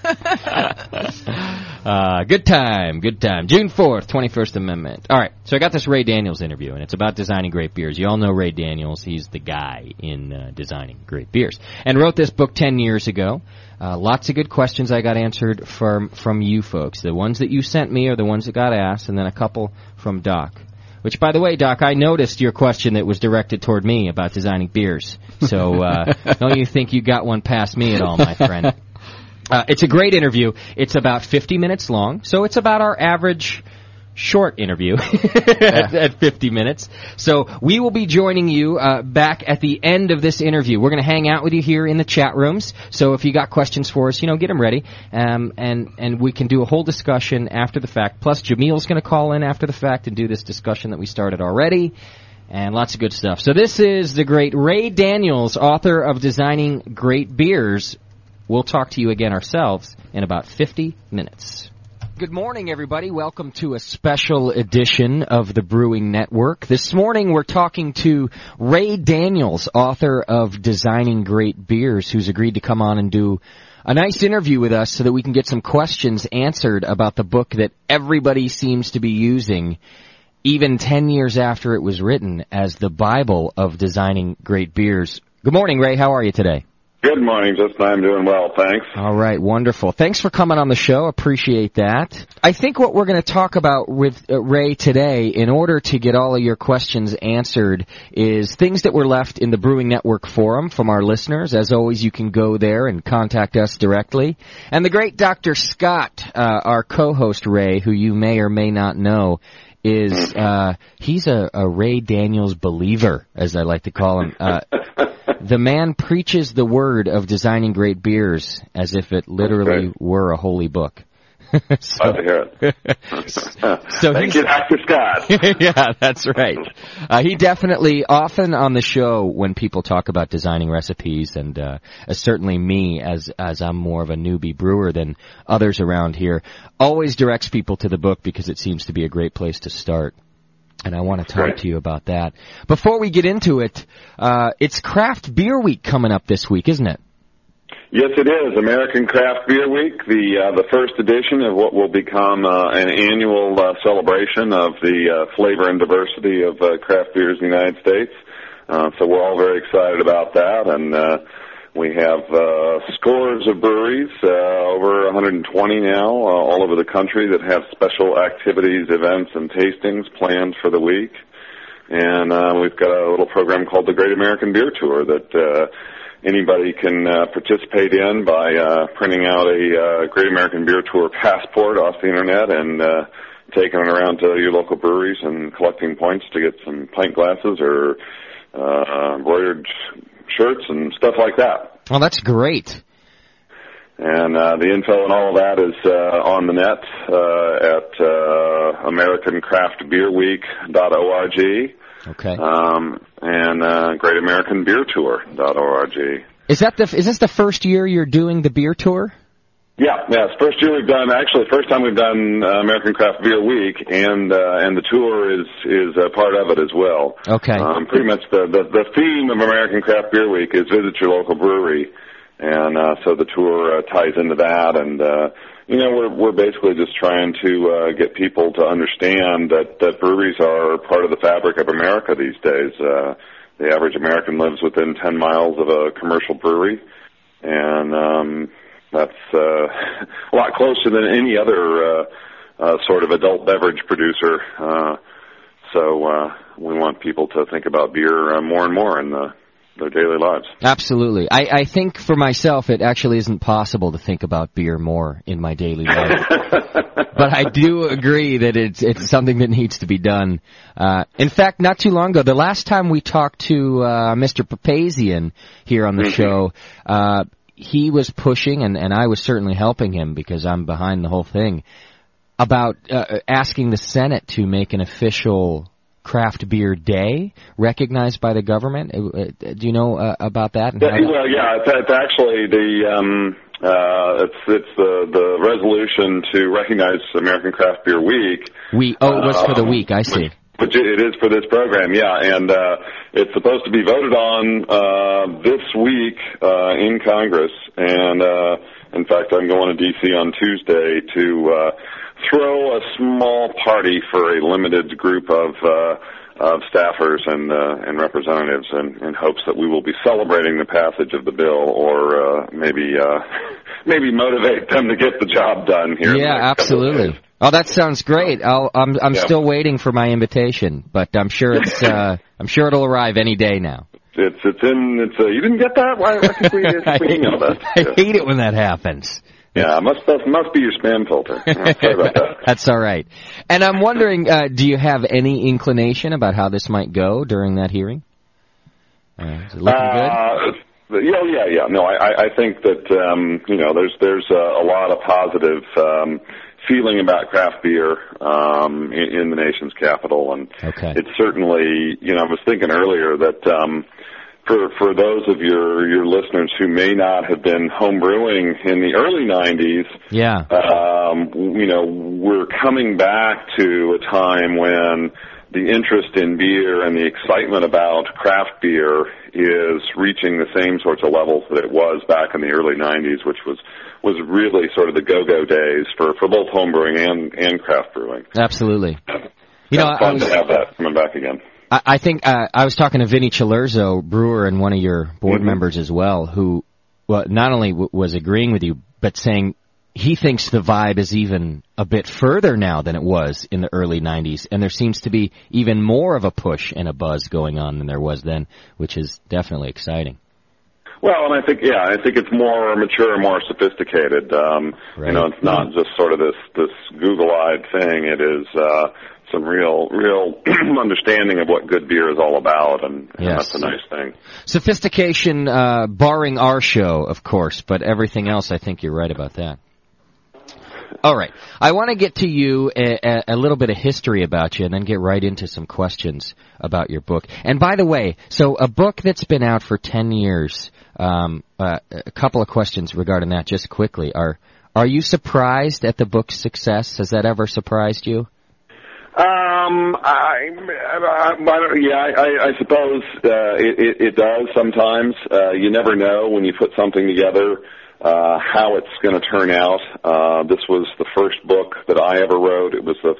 B: Uh, good time, good time. June 4th, 21st Amendment. All right, so I got this Ray Daniels interview, and it's about designing great beers. You all know Ray Daniels. He's the guy in uh, designing great beers. And wrote this book 10 years ago. Uh, lots of good questions I got answered from, from you folks. The ones that you sent me are the ones that got asked, and then a couple from Doc. Which, by the way, Doc, I noticed your question that was directed toward me about designing beers. So uh, don't you think you got one past me at all, my friend? Uh, it's a great interview. It's about 50 minutes long, so it's about our average short interview at, at 50 minutes. So we will be joining you uh, back at the end of this interview. We're going to hang out with you here in the chat rooms. So if you got questions for us, you know, get them ready, um, and and we can do a whole discussion after the fact. Plus, Jamil's going to call in after the fact and do this discussion that we started already. And lots of good stuff. So this is the great Ray Daniels, author of Designing Great Beers. We'll talk to you again ourselves in about 50 minutes. Good morning, everybody. Welcome to a special edition of the Brewing Network. This morning we're talking to Ray Daniels, author of Designing Great Beers, who's agreed to come on and do a nice interview with us so that we can get some questions answered about the book that everybody seems to be using even 10 years after it was written as the Bible of designing great beers. Good morning, Ray. How are you today?
O: Good morning, Justin. I'm doing well, thanks.
B: All right, wonderful. Thanks for coming on the show. Appreciate that. I think what we're going to talk about with uh, Ray today, in order to get all of your questions answered, is things that were left in the Brewing Network forum from our listeners. As always, you can go there and contact us directly. And the great Dr. Scott, uh, our co-host Ray, who you may or may not know, is uh, he's a, a Ray Daniels believer, as I like to call him. Uh, the man preaches the word of designing great beers as if it literally were a holy book. so,
O: Glad to hear it.
B: So
O: Thank
B: he's-
O: you, Dr. Scott.
B: yeah, that's right. Uh, he definitely often on the show when people talk about designing recipes, and uh, uh, certainly me as as I'm more of a newbie brewer than others around here, always directs people to the book because it seems to be a great place to start. And I want to talk to you about that. Before we get into it, uh, it's Craft Beer Week coming up this week, isn't it?
O: Yes, it is American Craft Beer Week, the uh, the first edition of what will become uh, an annual uh, celebration of the uh, flavor and diversity of uh, craft beers in the United States. Uh, so we're all very excited about that, and uh, we have uh, scores of breweries, uh, over 120 now, uh, all over the country that have special activities, events, and tastings planned for the week. And uh, we've got a little program called the Great American Beer Tour that. Uh, anybody can uh, participate in by uh, printing out a uh, Great American Beer Tour passport off the internet and uh, taking it around to your local breweries and collecting points to get some pint glasses or uh, embroidered shirts and stuff like that.
B: Well, that's great.
O: And uh, the info and all of that is uh, on the net uh, at uh, AmericanCraftBeerWeek.org
B: Okay.
O: um, and uh, GreatAmericanBeerTour.org.
B: Is that the is this the first year you're doing the beer tour?
O: Yeah, yeah. It's the first year we've done actually first time we've done uh, American Craft Beer Week, and uh, and the tour is is a part of it as well.
B: Okay.
O: Um, pretty much the, the the theme of American Craft Beer Week is visit your local brewery, and uh, so the tour uh, ties into that. And uh, you know we're we're basically just trying to uh, get people to understand that that breweries are part of the fabric of America these days. Uh, the average American lives within ten miles of a commercial brewery, and um, that's uh, a lot closer than any other uh, uh, sort of adult beverage producer. Uh, so uh, we want people to think about beer uh, more and more in the, their daily lives.
B: Absolutely. I, I think for myself, it actually isn't possible to think about beer more in my daily life. but I do agree that it's it's something that needs to be done. Uh, in fact, not too long ago, the last time we talked to uh, Mr. Papazian here on the show, uh, he was pushing, and, and I was certainly helping him because I'm behind the whole thing, about uh, asking the Senate to make an official craft beer day recognized by the government. Uh, uh, do you know uh, about that? and how
O: Yeah,
B: that-
O: well, yeah, it's, it's actually the um, uh, it's it's the the resolution to recognize American Craft Beer Week.
B: We oh, it was for the
O: Um,
B: week. I see.
O: Which it is for this program, yeah, and uh, it's supposed to be voted on uh, this week uh, in Congress, and uh, In fact, I'm going to DC on Tuesday to uh, throw a small party for a limited group of uh, of staffers and uh, and representatives, in, in hopes that we will be celebrating the passage of the bill, or uh, maybe uh, maybe motivate them to get the job done here. in the
B: yeah,
O: next couple of
B: absolutely. Oh, that sounds great. I'll, I'm I'm
O: Yeah.
B: still waiting for my invitation, but I'm sure it's uh, I'm sure it'll arrive any day now.
O: It's it's in it's uh, you didn't get that? Why, why did we, we email that?
B: I hate it when that happens.
O: Yeah, must that must be your spam filter. Yeah, sorry about that.
B: That's all right. And I'm wondering, uh, do you have any inclination about how this might go during that hearing? Uh, is it looking
O: Uh, yeah, yeah, yeah. No, I, I I think that um, you know there's there's a, a lot of positive um, feeling about craft beer um, in, in the nation's capital, and
B: okay.
O: it's certainly you know I was thinking earlier that um, for for those of your your listeners who may not have been homebrewing in the early '90s,
B: yeah.
O: um, you know, we're coming back to a time when the interest in beer and the excitement about craft beer is reaching the same sorts of levels that it was back in the early 90s, which was was really sort of the go-go days for for both home brewing and and craft brewing.
B: Absolutely. You know,
O: It's
B: I, I
O: fun
B: was
O: to have that coming back again.
B: I, I think uh, I was talking to Vinny Chalurzo, brewer, and one of your board members as well, who well, not only w- was agreeing with you, but saying he thinks the vibe is even a bit further now than it was in the early 90s, and there seems to be even more of a push and a buzz going on than there was then, which is definitely exciting.
O: Well, and I think yeah, I think it's more mature, more sophisticated. Um, You know, it's not just sort of this this Google-eyed thing. It is uh, some real real understanding of what good beer is all about, and, and
B: Yes.
O: that's a nice thing.
B: Sophistication, uh, barring our show, of course, but everything else, I think you're right about that. All right. I want to get to you a, a, a little bit of history about you and then get right into some questions about your book. And by the way, so a book that's been out for 10 years, um, uh, a couple of questions regarding that just quickly are, are you surprised at the book's success? Has that ever surprised you?
O: Um, I, I, I don't- yeah, I, I, I suppose uh, it, it, it does sometimes. Uh, you never know when you put something together uh, how it's going to turn out. Uh, this was the first book that I ever wrote. It was the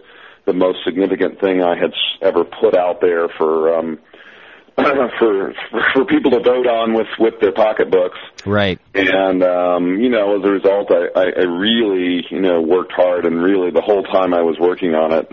O: the most significant thing I had s- ever put out there for um, for for people to vote on with with their pocketbooks.
B: Right.
O: And um, you know, as a result, I, I, I really you know worked hard, and really the whole time I was working on it,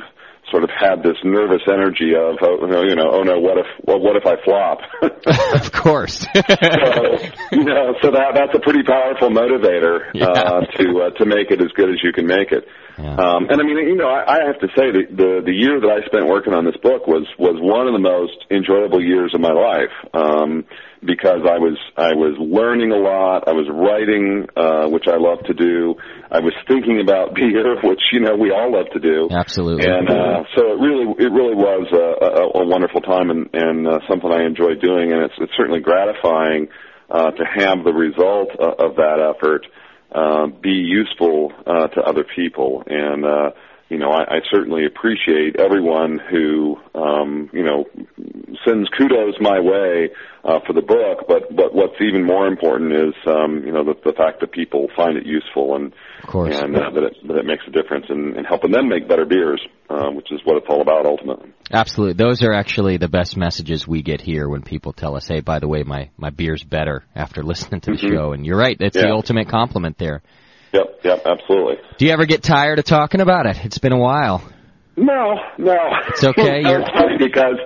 O: sort of had this nervous energy of oh, no, you know, oh no, what if well, what if I flop?
B: of course.
O: you know, so that that's a pretty powerful motivator uh, to uh, to make it as good as you can make it. Um, and I mean, you know, I, I have to say the, the the year that I spent working on this book was was one of the most enjoyable years of my life um, because I was I was learning a lot. I was writing, uh, which I love to do. I was thinking about beer, which you know we all love to do.
B: Absolutely.
O: And uh, so it really, it really was a, a, a wonderful time and, and uh, something I enjoy doing, and it's, it's certainly gratifying uh, to have the result of, of that effort uh, be useful uh, to other people. And uh, you know, I, I certainly appreciate everyone who um, you know sends kudos my way uh, for the book. But but what's even more important is um, you know the, the fact that people find it useful and
B: Of course.
O: and uh, that, it, that it makes a difference in, in helping them make better beers, uh, which is what it's all about ultimately.
B: Absolutely. Those are actually the best messages we get here when people tell us, hey, by the way, my, my beer's better after listening to the
O: Mhm.
B: show. And you're right. It's the
O: Yeah.
B: ultimate compliment there.
O: Yep, yep, absolutely.
B: Do you ever get tired of talking about it? It's been a while.
O: No, no.
B: It's okay, you're-
O: It's funny because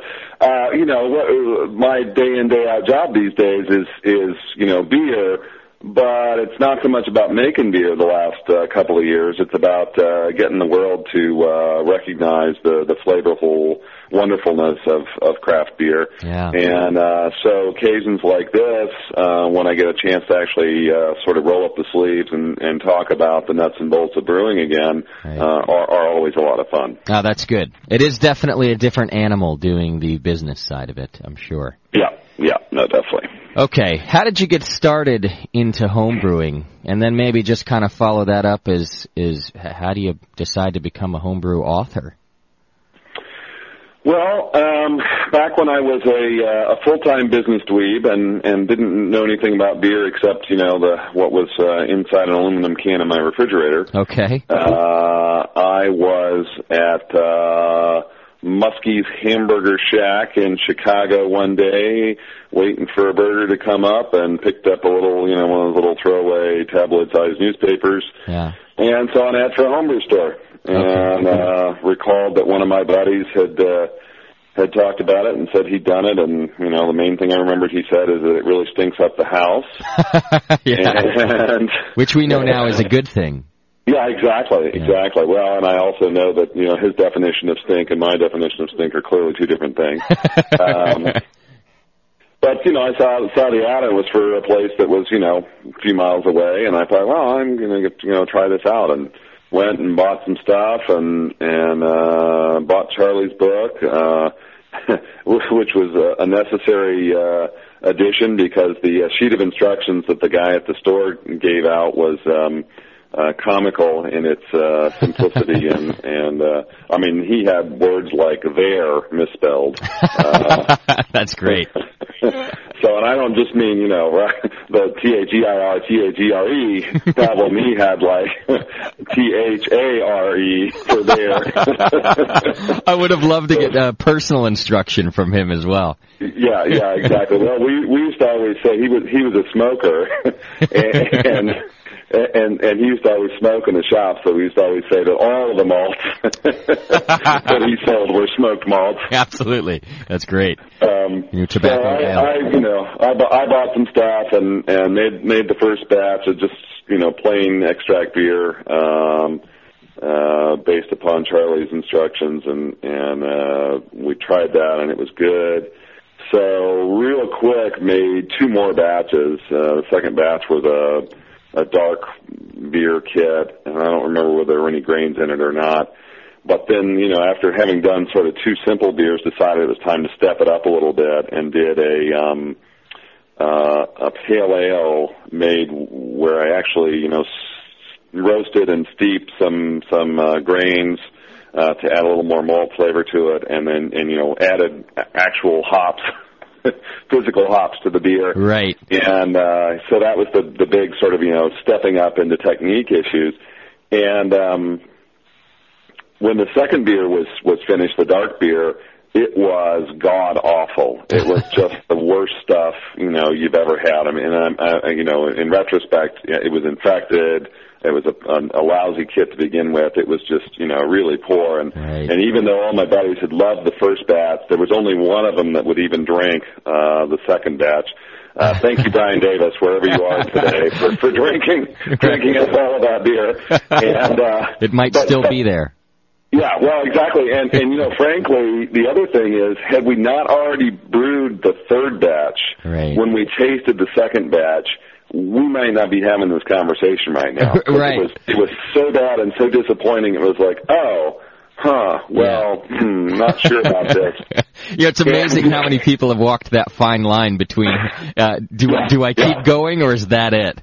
O: uh, you know what- my day in day out job these days is is you know beer, but it's not so much about making beer the last uh, couple of years. It's about uh, getting the world to uh, recognize the the flavorful wonderfulness of of craft beer.
B: Yeah.
O: And uh, so occasions like this, uh, when I get a chance to actually uh, sort of roll up the sleeves and, and talk about the nuts and bolts of brewing again, uh, are, are always a lot of fun.
B: Oh, that's good. It is definitely a different animal doing the business side of it, I'm sure.
O: Yeah, yeah, no, definitely.
B: Okay, how did you get started into home brewing? And then maybe just kind of follow that up as is how do you decide to become a homebrew author?
O: Well, um, back when I was a, uh, a full-time business dweeb and and didn't know anything about beer except you know the what was uh, inside an aluminum can in my refrigerator.
B: Okay.
O: Uh, I was at uh, Muskie's Hamburger Shack in Chicago one day, waiting for a burger to come up, and picked up a little you know one of those little throwaway tabloid-sized newspapers
B: Yeah.
O: and saw an ad for a homebrew store and uh recalled that one of my buddies had uh had talked about it and said he'd done it and you know the main thing i remembered he said is that it really stinks up the house
B: yeah.
O: and
B: Which we know now is a good thing.
O: yeah exactly exactly well and i also know that you know his definition of stink and my definition of stink are clearly two different things um but you know, I saw saw the ad. It was for a place that was you know a few miles away, and I thought, well, I'm gonna get, you know try this out, and went and bought some stuff, and and uh, bought Charlie's book, uh, which was a, a necessary uh, addition because the uh, sheet of instructions that the guy at the store gave out was. Um, uh, comical in its uh, simplicity and and uh, I mean he had words like there misspelled. Uh,
B: That's great.
O: so, and I don't just mean you know right, the T H E I R T H E R E problem. He had like T H A R E for there.
B: I would have loved to get uh, personal instruction from him as well.
O: Yeah, yeah, exactly. Well, we we used to always say he was he was a smoker, and and and he used to always smoke in the shop. So we used to always say that all of the malts that he sold were smoked malts.
B: Absolutely. That's great.
O: Um,
B: New
O: So
B: tobacco ale.
O: I, I, you know, I, bu- I bought some stuff and and made made the first batch of just you know plain extract beer, um, uh, based upon Charlie's instructions, and and uh, we tried that and it was good. So real quick, made two more batches. Uh, the second batch was a a dark beer kit, and I don't remember whether there were any grains in it or not. But then, you know, after having done sort of two simple beers, decided it was time to step it up a little bit and did a um, uh, a pale ale made where I actually, you know, s- roasted and steeped some some uh, grains uh, to add a little more malt flavor to it, and then and you know added a- actual hops, physical hops to the beer.
B: Right.
O: And uh, so that was the the big sort of you know stepping up into technique issues. And um, when the second beer was was finished, the dark beer, it was god awful. It was just the worst stuff you know you've ever had. I mean, and I'm, I, you know, in retrospect, yeah, it was infected. It was a, a, a lousy kit to begin with. It was just you know really poor. And and even though all my buddies had loved the first batch, there was only one of them that would even drink uh, the second batch. Uh, thank you, Brian Davis, wherever you are today, for, for drinking drinking us all of that beer. And uh,
B: It might
O: but-
B: still
O: but-
B: be there.
O: yeah, well, exactly, and and you know, frankly, the other thing is, had we not already brewed the third batch,
B: Right.
O: when we tasted the second batch, we might not be having this conversation right now. 'Cause
B: Right.
O: It was, it was so bad and so disappointing. It was like, oh, huh, well, hmm, not sure about this.
B: Yeah, it's amazing
O: And-
B: how many people have walked that fine line between uh, do do I keep going or is that it?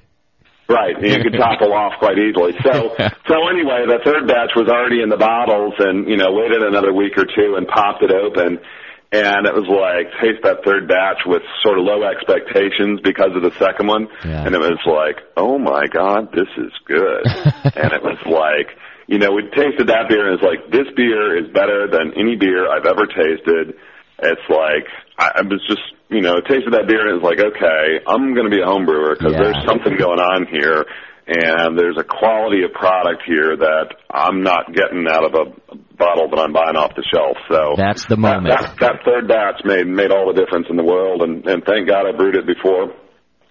O: Right, you could topple off quite easily. So, so anyway, the third batch was already in the bottles, and you know, waited another week or two and popped it open, and it was like taste that third batch with sort of low expectations because of the second one, and it was like, oh my god, this is good, and it was like, you know, we tasted that beer, and it's like, this beer is better than any beer I've ever tasted. It's like I, I was just, you know, tasted that beer and it was like, okay, I'm going to be a home brewer because
B: Yeah.
O: there's something going on here, and there's a quality of product here that I'm not getting out of a bottle that I'm buying off the shelf. So
B: That's the
O: that,
B: moment.
O: that, that third batch made made all the difference in the world, and and thank God I brewed it before.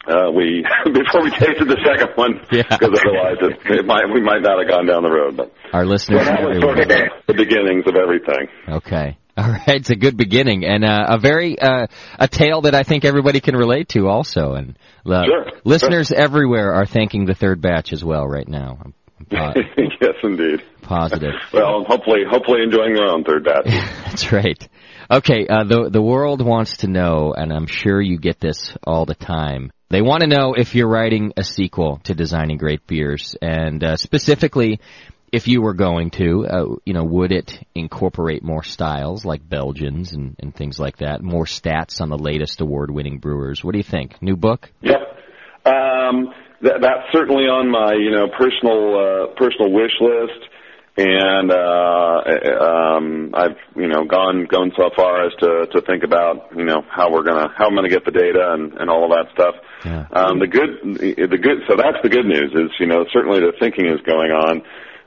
O: Uh, we before we tasted the second one because otherwise it, it might, we might not have gone down the road. But
B: Our
O: so
B: listeners and
O: that was sort
B: everyone.
O: of the, the beginnings of everything.
B: Okay. All right, it's a good beginning and uh, a very uh, a tale that I think everybody can relate to also. And uh,
O: Sure.
B: listeners everywhere are thanking the third batch as well right now. I'm, I'm po-
O: yes, indeed.
B: positive.
O: Well, hopefully, hopefully enjoying their own third batch.
B: That's right. Okay, uh, the the world wants to know, and I'm sure you get this all the time. They want to know if you're writing a sequel to Designing Great Beers, and uh, specifically if you were going to, uh, you know, would it incorporate more styles like Belgians and, and things like that? More stats on the latest award-winning brewers? What do you think? New book?
O: Yep. Um, that, that's certainly on my you know personal uh, personal wish list, and uh, um, I've you know gone gone so far as to to think about you know how we're gonna how I'm gonna get the data and and all of that stuff. Um, the good the good so that's the good news is you know certainly the thinking is going on.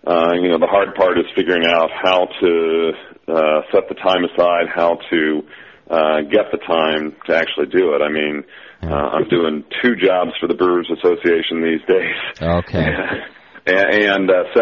O: Uh, you know the hard part is figuring out how to uh, set the time aside, how to uh, get the time to actually do it. I mean, uh, I'm doing two jobs for the Brewers Association these days,
B: Okay.
O: and, and uh, so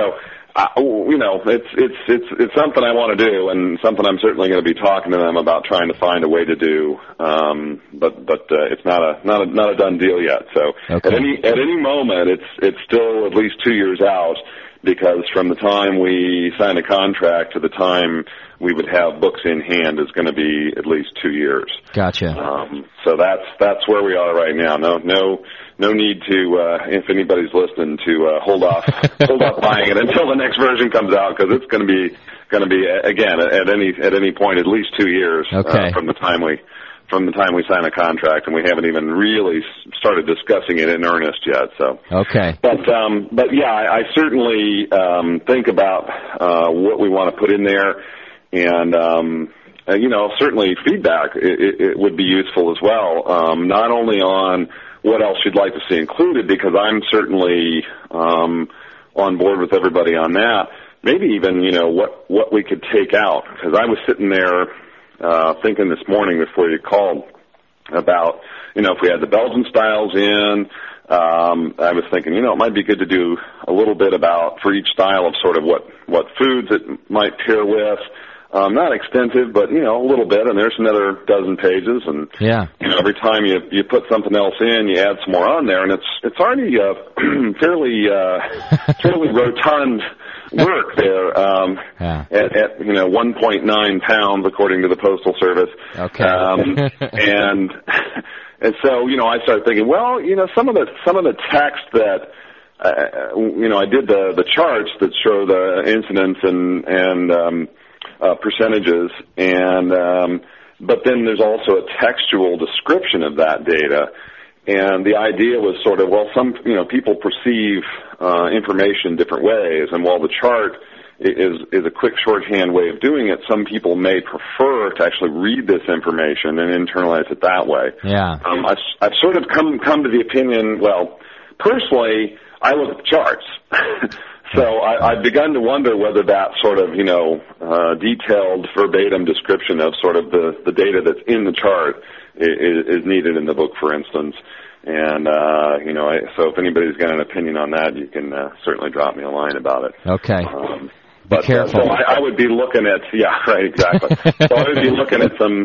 O: I, you know it's it's it's it's something I want to do, and something I'm certainly going to be talking to them about trying to find a way to do. Um, but but uh, it's not a not a not a done deal yet. So
B: Okay.
O: at any at any moment, it's it's still at least two years out. Because from the time we sign a contract to the time we would have books in hand is going to be at least two years.
B: Gotcha.
O: Um, so that's that's where we are right now. No no no need to uh, if anybody's listening to uh, hold off hold off buying it until the next version comes out because it's going to be going to be uh, again at any at any point at least two years uh,
B: Okay.
O: from the time we from the time we sign a contract and we haven't even really s- started discussing it in earnest yet. So
B: Okay.
O: but um, but yeah, I, I certainly um, think about uh, what we want to put in there, and um, uh, you know, certainly feedback it, it, it would be useful as well. Um, not only on what else you'd like to see included, because I'm certainly um, on board with everybody on that. Maybe even you know what what we could take out, because I was sitting there uh, thinking this morning before you called about you know if we had the Belgian styles in. Um, I was thinking, you know, it might be good to do a little bit about for each style of sort of what what foods it might pair with. Um, not extensive, but you know, a little bit. And there's another dozen pages, and
B: Yeah.
O: you know, every time you you put something else in, you add some more on there, and it's it's already uh, fairly uh, fairly rotund work there. Um,
B: Yeah.
O: at, at you know 1.9 pounds according to the postal service.
B: Okay.
O: Um, and and so you know I started thinking, well, you know some of the some of the text that uh, you know I did the the charts that show the incidents and and um, uh, percentages and um, but then there's also a textual description of that data. And the idea was sort of well, some you know people perceive uh, information different ways, and while the chart is is a quick shorthand way of doing it. Some people may prefer to actually read this information and internalize it that way.
B: Yeah.
O: Um, I've, I've sort of come come to the opinion. Well, personally, I look at charts, so I, I've begun to wonder whether that sort of you know uh, detailed verbatim description of sort of the the data that's in the chart is, is needed in the book, for instance. And uh, you know, I, so if anybody's got an opinion on that, you can uh, certainly drop me a line about it.
B: Okay.
O: Um,
B: Be
O: but, uh,
B: careful.
O: so I, I would be looking at yeah right exactly. so I would be looking at some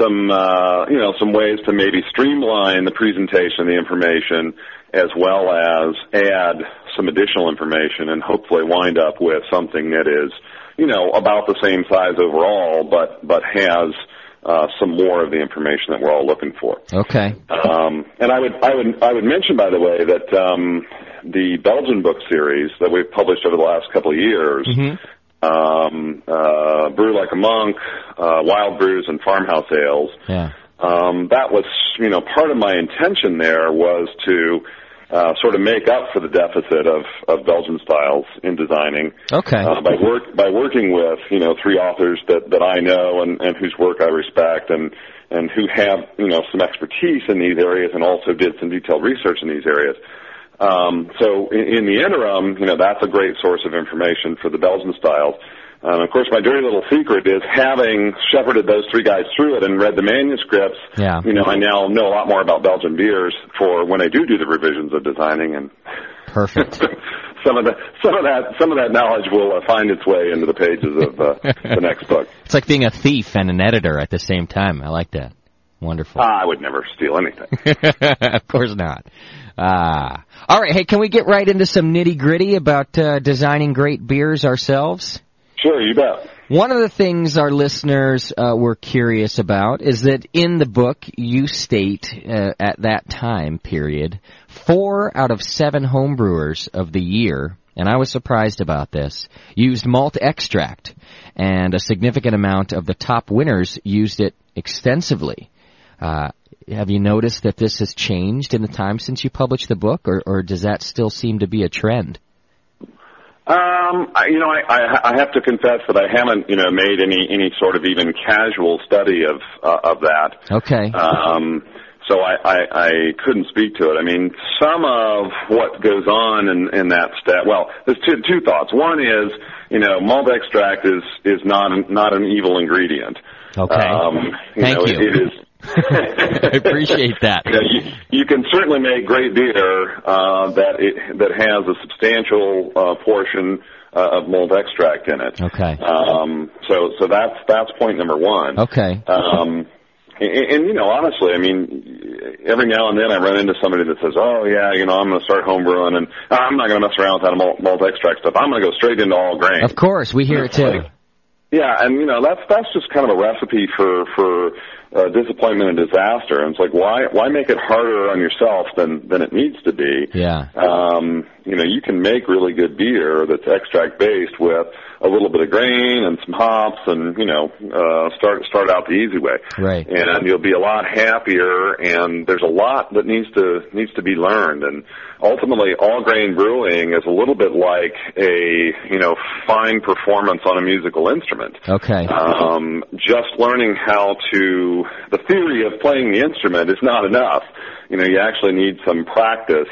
O: some uh, you know some ways to maybe streamline the presentation, the information, as well as add some additional information, and hopefully wind up with something that is you know about the same size overall, but but has uh, some more of the information that we're all looking for.
B: Okay.
O: Um, and I would, I would, I would mention, by the way, that um, the Belgian book series that we've published over the last couple of years,
B: Mm-hmm.
O: um, uh, Brew Like a Monk, uh, Wild Brews, and Farmhouse Ales,
B: Yeah.
O: um, that was, you know, part of my intention there was to uh, sort of make up for the deficit of, of Belgian styles in designing
B: Okay.
O: uh, by work by working with you know three authors that that I know and and whose work I respect and and who have you know some expertise in these areas and also did some detailed research in these areas. Um, so in, in the interim, you know that's a great source of information for the Belgian styles. Um, of course, my dirty little secret is having shepherded those three guys through it and read the manuscripts.
B: Yeah.
O: You know, I now know a lot more about Belgian beers for when I do do the revisions of designing and
B: Perfect.
O: some of the some of that some of that knowledge will uh, find its way into the pages of uh, the next book.
B: It's like being a thief and an editor at the same time. I like that. Wonderful.
O: I would never steal anything.
B: of course not. Ah. All right. Hey, can we get right into some nitty gritty about uh, designing great beers ourselves?
O: Sure, you bet.
B: One of the things our listeners uh, were curious about is that in the book you state uh, at that time period, four out of seven homebrewers of the year and I was surprised about this, used malt extract, and a significant amount of the top winners used it extensively. Uh, have you noticed that this has changed in the time since you published the book, or, or does that still seem to be a trend?
O: Um, I, you know, I, I, I have to confess that I haven't, you know, made any any sort of even casual study of uh, of that.
B: Okay.
O: Um, so I, I, I couldn't speak to it. I mean, some of what goes on in, in that stat. Well, there's two, two thoughts. One is, you know, malt extract is is not an, not an evil ingredient.
B: Okay.
O: Um, you
B: Thank
O: know,
B: you.
O: It, it is
B: I appreciate that.
O: you, know, you, you can certainly make great beer uh, that it, that has a substantial uh, portion uh, of malt extract in it.
B: Okay.
O: Um, so so that's that's point number one.
B: Okay.
O: Um, and, and you know, honestly, I mean, every now and then I run into somebody that says, "Oh yeah, you know, I'm going to start home brewing, and I'm not going to mess around with that malt, malt extract stuff. I'm going to go straight into all grain."
B: Of course, we hear it too.
O: Yeah, and you know that's that's just kind of a recipe for for uh, disappointment and disaster. And it's like why why make it harder on yourself than than it needs to be?
B: Yeah.
O: Um, you know, you can make really good beer that's extract based with a little bit of grain and some hops, and you know, uh, start start out the easy way,
B: Right.
O: and you'll be a lot happier. And there's a lot that needs to needs to be learned, and ultimately, all grain brewing is a little bit like a you know fine performance on a musical instrument.
B: Okay.
O: Um, just learning how to the theory of playing the instrument is not enough. You know, you actually need some practice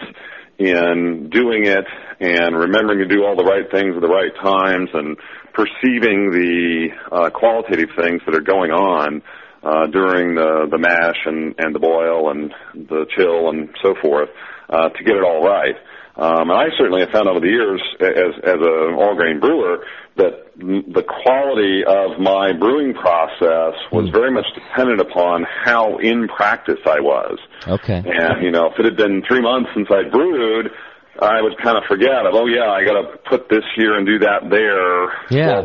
O: in doing it and remembering to do all the right things at the right times and perceiving the uh, qualitative things that are going on uh, during the the mash and and the boil and the chill and so forth uh, to get it all right. Um, and I certainly have found over the years, as as an all grain brewer, that m- the quality of my brewing process was very much dependent upon how in practice I was.
B: Okay.
O: And you know, if it had been three months since I brewed, I would kind of forget of, oh yeah, I got to put this here and do that there
B: Yeah.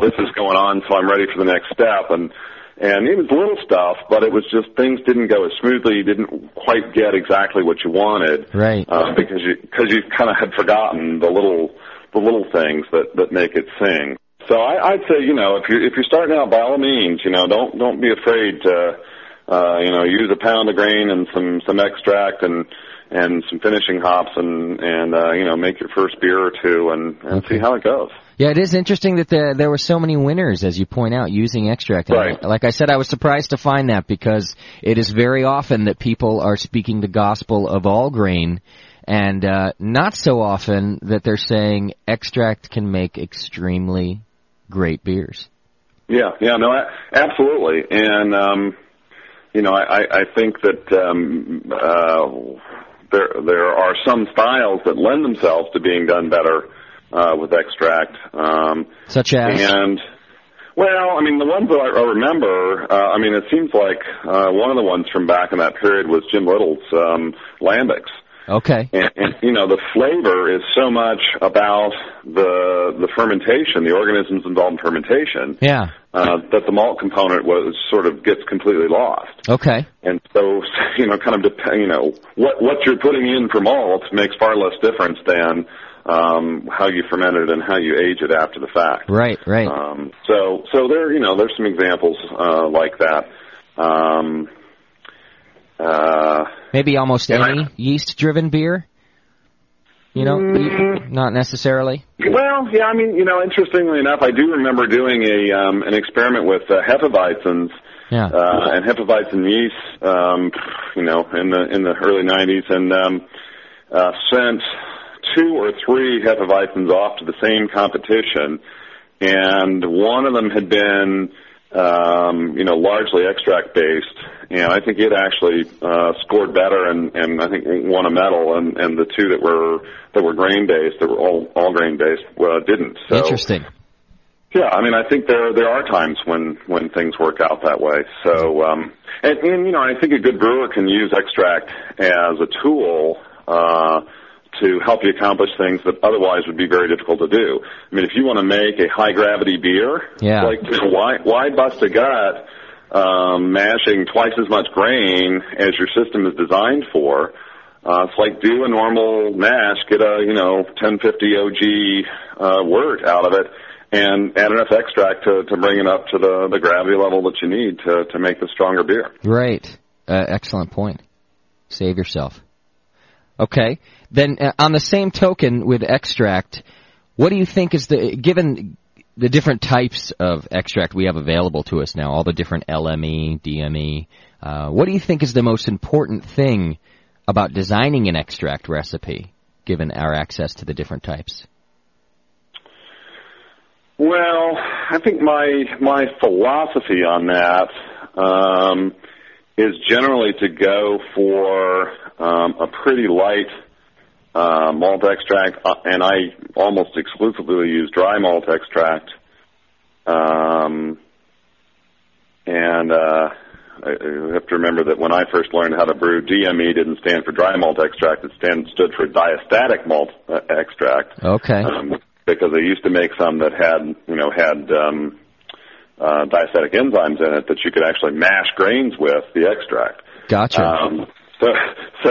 O: while this is going on, so I'm ready for the next step. And and it was little stuff, but it was just things didn't go as smoothly. You didn't quite get exactly what you wanted
B: Right.
O: uh, because you because you kind of had forgotten the little the little things that that make it sing. So I, I'd say you know if you if you're starting out by all means you know don't don't be afraid to uh, you know use a pound of grain and some some extract and and some finishing hops and and uh, you know make your first beer or two and and see how it goes.
B: Yeah, it is interesting that the, there were so many winners, as you point out, using extract. And
O: Right.
B: I- like I said, I was surprised to find that because it is very often that people are speaking the gospel of all grain, and uh, not so often that they're saying extract can make extremely great beers.
O: Yeah, yeah, no, a- absolutely, and um, you know, I, I I think that um, uh, there there are some styles that lend themselves to being done better uh, with extract, um,
B: Such as?
O: and well, I mean, the ones that I I remember, uh, I mean, it seems like uh, one of the ones from back in that period was Jim Little's um, lambics.
B: Okay.
O: And, and you know, the flavor is so much about the the fermentation, the organisms involved in fermentation
B: Yeah.
O: uh, that the malt component was sort of gets completely lost.
B: Okay.
O: And so, you know, kind of dep- you know, what what you're putting in for malt makes far less difference than um, how you ferment it and how you age it after the fact.
B: Right. Right.
O: Um, so, so there, you know, there's some examples uh, like that. Um, uh,
B: Maybe almost
O: and I-
B: any yeast-driven beer. You know,
O: Mm.
B: not necessarily.
O: Well, yeah, I mean, you know, interestingly enough, I do remember doing a um, an experiment with uh, hefeweizens
B: Yeah.
O: uh, and hefeweizen yeast, um, you know, in the in the early '90s, and um, uh, sent two or three hefeweizens off to the same competition, and one of them had been, um, you know, largely extract based, and I think it actually uh, scored better, and and I think won a medal, and and the two that were that were grain based, that were all all grain based, uh, didn't. So
B: Interesting.
O: yeah, I mean, I think there there are times when when things work out that way. So, um, and, and you know, I think a good brewer can use extract as a tool uh, to help you accomplish things that otherwise would be very difficult to do. I mean, if you want to make a high gravity beer,
B: Yeah.
O: like you know, why why bust a gut um, mashing twice as much grain as your system is designed for? Uh, it's like do a normal mash, get a you know 1050 OG uh, wort out of it, and add enough extract to, to bring it up to the, the gravity level that you need to, to make the stronger beer.
B: Right. Uh, excellent point. Save yourself. Okay. Then, uh, on the same token with extract, what do you think is the, given the different types of extract we have available to us now, all the different E, LME, DME, uh, what do you think is the most important thing about designing an extract recipe, given our access to the different types?
O: Well, I think my my philosophy on that um, is generally to go for um, a pretty light uh, malt extract, uh, and I almost exclusively use dry malt extract. Um, and uh, I I have to remember that when I first learned how to brew, DME didn't stand for dry malt extract; it stand, stood for diastatic malt uh, extract
B: Okay.
O: um, because they used to make some that had you know had um, uh, diastatic enzymes in it that you could actually mash grains with the extract.
B: Gotcha.
O: Um, so so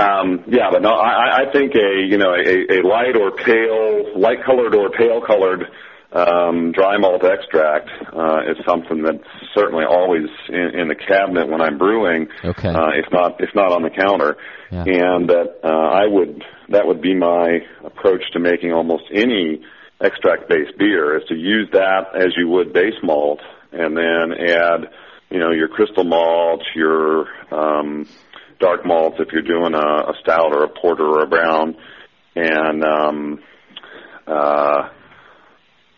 O: um, yeah, but no, I, I- I think a you know a, a light or pale, light colored or pale colored um, dry malt extract uh, is something that's certainly always in, in the cabinet when I'm brewing,
B: Okay.
O: uh, if not if not on the counter
B: Yeah.
O: and that uh, I would that would be my approach to making almost any extract based beer is to use that as you would base malt and then add you know your crystal malt your um, dark malts if you're doing a, a stout or a porter or a brown and um, uh,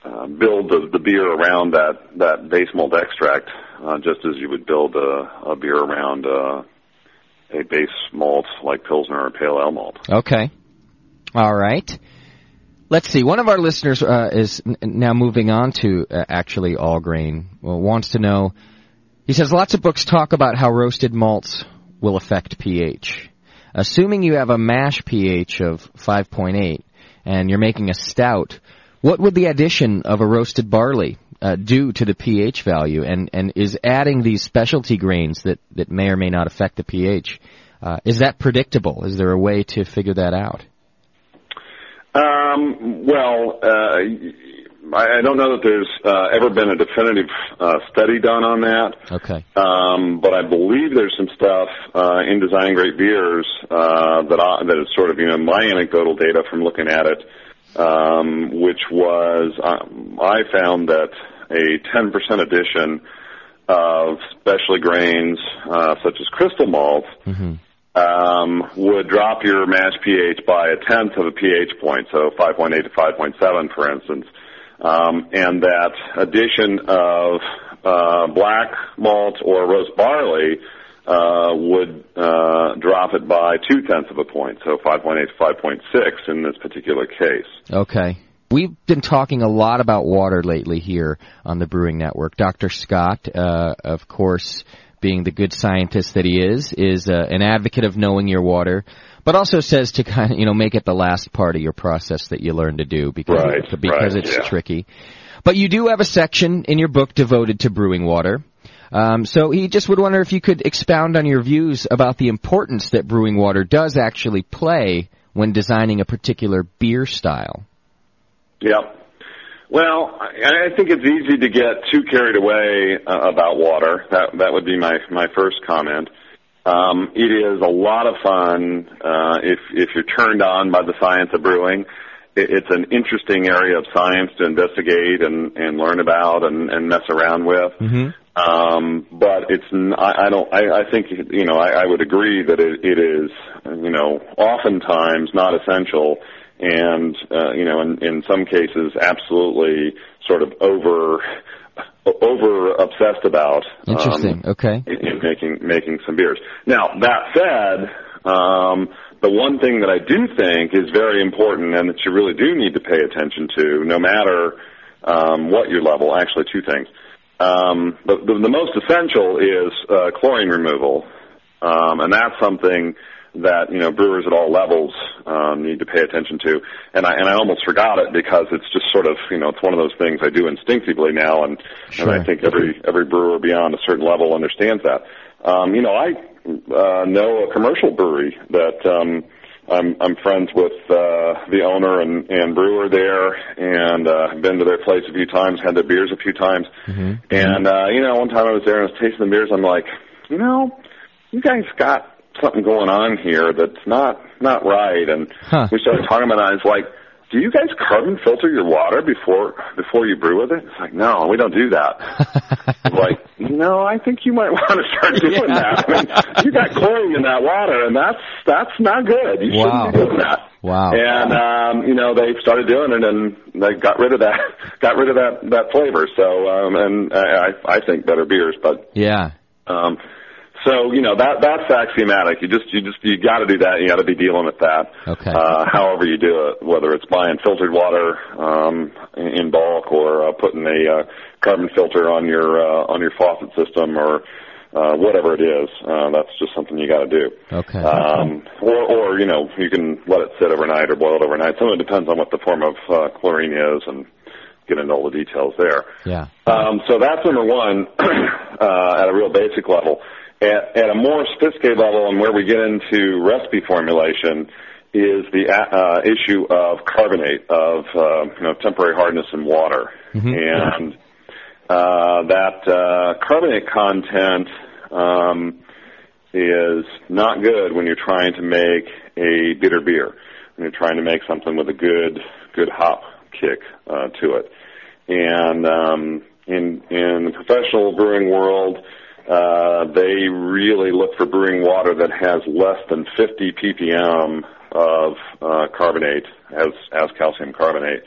O: uh, build the, the beer around that that base malt extract uh, just as you would build a, a beer around uh, a base malt like Pilsner or Pale Ale malt.
B: Okay. All right. Let's see. One of our listeners uh, is n- now moving on to uh, actually all grain. Well, wants to know. He says lots of books talk about how roasted malts will affect pH. Assuming you have a mash pH of 5.8 and you're making a stout, what would the addition of a roasted barley uh, do to the pH value? And and is adding these specialty grains that that may or may not affect the pH uh, is that predictable? Is there a way to figure that out?
O: Um, well, uh, I, I don't know that there's uh, ever been a definitive uh, study done on that.
B: Okay.
O: Um, but I believe there's some stuff uh, in Design Great Beers uh, that I, that is sort of you know my anecdotal data from looking at it, um, which was um, I found that a 10% addition of specialty grains uh, such as crystal malt um, would drop your mash pH by a tenth of a pH point, so 5.8 to 5.7, for instance. Um, and that addition of uh, black malt or roast barley uh, would uh, drop it by two tenths of a point, so 5.8 to 5.6 in this particular case.
B: Okay. We've been talking a lot about water lately here on the Brewing Network. Dr. Scott, uh, of course, being the good scientist that he is, is uh, an advocate of knowing your water, but also says to kind of, you know, make it the last part of your process that you learn to do because,
O: Right,
B: because
O: right,
B: it's
O: yeah.
B: tricky. But you do have a section in your book devoted to brewing water. Um, so he just would wonder if you could expound on your views about the importance that brewing water does actually play when designing a particular beer style.
O: Yep. Well, I I think it's easy to get too carried away uh, about water. That that would be my my first comment. Um, it is a lot of fun uh, if if you're turned on by the science of brewing. It, it's an interesting area of science to investigate and and learn about and and mess around with.
B: Mm-hmm.
O: Um, but it's n- I, I don't I, I think you know I, I would agree that it, it is you know oftentimes not essential and uh, you know in, in some cases absolutely sort of over over obsessed about um,
B: Interesting. okay.
O: in, in making making some beers. Now that said, um, the one thing that I do think is very important and that you really do need to pay attention to, no matter um, what your level. Actually, two things. Um, the, the, the most essential is uh, chlorine removal, um, and that's something that you know brewers at all levels um, need to pay attention to. And I and I almost forgot it because it's just sort of you know it's one of those things I do instinctively now, and
B: Sure.
O: and I think every every brewer beyond a certain level understands that. Um, you know, I uh, know a commercial brewery that um, I'm I'm friends with uh, the owner and, and brewer there, and uh, been to their place a few times, had their beers a few times, and uh, you know, one time I was there and I was tasting the beers. I'm like, you know, you guys got something going on here that's not not right. And
L: Huh.
O: we started talking about it. And I was like, do you guys carbon filter your water before before you brew with it? It's like, no, we don't do that. I'm like, no, I think you might want to start doing that. I mean, you got chlorine in that water, and that's that's not good. You
L: Wow.
O: shouldn't be doing that.
L: Wow.
O: And
E: uh,
O: um, you know, they started doing it, and they got rid of that, got rid of that that flavor. So, um, and I I I think better beers, but
B: Yeah.
O: um, so you know that that's axiomatic. You just you just you got to do that. You got to be dealing with that.
B: Okay.
O: Uh, however you do it, whether it's buying filtered water um, in in bulk or uh, putting a uh, carbon filter on your uh, on your faucet system or uh, whatever it is, uh, that's just something you got to do.
B: Okay.
O: Um, or, or you know, you can let it sit overnight or boil it overnight. Some of it depends on what the form of uh, chlorine is and get into all the details there.
B: Yeah.
O: Um, so that's number one uh, at a real basic level. At, at a more sophisticated level, and where we get into recipe formulation, is the uh, issue of carbonate of uh, you know temporary hardness in water, and uh, that uh, carbonate content um, is not good when you're trying to make a bitter beer. When you're trying to make something with a good good hop kick uh, to it, and um, in in the professional brewing world, uh, they really look for brewing water that has less than 50 ppm of uh, carbonate as as calcium carbonate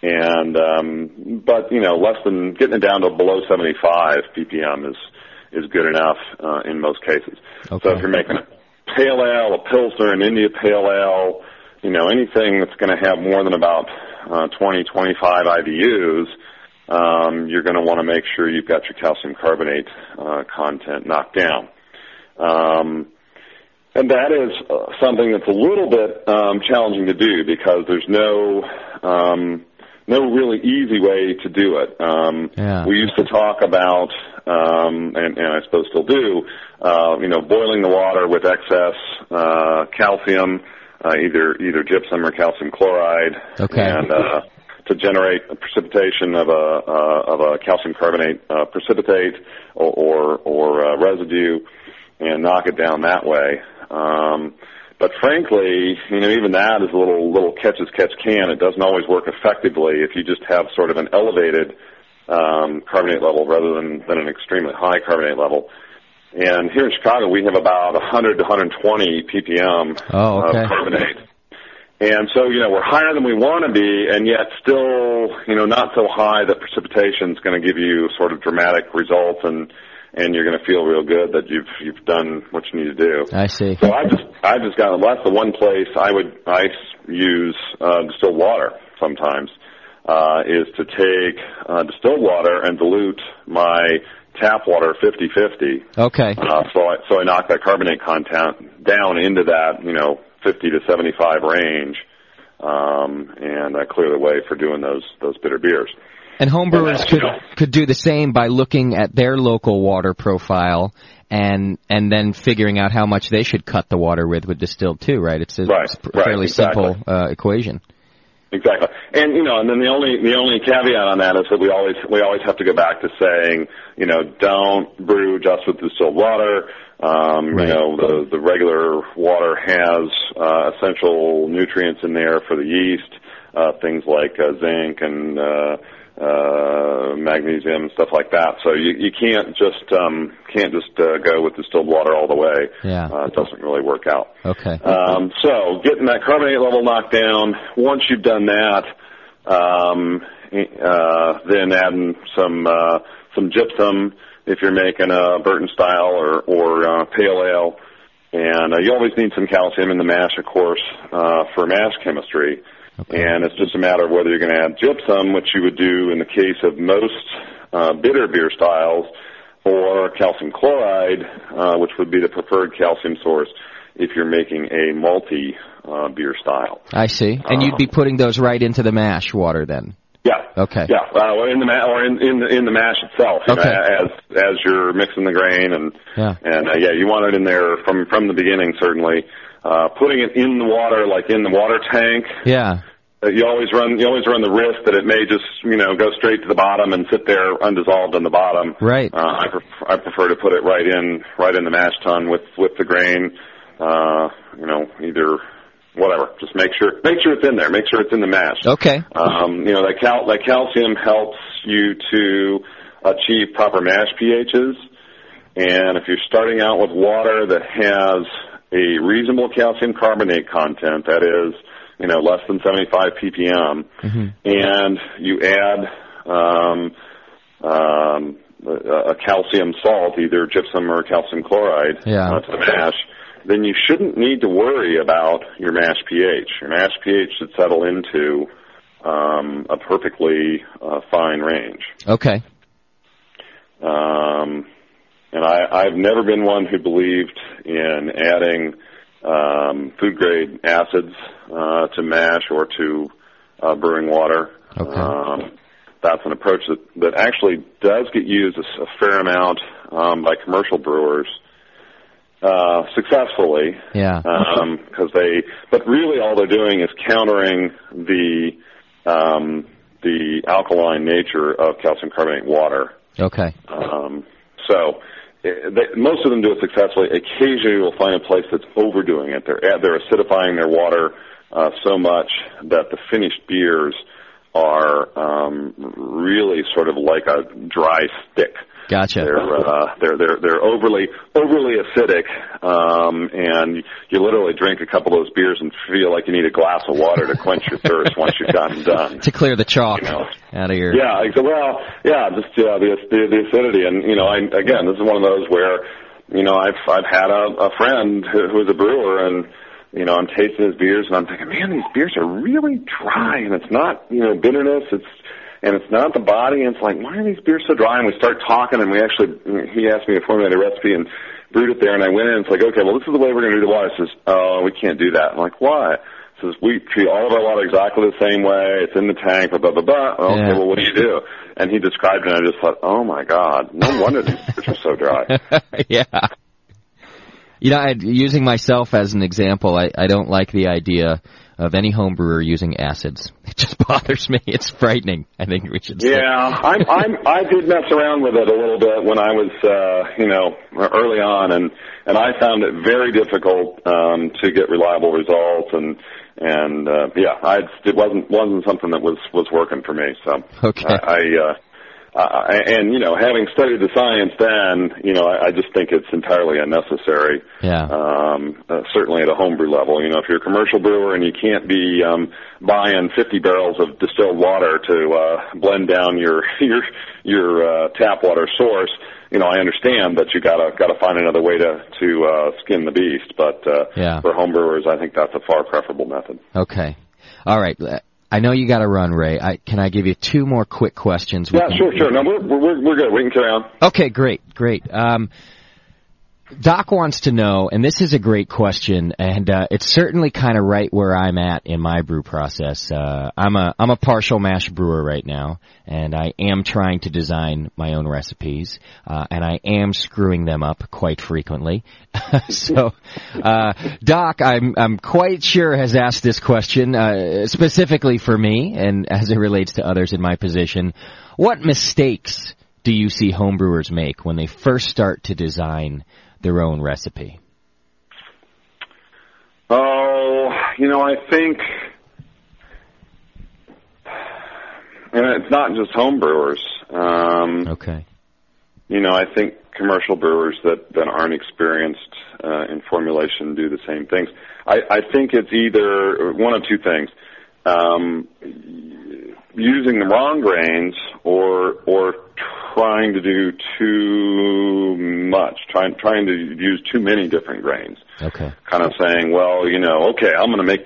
O: and um, but you know less than getting it down to below 75 ppm is is good enough uh, in most cases. So if you're making a pale ale, a pilsner, an India pale ale, you know anything that's going to have more than about uh, 20 25 IBUs, um, you're going to want to make sure you've got your calcium carbonate uh, content knocked down. Um, and that is uh, something that's a little bit um, challenging to do because there's no um, no really easy way to do it. Um,
L: Yeah.
O: We used to talk about, um, and, and I suppose still do, uh, you know, boiling the water with excess uh, calcium, uh, either either gypsum or calcium chloride,
L: Okay.
O: and uh, to generate a precipitation of a uh, of a calcium carbonate uh, precipitate or or, or uh, residue and knock it down that way. Um, but frankly, you know, even that is a little little catch as catch can. It doesn't always work effectively if you just have sort of an elevated um, carbonate level rather than than an extremely high carbonate level. And here in Chicago, we have about 100 to 120 ppm
L: Oh, okay.
O: of carbonate. And so, you know, we're higher than we want to be, and yet still, you know, not so high that precipitation is going to give you sort of dramatic results, and and you're going to feel real good that you've you've done what you need to do.
B: I see.
O: So I just I just got well, that's the one place I would I s- use uh, distilled water sometimes uh, is to take uh, distilled water and dilute my tap water 50-50
B: Okay.
O: uh, so I so I knock that carbonate content down into that you know 50 to 75 range, um, and I clear the way for doing those those bitter beers.
B: And homebrewers could could do the same by looking at their local water profile and and then figuring out how much they should cut the water with with distilled too, right? It's a it's a
O: right,
B: fairly
O: exactly.
B: simple uh, equation.
O: Exactly, and you know, and then the only the only caveat on that is that we always we always have to go back to saying you know don't brew just with distilled water. Um, You know the the regular water has uh, essential nutrients in there for the yeast, uh, things like uh, zinc and uh, uh, magnesium and stuff like that. So you you can't just um, can't just uh, go with distilled water all the way.
B: Yeah.
O: Uh, it doesn't really work out.
B: Okay.
E: uh,
O: Um, so getting that carbonate level knocked down. Once you've done that, um, uh, then adding some uh, some gypsum if you're making a Burton style or or uh, pale ale, and uh, you always need some calcium in the mash, of course, uh, for mash chemistry. And it's just a matter of whether you're going to add gypsum, which you would do in the case of most uh, bitter beer styles, or calcium chloride, uh, which would be the preferred calcium source if you're making a multi uh, beer style. Um,
B: I see. And you'd be putting those right into the mash water then.
O: Yeah.
B: Okay.
O: Yeah, uh, or in the ma- or in in the, in the mash itself, you know,
B: Okay.
O: as as you're mixing the grain and
B: Yeah.
O: and uh, yeah, you want it in there from from the beginning certainly. Uh, putting it in the water, like in the water tank,
B: Yeah.
O: uh, you always run you always run the risk that it may just you know go straight to the bottom and sit there undissolved on the bottom.
B: Right.
O: Uh, I, pref- I prefer to put it right in right in the mash tun with with the grain. Uh, you know, either whatever. Just make sure make sure it's in there. Make sure it's in the mash.
B: Okay.
O: Um, you know, that, cal- that calcium helps you to achieve proper mash pHs. And if you're starting out with water that has a reasonable calcium carbonate content, that is, you know, less than 75 ppm, and you add um, um, a, a calcium salt, either gypsum or calcium chloride,
B: Yeah.
O: uh, to the mash, then you shouldn't need to worry about your mash pH. Your mash pH should settle into um, a perfectly uh, fine range.
B: Okay.
O: Um, and I, I've never been one who believed in adding um, food grade acids uh, to mash or to uh, brewing water.
B: Okay.
O: Um, that's an approach that, that actually does get used a, s- a fair amount um, by commercial brewers uh, successfully
B: Yeah.
E: uh,
O: because they. But really, all they're doing is countering the um, the alkaline nature of calcium carbonate water.
B: Okay.
O: Um, so eh, they, most of them do it successfully. Occasionally, you'll find a place that's overdoing it. They're add- they're acidifying their water uh, so much that the finished beers are um, really sort of like a dry stick.
B: Gotcha.
O: They're uh, they're they're they're overly overly acidic, um, and you literally drink a couple of those beers and feel like you need a glass of water to quench your thirst once you've gotten done.
B: To clear the chalk out of your.
O: Yeah, exa- well, yeah, just yeah, the, the the acidity, and you know, I, again, this is one of those where, you know, I've I've had a, a friend who, who's a brewer, and you know, I'm tasting his beers, and I'm thinking, man, these beers are really dry, and it's not you know bitterness, it's and it's not the body, and it's like, why are these beers so dry? And we start talking, and we actually, he asked me to formulate a recipe, and brewed it there, and I went in, and it's like, okay, well, this is the way we're going to do the water. He says, oh, we can't do that. I'm like, why? He says, we treat all of our water exactly the same way. It's in the tank, blah, blah, blah, blah. Well, Okay,
B: Yeah.
O: well, what do you do? And he described it, and I just thought, oh, my God, no wonder these fish are so dry.
B: yeah. You know, I, using myself as an example, I, I don't like the idea of any home brewer using acids. It just bothers me. It's frightening. I think we should.
O: Yeah, I'm, I'm, I did mess around with it a little bit when I was, uh, you know, early on, and and I found it very difficult um, to get reliable results, and and uh, yeah, I it wasn't wasn't something that was was working for me. So
B: Okay.
O: I, I uh, I, and you know, having studied the science, then you know, I, I just think it's entirely unnecessary.
B: Yeah.
O: Um, uh, certainly at a homebrew level, you know, if you're a commercial brewer and you can't be um, buying 50 barrels of distilled water to uh, blend down your your your uh, tap water source, you know, I understand that you gotta gotta find another way to to uh, skin the beast. But uh,
B: Yeah.
O: for homebrewers, I think that's a far preferable method.
B: Okay. All right. I know you got to run, Ray. I, can I give you two more quick questions? We
O: Yeah,
B: can-
O: sure, sure. No, we're we're, we're good. We can carry on.
B: Okay, great, great. Um, Doc wants to know, and this is a great question, and uh, it's certainly kind of right where I'm at in my brew process. Uh, I'm a I'm a partial mash brewer right now, and I am trying to design my own recipes, uh, and I am screwing them up quite frequently. so, uh, Doc, I'm I'm quite sure has asked this question uh, specifically for me, and as it relates to others in my position. What mistakes do you see homebrewers make when they first start to design their own recipe?
O: Oh, you know, I think, and it's not just home brewers. Um,
B: okay.
O: You know, I think commercial brewers that, that aren't experienced uh, in formulation do the same things. I, I think it's either one of two things: um, using the wrong grains, or or trying to do too much, trying trying to use too many different grains
B: Okay.
O: kind of saying, well, you know, okay, I'm going to make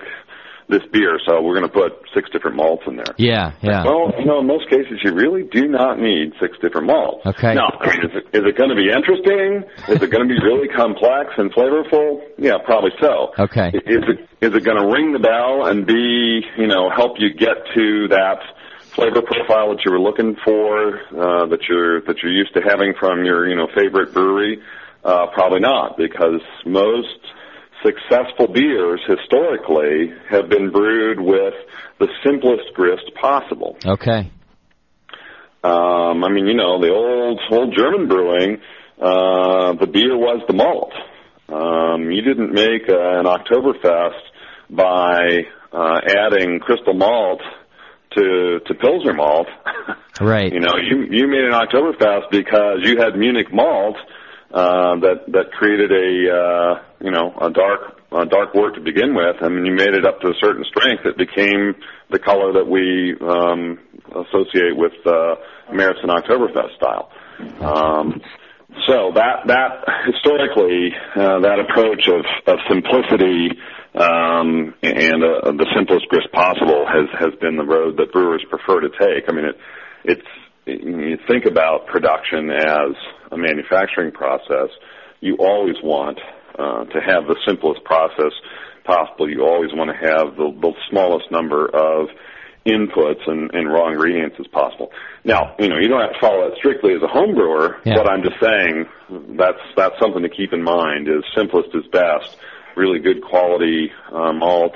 O: this beer, so we're going to put six different malts in there.
B: Yeah, yeah.
O: Well, you know, in most cases, you really do not need six different malts.
B: Okay.
O: Now, I mean, is it, is it going to be interesting? Is it going to be really complex and flavorful? Yeah, probably so.
B: Okay.
O: Is it is it going to ring the bell and be you know help you get to that flavor profile that you were looking for, uh, that you're that you're used to having from your you know favorite brewery? Uh, probably not, because most successful beers historically have been brewed with the simplest grist possible.
B: Okay.
O: Um, I mean, you know, the old old German brewing, uh, the beer was the malt. Um, you didn't make uh, an Oktoberfest by uh, adding crystal malt to to Pilsner malt.
B: Right.
O: You know, you you made an Oktoberfest because you had Munich malt uh, that that created a uh, you know a dark a dark wort to begin with. I mean, you made it up to a certain strength. It became the color that we um, associate with uh, Maris and Oktoberfest style. Um, so that that historically uh, that approach of of simplicity um, and uh, the simplest grist possible has has been the road that brewers prefer to take. I mean, it it's you think about production as a manufacturing process, you always want uh, to have the simplest process possible. You always want to have the, the smallest number of inputs and, and raw ingredients as possible. Now, you know, you don't have to follow that strictly as a home brewer,
B: Yeah.
O: but I'm just saying that's that's something to keep in mind is simplest is best. Really good quality uh, malt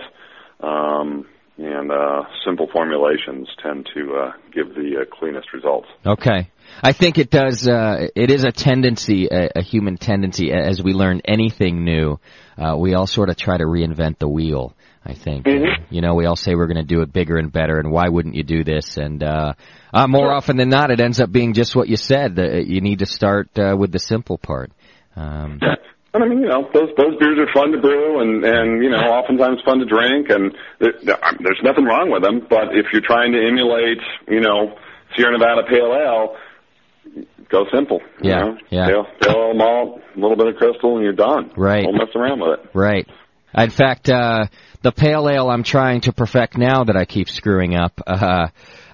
O: um, and uh, simple formulations tend to uh, give the uh, cleanest results.
B: Okay. I think it does. Uh, it is a tendency, a, a human tendency, a- as we learn anything new, uh, we all sort of try to reinvent the wheel. I think. You know, we all say we're going to do it bigger and better, and why wouldn't you do this? And uh, uh, more often than not, it ends up being just what you said. Uh, you need to start uh, with the simple part. Um,
O: And I mean, you know, those those beers are fun to brew, and and you know, oftentimes fun to drink, and there, there- I'm- there's nothing wrong with them. But if you're trying to emulate, you know, Sierra Nevada Pale Ale, go simple.
B: Yeah,
O: you know?
B: yeah.
O: Pale, pale ale malt, a little bit of crystal, and you're done.
B: Right.
O: Don't mess around with it.
B: Right. In fact, uh, the pale ale I'm trying to perfect now that I keep screwing up. Uh,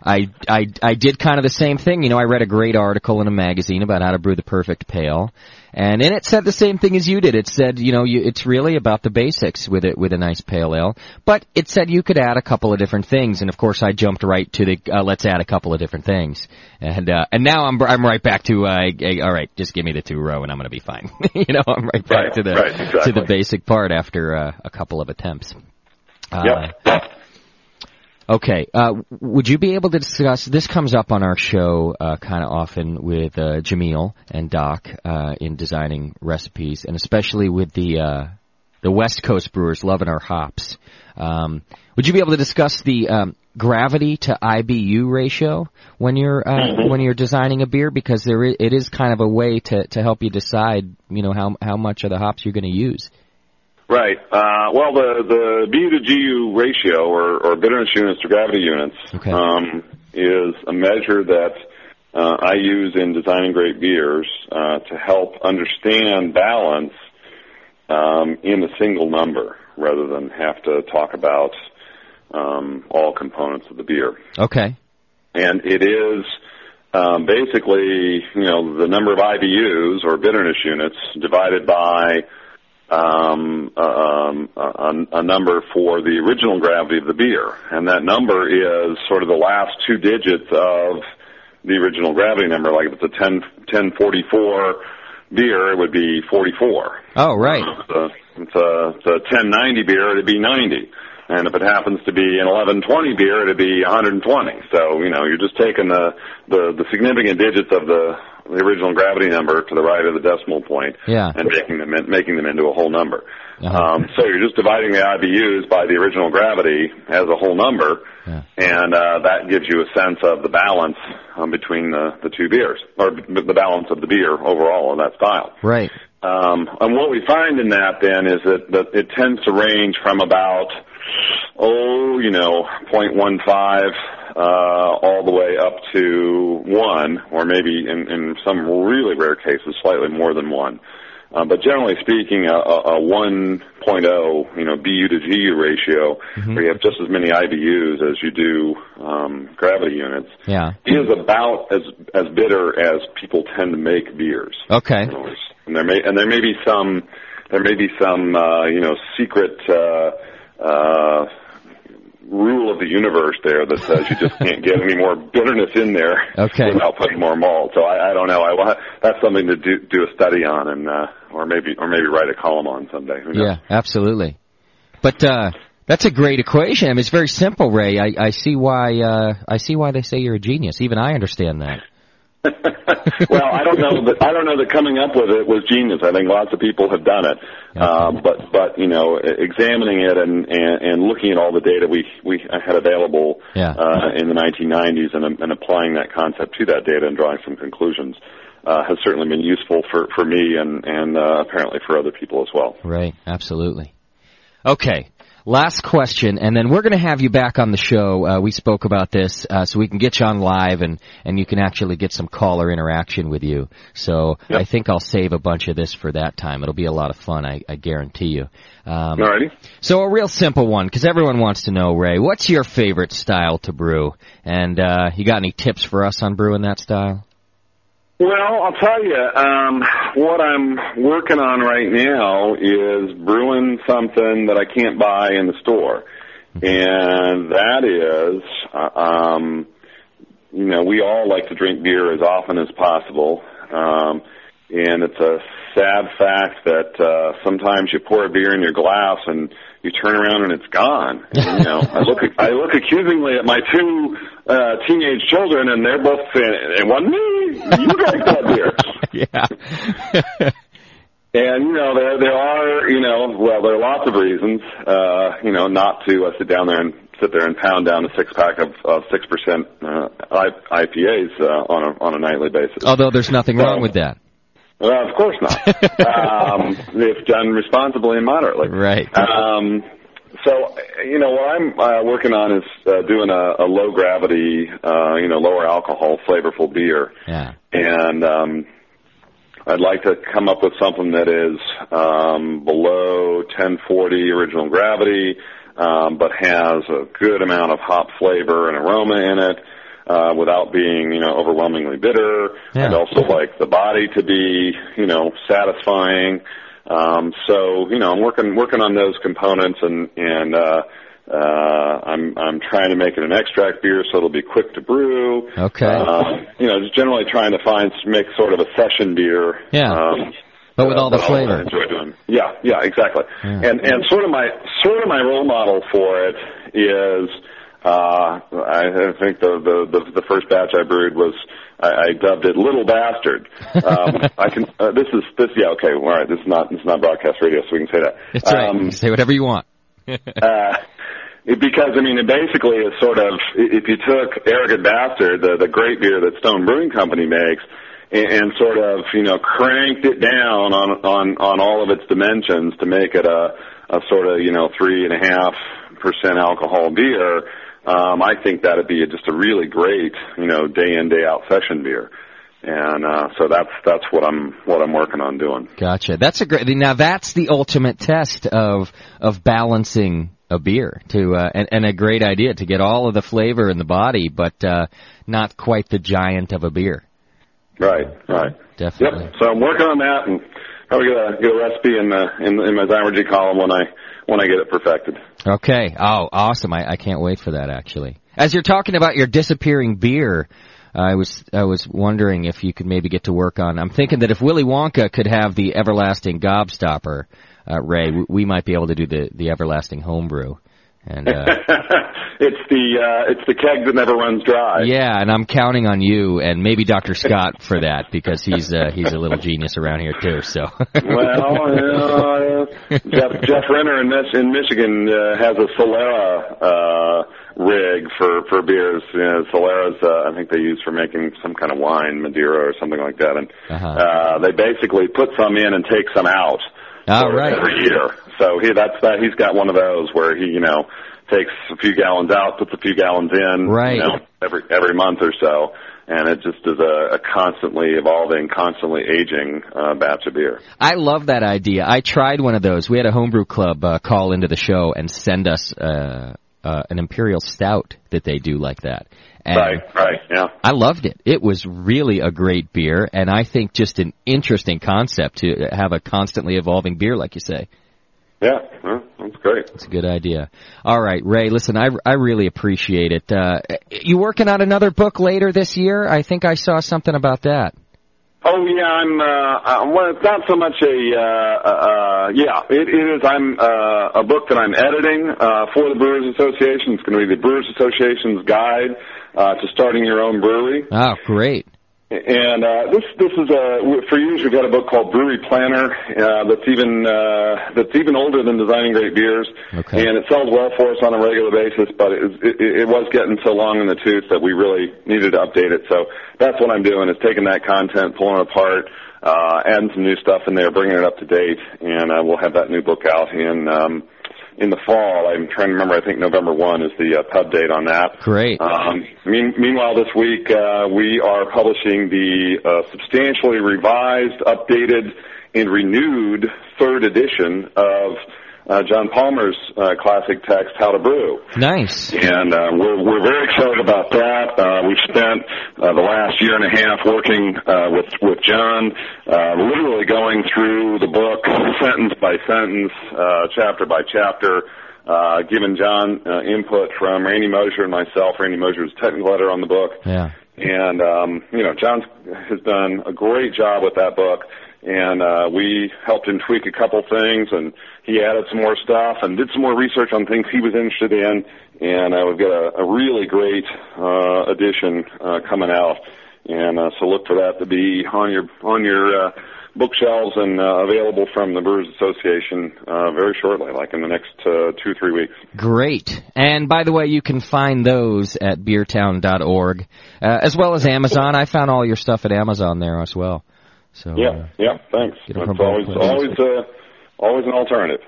B: I, I I did kind of the same thing. You know, I read a great article in a magazine about how to brew the perfect pale, and in it said the same thing as you did. It said, you know, you, it's really about the basics with it with a nice pale ale, but it said you could add a couple of different things, and of course I jumped right to the uh, let's add a couple of different things, and uh, and now I'm I'm right back to uh, eh, all right, just give me the two row and I'm gonna be fine. you know, I'm right back
O: Right,
B: to the
O: right,
B: to
O: exactly.
B: the basic part after uh, a couple of attempts. Uh, Okay. Uh, would you be able to discuss? This comes up on our show uh, kind of often with uh, Jamil and Doc uh, in designing recipes, and especially with the uh, the West Coast brewers loving our hops. Um, would you be able to discuss the um, gravity to IBU ratio when you're uh, when you're designing a beer? Because there is, it is kind of a way to, to help you decide, you know, how how much of the hops you're going to use.
O: Right. Uh, well, the the BU to GU ratio, or, or bitterness units to gravity units, um, is a measure that uh, I use in designing great beers uh, to help understand balance um, in a single number, rather than have to talk about um, all components of the beer
B: Okay.
O: and it is um, basically you know the number of IBUs or bitterness units divided by um, uh, um, a, a number for the original gravity of the beer, and that number is sort of the last two digits of the original gravity number. Like if it's a 10, 1044 beer, it would be 44
B: Oh, right.
O: uh, it's a, it's a 1090 beer, it'd be 90. And if it happens to be an 1120 beer, it'd be 120. So, you know, you're just taking the, the, the significant digits of the, the original gravity number to the right of the decimal point
B: Yeah.
O: and making them, in, making them into a whole number. Um, so you're just dividing the IBUs by the original gravity as a whole number, and uh, that gives you a sense of the balance um, between the, the two beers, or b- the balance of the beer overall in that style.
B: Right.
O: Um, and what we find in that then is that, that it tends to range from about, oh, you know, 0.15 uh, all the way up to 1, or maybe in, in some really rare cases, slightly more than 1. Uh, but generally speaking, a, a a 1.0, you know, BU to GU ratio, where you have just as many IBUs as you do um, gravity units,
B: Yeah.
O: is about as as bitter as people tend to make beers.
B: Okay.
O: And there may and there may be some there may be some uh, you know secret uh, uh, rule of the universe there that says you just can't get any more bitterness in there
B: Okay.
O: without putting more malt. So I, I don't know. I will- that's something to do do a study on and uh, or maybe or maybe write a column on someday. Who knows?
B: Yeah, absolutely. But uh, that's a great equation. I mean, it's very simple, Ray. I, I see why. Uh, I see why they say you're a genius. Even I understand that.
O: well, I don't know that I don't know that coming up with it was genius. I think lots of people have done it, uh, but but you know, e, examining it and, and and looking at all the data we we had available
B: Yeah.
O: uh, in the 1990s and, and applying that concept to that data and drawing some conclusions uh, has certainly been useful for for me and and uh, apparently for other people as well.
B: Right. Absolutely. Okay. Last question, and then we're going to have you back on the show. Uh, we spoke about this, uh, so we can get you on live, and and you can actually get some caller interaction with you. So I think I'll save a bunch of this for that time. It'll be a lot of fun, I, I guarantee you. Um,
O: Alrighty.
B: So a real simple one, because everyone wants to know, Ray, what's your favorite style to brew? And uh, you got any tips for us on brewing that style?
O: Well, I'll tell you, um, what I'm working on right now is brewing something that I can't buy in the store. And that is, uh, um, you know, we all like to drink beer as often as possible. Um, and it's a sad fact that uh, sometimes you pour a beer in your glass and you turn around and it's gone. And, you know, I look I look accusingly at my two uh, teenage children and they're both saying, "And one me, you drank that beer."
B: yeah.
O: And you know there there are you know well there are lots of reasons uh, you know not to uh, sit down there and sit there and pound down a six pack of of six percent uh, I- IPAs uh, on a on a nightly basis.
B: Although there's nothing
O: Um,
B: wrong with that.
O: Well, of course not. um, if done responsibly and moderately.
B: Right.
O: Um, so, you know, what I'm uh, working on is uh, doing a, a low gravity, uh, you know, lower alcohol, flavorful beer.
B: Yeah.
O: And um, I'd like to come up with something that is um, below 1040 original gravity, um, but has a good amount of hop flavor and aroma in it. Uh, without being, you know, overwhelmingly bitter.
B: Yeah.
O: I'd also like the body to be, you know, satisfying. Um, so, you know, I'm working working on those components, and and uh, uh, I'm I'm trying to make it an extract beer, so it'll be quick to brew.
B: Okay.
O: Um, you know, just generally trying to find make sort of a session beer.
B: Yeah.
O: Um,
B: But with all the
O: that I'll
B: flavor.
O: enjoy doing. Yeah, yeah, exactly. And and sort of my sort of my role model for it is uh I think the the the, the first batch I brewed was I, I dubbed it Little Bastard. Um I can uh, this is this yeah, okay, all right, this is not this is not broadcast radio so we can say that.
B: That's right.
O: Um,
B: You can say whatever you want.
O: uh, it- because I mean, it basically is sort of i- if you took Arrogant Bastard, the the great beer that Stone Brewing Company makes, and, and sort of you know cranked it down on on on all of its dimensions to make it a a sort of you know three and a half percent alcohol beer. Um, I think that'd be just a really great you know day in day out session beer, and uh, so that's that's what I'm what I'm working on doing.
B: Gotcha. That's a great. Now that's the ultimate test of of balancing a beer to uh, and, and a great idea to get all of the flavor in the body, but uh, not quite the giant of a beer.
O: Right, right.
B: Definitely.
O: Yep. So I'm working on that, and probably gonna get a uh, recipe in the in, in my Zymergy column when I when I get it perfected.
B: Okay. Oh, awesome! I, I can't wait for that. Actually, as you're talking about your disappearing beer, I was I was wondering if you could maybe get to work on. I'm thinking that if Willy Wonka could have the everlasting gobstopper, uh, Ray, we, we might be able to do the the everlasting homebrew. And uh,
O: it's the uh, it's the keg that never runs dry.
B: Yeah, and I'm counting on you and maybe Dr. Scott for that because he's uh, he's a little genius around here too. So
O: well, you know, uh, Jeff, Jeff Renner in, Mich- in Michigan uh, has a Solera uh, rig for for beers. You know, Solera's uh, I think they use for making some kind of wine, Madeira or something like that, and
B: Uh-huh.
O: uh, they basically put some in and take some out
E: Uh,
B: All
O: for-
B: right.
O: every year. So he that's that he's got one of those where he you know takes a few gallons out, puts a few gallons in,
B: Right.
O: You know, every every month or so. And it just is a, a constantly evolving, constantly aging uh, batch of beer.
B: I love that idea. I tried one of those. We had a homebrew club uh, call into the show and send us uh, uh, an imperial stout that they do like that. And
O: right, right, yeah.
B: I loved it. It was really a great beer, and I think just an interesting concept to have a constantly evolving beer, like you say.
O: Yeah, well, That's great.
B: That's a good idea. All right, Ray. Listen, I I really appreciate it. Uh, you working on another book later this year? I think I saw something about that.
O: Oh yeah, I'm. Uh, uh, well, it's not so much a. Uh, uh, yeah, it, it is. I'm uh, a book that I'm editing uh, for the Brewers Association. It's going to be the Brewers Association's guide uh, to starting your own brewery.
B: Oh, great.
O: And uh, this this is a for years we've had a book called Brewery Planner uh, that's even uh, that's even older than Designing Great Beers, and it sells well for us on a regular basis. But it, it, it was getting so long in the tooth that we really needed to update it. So that's what I'm doing is taking that content, pulling it apart, uh, adding some new stuff in there, bringing it up to date, and uh, we'll have that new book out in um, in the fall. I'm trying to remember. I think November one is the uh, pub date on that.
B: Great.
O: Um, mean, meanwhile, this week uh, we are publishing the uh, substantially revised, updated, and renewed third edition of uh, John Palmer's uh, classic text, How to Brew.
B: Nice.
O: And uh, we're, we're very excited about that. Uh, we've spent uh, the last year and a half working uh, with with John, uh, literally going through the book sentence by sentence, uh, chapter by chapter. Uh, given John uh, input from Randy Mosher and myself, Randy Mosher was technical editor on the book,
B: Yeah.
O: and um, you know John has done a great job with that book. And uh, we helped him tweak a couple things, and he added some more stuff, and did some more research on things he was interested in. And uh, we've got a, a really great uh, edition uh, coming out, and uh, so look for that to be on your on your uh, bookshelves and uh, available from the Brewers Association uh, very shortly, like in the next uh, two three weeks.
B: Great. And by the way, you can find those at beertown.org, uh, as well as Amazon. I found all your stuff at Amazon there as well. So
O: yeah,
B: uh,
O: yeah. Thanks.
B: get
O: It's
B: it from
O: always
B: both
O: always
B: places.
O: uh, always an alternative.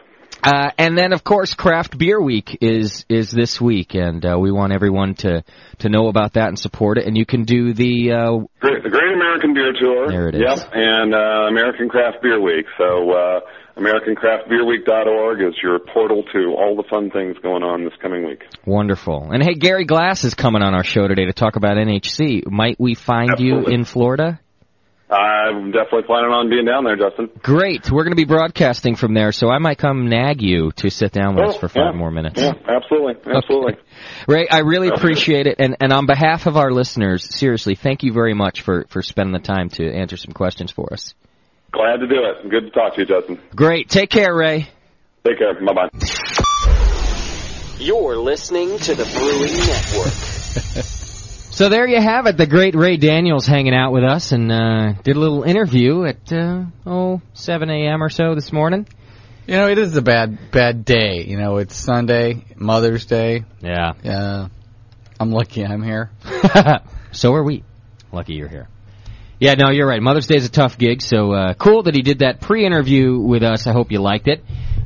B: Uh, and then, of course, Craft Beer Week is is this week, and uh, we want everyone to to know about that and support it. And you can do the uh,
O: Great, the Great American Beer Tour.
B: There it is.
O: Yep, and uh, American Craft Beer Week. So uh, AmericanCraftBeerWeek.org is your portal to all the fun things going on this coming week.
B: wonderful. And hey, Gary Glass is coming on our show today to talk about NHC. Might we find you in Florida?
O: I'm definitely planning on being down there, Justin.
B: Great. We're going to be broadcasting from there, so I might come nag you to sit down with us for five
O: Oh, yeah.
B: more minutes.
O: Yeah, absolutely, absolutely.
B: Ray, I really appreciate it, and, and on behalf of our listeners, seriously, thank you very much for, for spending the time to answer some questions for us.
O: Glad to do it. Good to talk to you, Justin.
B: Great. Take care, Ray.
O: Take care. Bye bye.
H: You're listening to the Brewing Network.
B: So there you have it, the great Ray Daniels hanging out with us and uh, did a little interview at uh, oh seven a.m. or so this morning.
C: You know, it is a bad bad day. You know, it's Sunday, Mother's Day.
B: Yeah.
C: Yeah. I'm lucky I'm here.
B: Ah, so are we. Lucky you're here. Yeah, no, you're right. Mother's Day is a tough gig, so uh, cool that he did that pre-interview with us. I hope you liked it.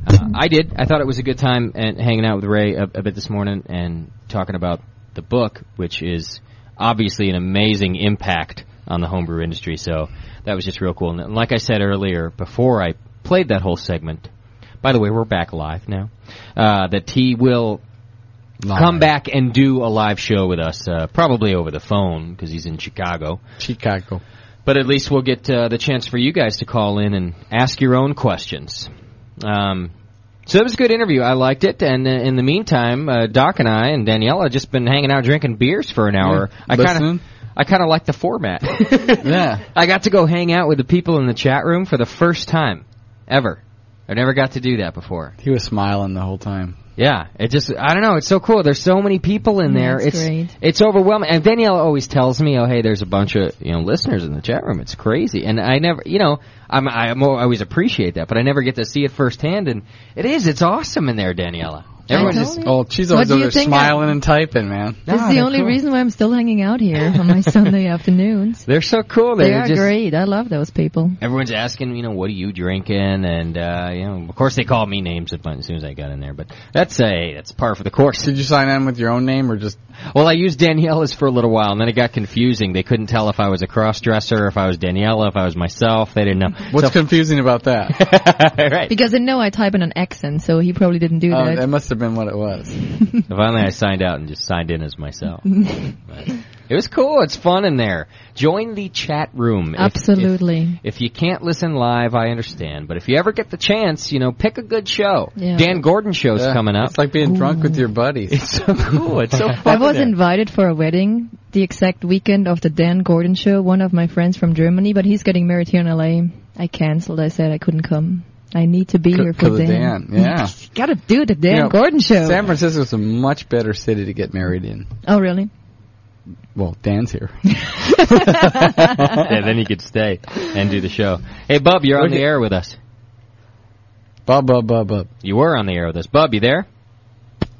B: Uh, I did. I thought it was a good time and hanging out with Ray a, a bit this morning and talking about the book, which is obviously an amazing impact on the homebrew industry. So that was just real cool. And like I said earlier, before I played that whole segment, by the way, we're back live now. Uh, that he will come back and do a live show with us, uh, probably over the phone because he's in Chicago.
C: Chicago.
B: But at least we'll get uh, the chance for you guys to call in and ask your own questions. Um, so it was a good interview. I liked it. And uh, in the meantime, uh, Doc and I and Daniela have just been hanging out drinking beers for an hour.
C: Yeah,
B: I kind
C: listening.
B: of. I kind of like the format.
C: yeah.
B: I got to go hang out with the people in the chat room for the first time ever. I never got to do that before.
C: He was smiling the whole time.
B: Yeah, it just I don't know. It's so cool. There's so many people in
C: Yeah,
B: there.
C: it's
B: it's
C: great.
B: it's overwhelming. And Danielle always tells me, "Oh, hey, there's a bunch of you know listeners in the chat room. It's crazy." And I never, you know, I'm I'm al- I always appreciate that, but I never get to see it firsthand. And it is. It's awesome in there, Daniela.
D: told
B: Everyone's just
D: you.
C: Oh, she's
D: What
C: always
D: do
C: over
D: you
C: there
D: think
C: smiling and typing, man.
D: This is the only reason why I'm still hanging out here on my Sunday afternoons.
B: they're so cool.
D: They
B: They're
D: are
B: just-
D: great. I love those people.
B: Everyone's asking, you know, what are you drinking? And uh, you know, of course, they call me names a bunch as soon as I got in there. But that's a that's par for the course.
C: Did you sign in with your own name or just?
B: Well, I used Daniela's for a little while, and then it got confusing. They couldn't tell if I was a cross dresser, if I was Daniela, if I was myself. They didn't know.
C: What's
B: So-
C: confusing about that?
B: right. Um,
D: Because I know I type in an accent, so he probably didn't do
C: Oh,
D: that.
C: that must have been what it was.
B: Finally, I signed out and just signed in as myself. It was cool. It's fun in there. Join the chat room. If-
D: Absolutely.
B: If, if you can't listen live, I understand. But if you ever get the chance, you know, pick a good show.
D: Yeah.
B: Dan Gordon show's
C: Yeah,
B: coming up.
C: It's like being drunk with your buddies.
B: It's so cool. It's so fun.
D: I was
B: in there.
D: invited for a wedding the exact weekend of the Dan Gordon show, one of my friends from Germany, but he's getting married here in LA. I canceled. I said I couldn't come. I need to be here for
C: Because of Dan, yeah.
D: Gotta do the Dan
C: You know,
D: Gordon show.
C: San Francisco's a much better city to get married in.
D: oh, really?
C: Well, Dan's here.
B: yeah, then you could stay and do the show. Hey, Bub, you're on
C: Okay.
B: the air with us.
C: Bub, bub, bub, bub.
B: You were on the air with us. Bub, you there?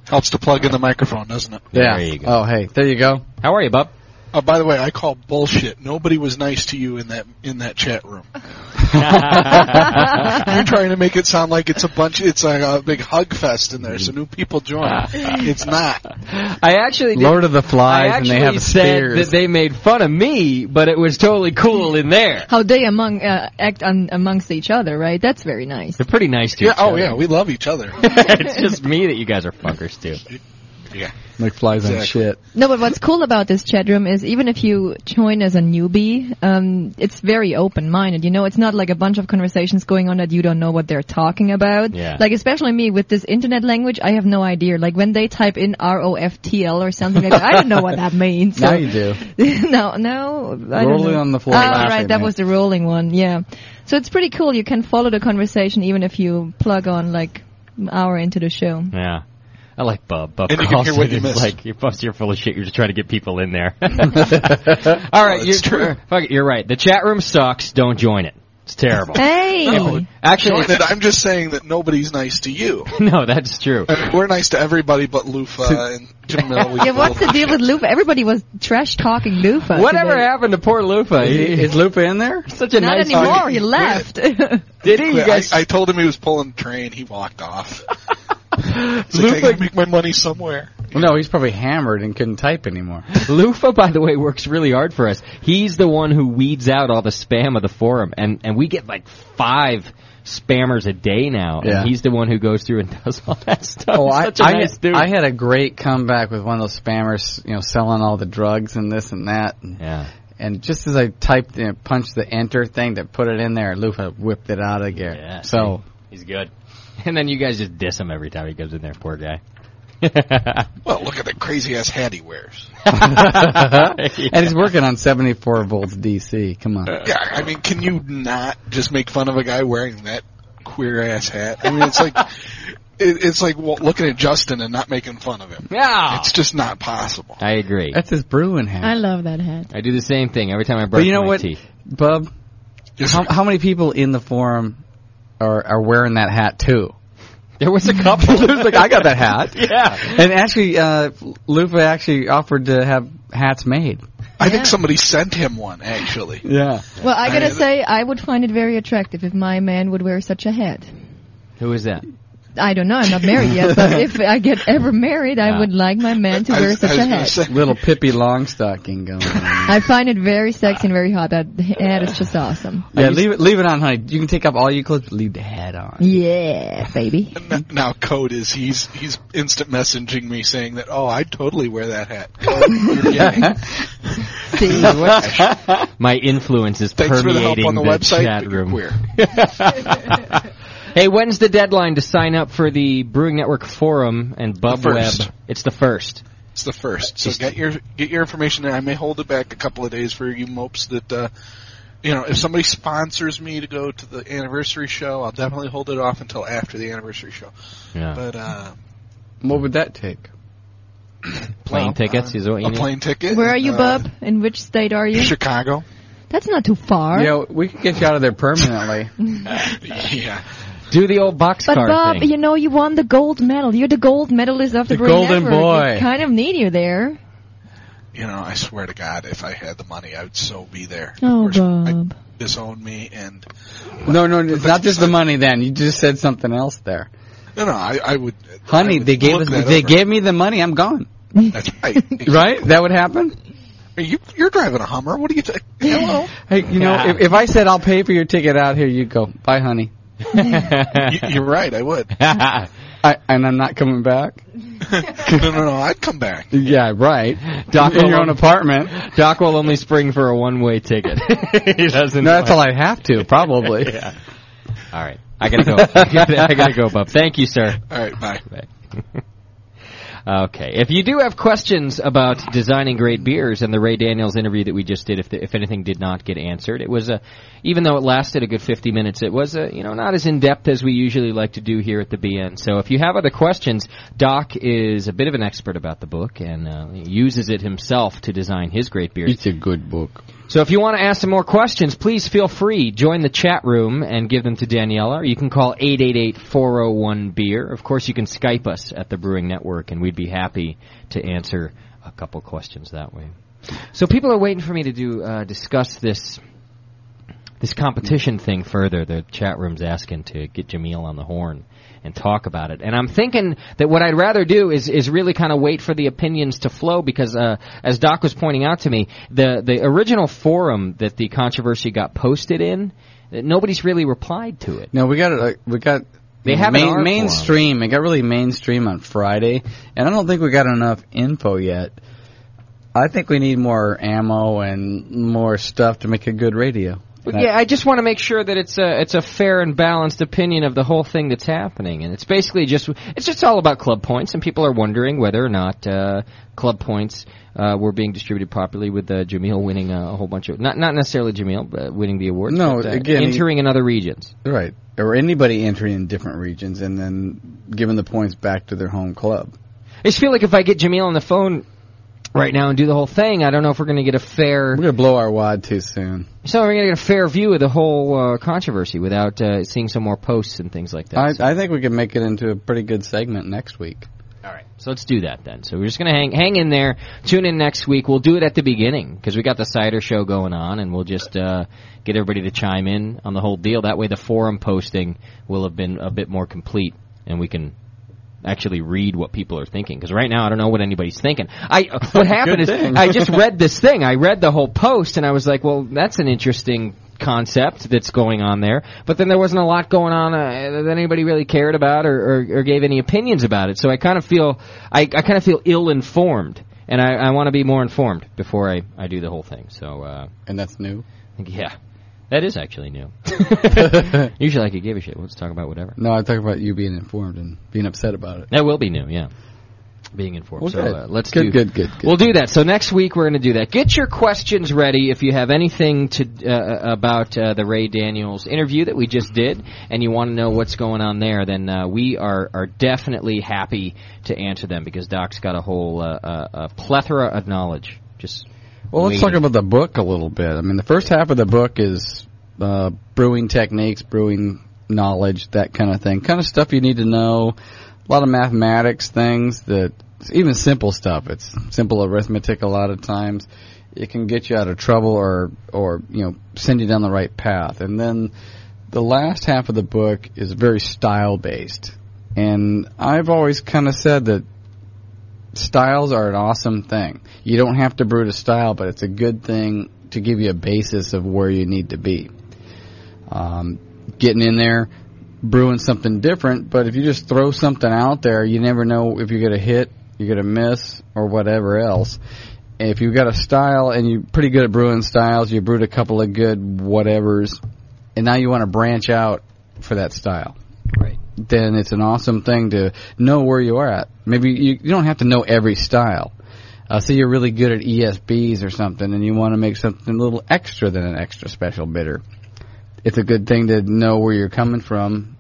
P: Helps to plug in the microphone, doesn't it?
C: Yeah.
B: There you go.
C: Oh, hey, there you go.
B: How are you, Bub?
P: Oh, by the way, I call bullshit. Nobody was nice to you in that in that chat room. You're trying to make it sound like it's a bunch. It's like a big hug fest in there. So new people join. it's not.
B: I actually did,
C: Lord of the Flies,
B: I
C: and they
B: actually
C: have
B: said
C: spears.
B: that they made fun of me, but it was totally cool in there.
D: How they among uh, act on, amongst each other, right? That's very nice.
B: They're pretty nice to
P: Yeah.
B: each
P: Oh
B: other.
P: yeah, we love each other.
B: it's just me that you guys are fuckers too.
P: Yeah.
C: Like flies on
P: Exactly.
C: shit.
D: No, but what's cool about this chat room is even if you join as a newbie, um, it's very open-minded. You know, it's not like a bunch of conversations going on that you don't know what they're talking about.
Q: Yeah.
D: Like especially me with this internet language, I have no idea. Like when they type in R O F T L or something like that, I don't know what that means.
C: Now
D: So-
C: you do.
D: no, no. I don't
C: Rolling
D: know.
C: on the floor
D: Oh,
C: laughing,
D: right, that
C: man.
D: was the rolling one. Yeah. So it's pretty cool. You can follow the conversation even if you plug on like an hour into the show.
B: Yeah. I like Bub. Bub
P: And you can
B: calls
P: hear what
B: it
P: you
B: and
P: missed.
B: like, you're, Bub's, you're full of shit. You're just trying to get people in there. All right, you're true. Fuck it, you're right. The chat room sucks. Don't join it. It's terrible.
D: Hey.
P: No,
B: Actually-
P: join it. I'm just saying that nobody's nice to you.
B: no, that's true.
P: I mean, we're nice to everybody but Lufa and Jamil. We
D: Yeah, what's the
P: love
D: deal with Lufa? Everybody was trash talking Lufa.
B: Whatever
D: today.
B: happened to poor Lupa? He-
C: Is Lupa in there?
B: Such a
D: Not
B: nice
D: anymore.
B: guy.
D: He left.
B: Did he? You
P: Quit.
B: guys-
P: I, I told him he was pulling the train. He walked off. It's like, I gotta make my money somewhere.
C: Well, no, he's probably hammered and couldn't type anymore.
B: Lufa, by the way, works really hard for us. He's the one who weeds out all the spam of the forum, and and we get like five spammers a day now.
C: Yeah.
B: And he's the one who goes through and does all that stuff.
C: Oh, I,
B: Such a
C: I
B: nice
C: had,
B: dude.
C: I had a great comeback with one of those spammers, you know, selling all the drugs and this and that. And,
B: yeah.
C: And just as I typed and punched the enter thing to put it in there, Lufa whipped it out of there.
B: Yeah,
C: so
B: He's good. And then you guys just diss him every time he goes in there. Poor guy.
P: Well, look at the crazy ass hat he wears.
C: and he's working on 74 volts DC. Come on.
P: Yeah, I mean, can you not just make fun of a guy wearing that queer ass hat? I mean, it's like it, it's like well, looking at Justin and not making fun of him.
B: Yeah,
P: it's just not possible.
B: I agree.
C: That's his brewing hat.
D: I love that hat.
B: I do the same thing every time I brush
C: But you know
B: my
C: what,
B: teeth.
C: Bub? How, how many people in the forum are are wearing that hat too?
B: There was a couple.
C: There was like, I got that hat.
B: Yeah.
C: And actually, uh, Lupa actually offered to have hats made.
P: I think somebody sent him one actually.
C: Yeah.
D: Well, I gotta say, I would find it very attractive if my man would wear such a hat.
B: Who is that?
D: I don't know. I'm not married yet, but if I get ever married, I would like my man to
C: I
D: wear
C: was-
D: such
C: I was
D: a
C: gonna
D: hat.
C: say- Little Pippi Longstocking going. on.
D: I find it very sexy and very hot. That hat is just awesome.
C: yeah, leave it, leave it on, honey. You can take off all your clothes, but leave the hat on.
D: Yeah, baby.
P: N- Now, code is he's he's instant messaging me saying that oh I'd totally wear that hat.
D: See?
B: My influence is
P: Thanks for
B: permeating
P: the help on the website,
B: chat
P: but you're
B: room. hey, when's the deadline to sign up for the Brewing Network forum and Bub Web?
P: first.
B: It's the first.
P: It's the first. So get your get your information there. I may hold it back a couple of days for you mopes that uh you know, if somebody sponsors me to go to the anniversary show, I'll definitely hold it off until after the anniversary show.
B: Yeah.
P: But uh
C: What would that take?
B: Plane
P: well,
B: tickets
P: uh,
B: is what you
P: a
B: need.
P: plane ticket.
D: Where are you,
P: uh,
D: bub? In which state are you?
P: Chicago.
D: That's not too far.
C: You know, we could get you out of there permanently.
P: yeah.
B: Do the old box
D: But
B: car
D: Bob,
B: thing.
D: you know you won the gold medal. You're the gold medalist of the,
B: The
D: Brain
B: golden
D: Network.
B: boy.
D: We kind of need you there.
P: You know, I swear to God, if I had the money, I would so be there.
D: Oh,
P: Of course, I-
D: Bob.
P: disown me and
C: no, no, it's not just the money. Then you just said something else there,
P: no, no, I, I would. I
C: honey.
P: would
C: They gave
P: look
C: us,
P: that
C: they
P: over.
C: gave me the money. I'm gone.
P: That's right.
C: Right? That would happen.
P: Are you, you're driving a Hummer. What are you? T- Hello.
C: Hey, you know, if, if I said I'll pay for your ticket out here, you go, bye, honey.
P: you, you're right. I would.
C: I, and I'm not coming back.
P: no, no, no. I'd come back.
B: Yeah, right. Doc
C: In
B: will
C: your own
B: only-
C: apartment.
B: Doc will only spring for a one-way ticket. he doesn't.
C: No, that's all
B: I have to probably. All right, I gotta go. I gotta, I gotta go, Bub. Thank you, sir.
P: All right, bye.
B: Okay. If you do have questions about designing great beers and the Ray Daniels interview that we just did, if the, if anything did not get answered, it was a even though it lasted a good 50 minutes, it was a you know not as in depth as we usually like to do here at the BN. So if you have other questions, Doc is a bit of an expert about the book and uh, uses it himself to design his great beers.
C: It's a good book.
B: So if you want to ask some more questions, please feel free. Join the chat room and give them to Daniela. Or you can call 888-401-BEER. E Of course, you can Skype us at the Brewing Network, and we'd be happy to answer a couple questions that way. So people are waiting for me to do uh, discuss this this competition thing further. The chat room's asking to get Jameel on the horn and talk about it. And I'm thinking that what I'd rather do is is really kind of wait for the opinions to flow because, uh, as Doc was pointing out to me, the the original forum that the controversy got posted in, that nobody's really replied to it.
C: No, we got it. Like, we got
B: They have an
C: main,
B: art form.
C: mainstream. It got really mainstream on Friday, and I don't think we got enough info yet. I think we need more ammo and more stuff to make a good radio.
B: But yeah, I just want to make sure that it's a it's a fair and balanced opinion of the whole thing that's happening, and it's basically just it's just all about club points, and people are wondering whether or not uh, club points uh, were being distributed properly with uh, Jameel winning uh, a whole bunch of not not necessarily Jameel but winning the award.
C: No,
B: but, uh,
C: again, he-
B: entering in other regions.
C: Right. Or anybody entering in different regions and then giving the points back to their home club.
B: I just feel like if I get Jameel on the phone right now and do the whole thing, I don't know if we're going to get a fair. We're
C: going to blow our wad too soon.
B: So we're going to get a fair view of the whole uh, controversy without uh, seeing some more posts and things like that.
C: I,
B: So-
C: I think we can make it into a pretty good segment next week.
B: All right. So let's do that then. So we're just going to hang hang in there. Tune in next week. We'll do it at the beginning because we got the cider show going on, and we'll just uh, get everybody to chime in on the whole deal. That way, the forum posting will have been a bit more complete, and we can actually read what people are thinking. Because right now, I don't know what anybody's thinking. I what happened is
C: thing.
B: I just read this thing. I read the whole post, and I was like, well, that's an interesting concept that's going on there. But then there wasn't a lot going on uh, that anybody really cared about or, or, or gave any opinions about it. So I kind of feel I, I kind of feel ill informed, and I, I want to be more informed before I, I do the whole thing. So uh,
C: and that's new.
B: Yeah. That is actually new. Usually I could give a shit. Let's talk about whatever.
C: No, I talk about you being informed and being upset about it.
B: That will be new, yeah. Being informed.
C: Well,
B: so
C: good.
B: uh, let's
C: Good,
B: do
C: good, good,
B: We'll do that. So next week we're going to do that. Get your questions ready if you have anything to uh, about uh, the Ray Daniels interview that we just did, and you want to know what's going on there. Then uh, we are are definitely happy to answer them because Doc's got a whole uh, uh, uh, plethora of knowledge. Just
C: Well, let's
B: waiting.
C: talk about the book a little bit. I mean, the first half of the book is uh, brewing techniques, brewing knowledge, that kind of thing. Kind of stuff you need to know. A lot of mathematics things that, even simple stuff. It's simple arithmetic a lot of times. It can get you out of trouble or, or you know, send you down the right path. And then the last half of the book is very style based. And I've always kind of said that styles are an awesome thing. You don't have to brew to style, but it's a good thing to give you a basis of where you need to be. Um, getting in there, brewing something different, but if you just throw something out there, you never know if you're going to hit, you're going to miss, or whatever else. If you've got a style and you're pretty good at brewing styles, you brewed a couple of good whatevers, and now you want to branch out for that style then it's an awesome thing to know where you are at. Maybe you, you don't have to know every style. Uh, say you're really good at ESBs or something, and you want to make something a little extra than an extra special bitter. It's a good thing to know where you're coming from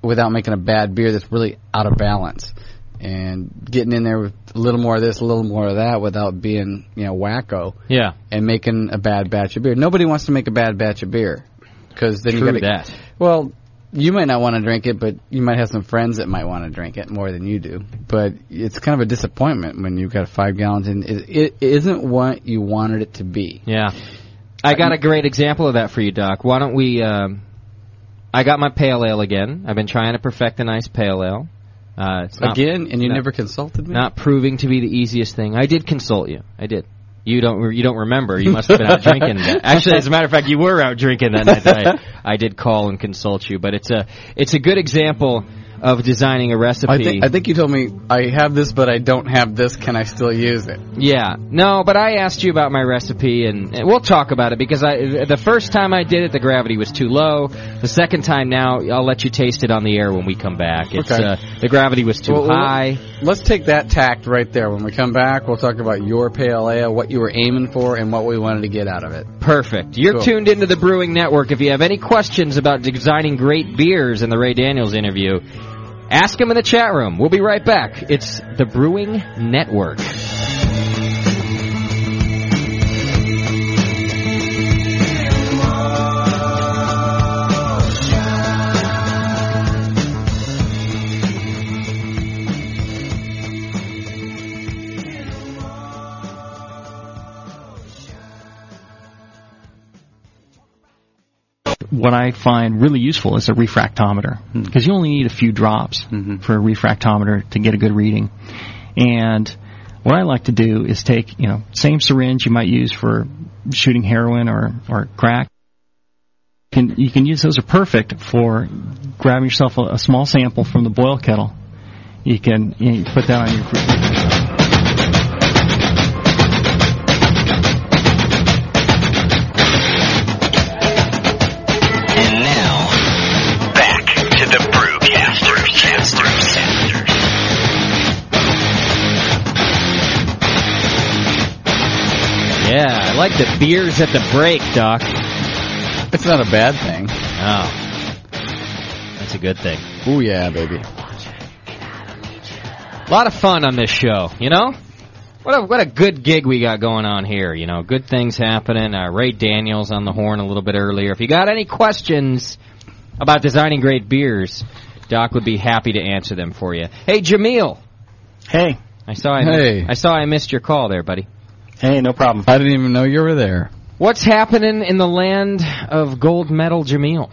C: without making a bad beer that's really out of balance. And getting in there with a little more of this, a little more of that, without being you know wacko
B: Yeah.
C: and making a bad batch of beer. Nobody wants to make a bad batch of beer because then
B: True
C: you gotta,
B: that.
C: Well, you might not want to drink it, but you might have some friends that might want to drink it more than you do. But it's kind of a disappointment when you've got five gallons and it, it isn't what you wanted it to be.
B: Yeah. I got a great example of that for you, Doc. Why don't we? Um, I got my pale ale again. I've been trying to perfect a nice pale ale. Uh, it's not-
C: Again, and you
B: no-
C: never consulted me.
B: Not proving to be the easiest thing. I did consult you. I did. You don't. You don't remember. You must have been out drinking. That. Actually, as a matter of fact, you were out drinking that night. That I, I did call and consult you. But it's a. It's a good example of designing a recipe.
C: I think I think you told me I have this, but I don't have this. Can I still use it?
B: Yeah, no, but I asked you about my recipe, and, and we'll talk about it because I, the first time I did it, the gravity was too low. The second time now, I'll let you taste it on the air when we come back. It's,
C: Okay.
B: uh, the gravity was too
C: Well, well,
B: high.
C: Let's take that tact right there. When we come back, we'll talk about your pale ale, what you were aiming for, and what we wanted to get out of it.
B: Perfect. You're
C: Cool.
B: tuned into the Brewing Network. If you have any questions about designing great beers in the Ray Daniels interview, ask him in the chat room. We'll be right back. It's the Brewing Network.
M: What I find really useful is a refractometer because you only need a few drops for a refractometer to get a good reading. And what I like to do is take, you know, same syringe you might use for shooting heroin or, or crack. Can, you can use those are perfect for grabbing yourself a, a small sample from the boil kettle. You can you put that on your
H: Back to the Brewcast. Brewcast.
B: Yeah, I like the beers at the break, Doc.
C: It's not a bad thing.
B: Oh. That's a good thing.
C: Ooh, yeah, baby.
B: A lot of fun on this show, you know? What a, what a good gig we got going on here, you know? Good things happening. Uh, Ray Daniels on the horn a little bit earlier. If you got any questions about designing great beers, Doc would be happy to answer them for you. Hey, Jameel.
M: Hey.
B: I saw I,
C: Hey.
B: I saw I missed your call there, buddy.
M: Hey, no problem.
C: I didn't even know you were there.
B: What's happening in the land of gold medal Jameel?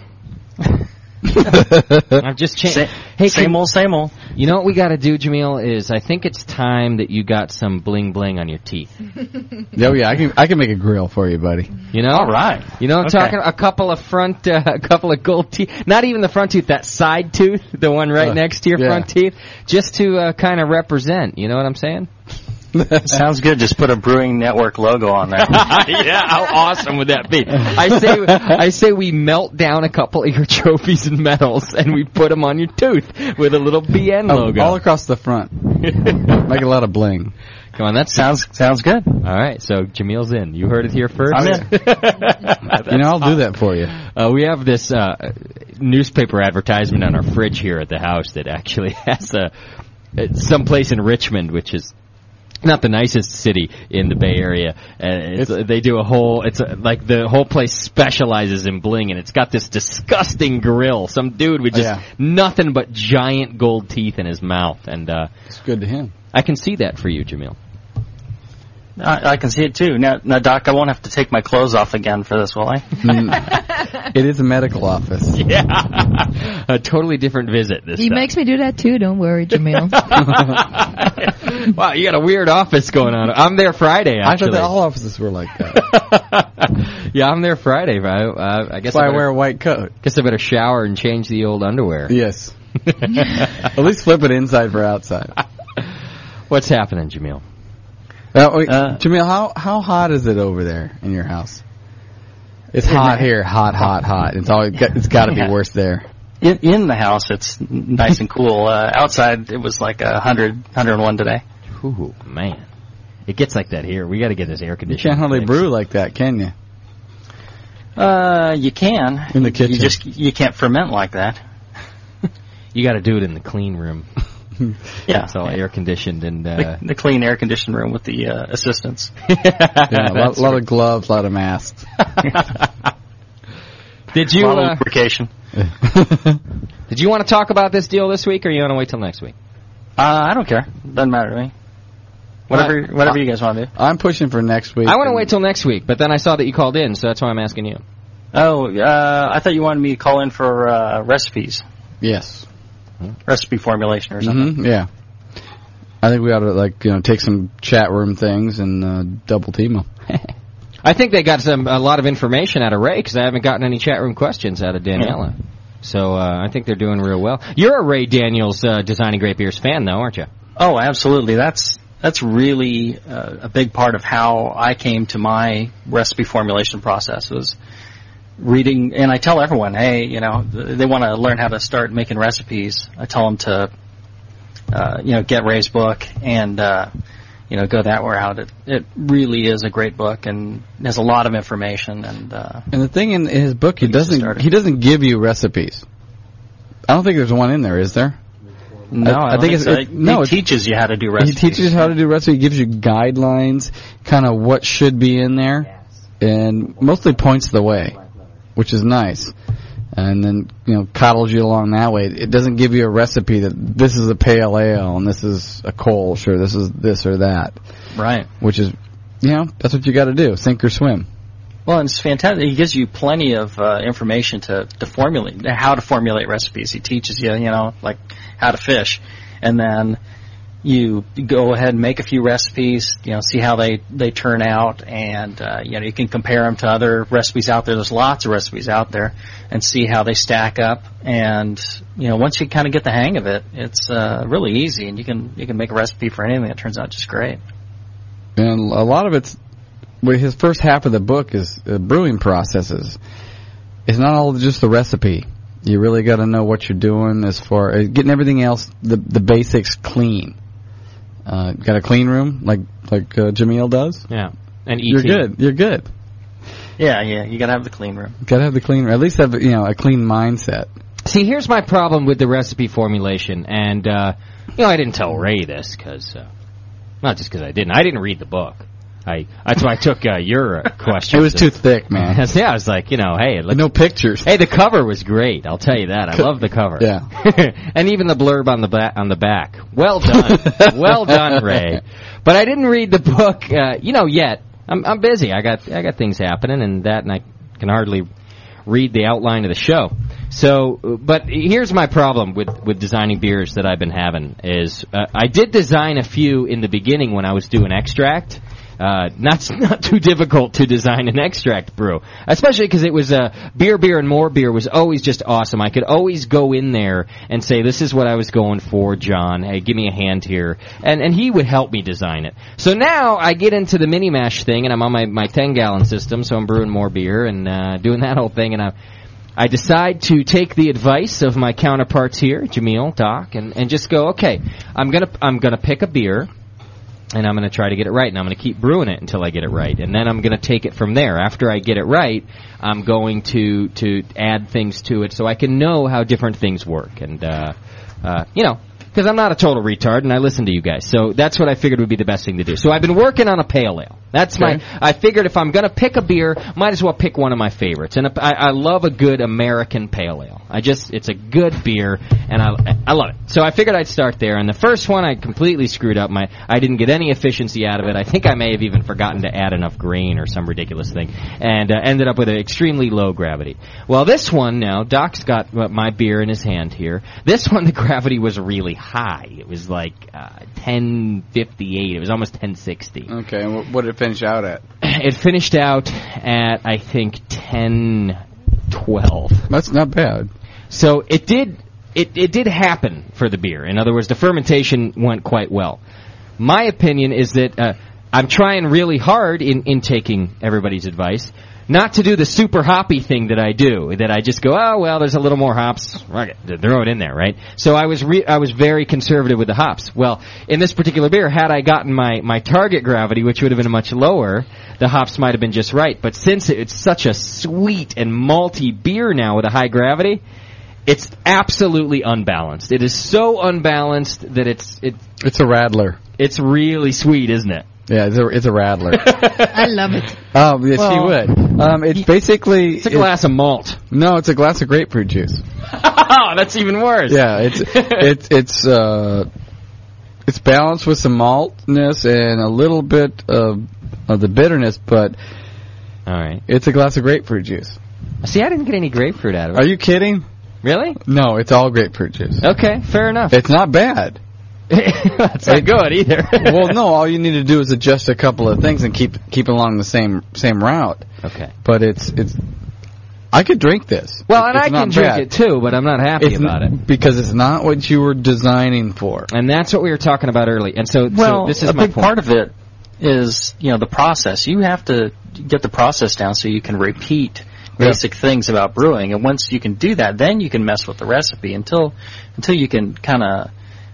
B: I've just changed. hey,
M: same old, same old.
B: You know what we got to do, Jameel? Is I think it's time that you got some bling bling on your teeth.
C: Oh yeah, I can I can make a grill for you, buddy.
B: You know? All right. You know, I'm
C: Okay.
B: talking a couple of front, uh, a couple of gold teeth. Not even the front tooth, that side tooth, the one right
M: Uh,
B: next to your
M: yeah.
B: front teeth, just to uh, kind of represent. You know what I'm saying?
M: Sounds good. Just put a Brewing Network logo on there.
B: yeah, how awesome would that be? I say, I say we melt down a couple of your trophies and medals, and we put them on your tooth with a little BN
C: Oh,
B: logo.
C: All across the front. make a lot of bling.
B: Come on, that
M: sounds sounds good. All
B: right, so Jameel's in. You heard it here 1st
C: I'm in. you know, I'll do that for you.
B: Uh, we have this uh, newspaper advertisement on our fridge here at the house that actually has a some place in Richmond, which is not the nicest city in the Bay Area. And it's, they do a whole. It's a, like the whole place specializes in bling, and it's got this disgusting grill. Some dude with just
C: Yeah.
B: nothing but giant gold teeth in his mouth, and uh, it's
C: good to him.
B: I can see that for you, Jamil.
Q: I, I can see it too. Now, now, Doc, I won't have to take my clothes off again for this, will I?
C: Hmm. it is a medical office.
B: Yeah, a totally different visit this
D: He
B: time.
D: makes me do that too. Don't worry, Jamil.
B: wow, you got a weird office going on. I'm there Friday.
C: I thought
B: Actually,
C: that all offices were like that.
B: yeah, I'm there Friday. But I, uh, I guess
C: That's why I
B: better-
C: wear a white coat.
B: Guess I better shower and change the old underwear.
C: Yes. At least flip it inside for outside.
B: What's happening, Jamil?
C: Uh, wait, Jamil, how how hot is it over there in your house? It's hot here, hot, hot, hot. It's always got, it's got to
Q: Yeah.
C: be worse there.
Q: In, in the house, it's n- nice and cool. Uh, outside, it was like a hundred, hundred and one today.
B: Ooh, man. It gets like that here. We got to get this air
C: You
B: conditioning.
C: can't hardly brew like that, can you?
Q: Uh, you can.
C: In the kitchen.
Q: You just you can't ferment like that.
B: You got to do it in the clean room.
Q: Yeah.
B: it's all air conditioned and uh,
Q: The, the clean air conditioned room with the uh, assistants.
C: Yeah, a lot, lot of gloves, a lot of masks.
B: Did you?
Q: A lot of
B: uh, did you want to talk about this deal this week, or you want to wait till next week?
Q: Uh, I don't care. Doesn't matter to me. Whatever, whatever you guys want to do.
C: I'm pushing for next week.
B: I want to wait till next week, but then I saw that you called in, so that's why I'm asking you.
Q: Oh, uh, I thought you wanted me to call in for uh, recipes,
C: Yes.
Q: recipe formulation or something.
C: hmm Yeah. I think we ought to like you know take some chat room things and uh, double team them.
B: I think they got some a lot of information out of Ray because I haven't gotten any chat room questions out of Daniela. So uh, I think they're doing real well. You're a Ray Daniels uh, Designing Great Beers fan, though, aren't you?
Q: Oh, absolutely. That's that's really uh, a big part of how I came to my recipe formulation process was reading, and I tell everyone, hey, you know, th- they want to learn how to start making recipes. I tell them to, uh, you know, get Ray's book and, uh, you know, go that route. It, it really is a great book and has a lot of information and, uh,
C: And the thing in his book, he doesn't he doesn't give you recipes. I don't think there's one in there, is there?
Q: no, I, don't think,
C: it's
Q: so.
C: it- no.
Q: he
C: it's-
Q: teaches you how to do
C: He
Q: recipes.
C: teaches how to do recipes. He gives you guidelines, kind of what should be in there, and mostly points the way, which is nice. And then you know coddles you along that way. It doesn't give you a recipe that this is a pale ale and this is a Kolsch or this is this or that.
Q: Right.
C: Which is, you know, that's what you got to do: sink or swim.
Q: Well, and it's fantastic. He gives you plenty of uh, information to, to formulate how to formulate recipes. He teaches you, you know, like how to fish, and then you go ahead and make a few recipes. You know, see how they they turn out, and uh, you know you can compare them to other recipes out there. There's lots of recipes out there, and see how they stack up. And you know, once you kind of get the hang of it, it's uh, really easy, and you can you can make a recipe for anything that turns out just great.
C: and a lot of it's well, his first half of the book is uh, brewing processes. It's not all just the recipe. You really got to know what you're doing as far as getting everything else, the the basics clean. Uh, got a clean room like like uh, Jameel does.
B: Yeah, and E
C: you're
Q: ET.
C: good. You're good.
Q: Yeah, yeah, you gotta have the clean room.
C: Got to have the clean room. At least have you know a clean mindset.
B: See, here's my problem with the recipe formulation, and uh, you know, I didn't tell Ray this because uh, not just because I didn't, I didn't read the book. I that's why I took uh, your uh, question.
C: It was too thick, man.
B: yeah, I was like, you know, hey, look,
C: no pictures.
B: Hey, the cover was great. I'll tell you that. I love the cover.
C: Yeah.
B: and even the blurb on the ba- on the back. Well done, well done, Ray. But I didn't read the book, uh, you know, yet. I'm, I'm busy. I got I got things happening, and that, and I can hardly read the outline of the show. So, uh, but here's my problem with with designing beers that I've been having is uh, I did design a few in the beginning when I was doing extract. Uh, not not too difficult to design an extract brew, especially because it was uh, beer, beer, and more beer was always just awesome. I could always go in there and say, "This is what I was going for, John. Hey, give me a hand here," and and he would help me design it. So now I get into the mini mash thing, and I'm on my my ten gallon system, so I'm brewing more beer and uh, doing that whole thing, and I'm. I decide to take the advice of my counterparts here, Jameel, Doc, and, and just go, okay, I'm gonna I'm gonna pick a beer and I'm going to try to get it right, and I'm going to keep brewing it until I get it right, and then I'm going to take it from there. After I get it right, I'm going to to add things to it so I can know how different things work, and uh, uh, you know, because I'm not a total retard, and I listen to you guys, so that's what I figured would be the best thing to do. So I've been working on a pale ale. That's
R: Okay.
B: my. I figured if I'm going to pick a beer, might as well pick one of my favorites, and a- I, I love a good American pale ale. I just it's a good beer, and I I love it. So I figured I'd start there. And the first one I completely screwed up. My I didn't get any efficiency out of it. I think I may have even forgotten to add enough grain or some ridiculous thing, and uh, ended up with an extremely low gravity. Well, this one now, Doc's got uh, my beer in his hand here. This one, the gravity was really high. It was like uh, 1058. It was almost 1060.
C: Okay, and what did it finish out at?
B: It finished out at I think 1012.
C: That's not bad.
B: So it did it, it did happen for the beer. In other words, the fermentation went quite well. My opinion is that uh, I'm trying really hard in, in taking everybody's advice not to do the super hoppy thing that I do. That I just go, oh well, there's a little more hops. Right, throw it in there, right? So I was re- I was very conservative with the hops. Well, in this particular beer, had I gotten my my target gravity, which would have been much lower, the hops might have been just right. But since it's such a sweet and malty beer now with a high gravity, it's absolutely unbalanced. It is so unbalanced that it's it,
C: it's a rattler.
B: It's really sweet, isn't it?
C: Yeah, it's a, it's a rattler.
D: I love it.
C: Um, yes,
D: Well,
C: he would. Um, it's basically it's
B: a glass of malt.
C: No, it's a glass of grapefruit juice.
B: oh, that's even worse.
C: Yeah, it's it's it's uh, it's balanced with some maltness and a little bit of of the bitterness, but
B: all right,
C: it's a glass of grapefruit juice.
B: See, I didn't get any grapefruit out of it.
C: Are you kidding?
B: Really?
C: No, it's all grapefruit juice.
B: Okay, fair enough.
C: It's not bad.
B: it's not good either.
C: well, no, all you need to do is adjust a couple of things and keep keep along the same same route.
B: Okay.
C: But it's it's I could drink this.
B: Well, and
C: It's
B: I can
C: not
B: drink
C: bad.
B: it too, but I'm not happy
C: It's n-
B: about it.
C: because it's not what you were designing for.
B: And that's what we were talking about early. And so, so
Q: Well,
B: this is
Q: a
B: my
Q: big
B: point.
Q: part of it is you know the process. You have to get the process down so you can repeat basic things about brewing, and once you can do that, then you can mess with the recipe until until you can kind of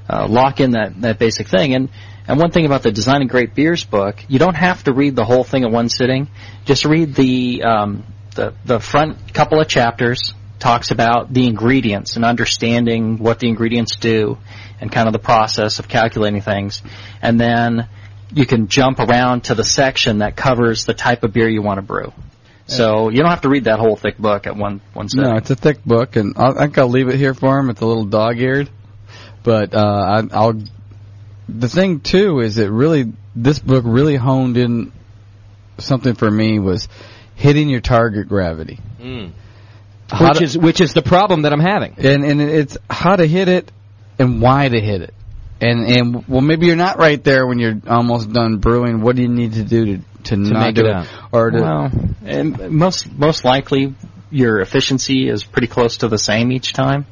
Q: uh, lock in that that basic thing. And and one thing about the Designing Great Beers book, you don't have to read the whole thing in one sitting. Just read the um, the the front couple of chapters. Talks about the ingredients and understanding what the ingredients do, and kind of the process of calculating things, and then you can jump around to the section that covers the type of beer you want to brew. So you don't have to read that whole thick book at one one sitting.
C: No, it's a thick book, and I I think I'll leave it here for him. It's a little dog-eared, but uh, I, I'll. The thing too is it really this book really honed in something for me was hitting your target gravity.
B: Mm.
C: How
B: Which
C: to-
B: is which is the problem that I'm having.
C: and and it's how to hit it and why to hit it. And and well, maybe you're not right there when you're almost done brewing. What do you need to do to to, not
Q: make
C: do
Q: it
C: it,
Q: out.
C: or to
Q: Well, and most most likely your efficiency is pretty close to the same each time.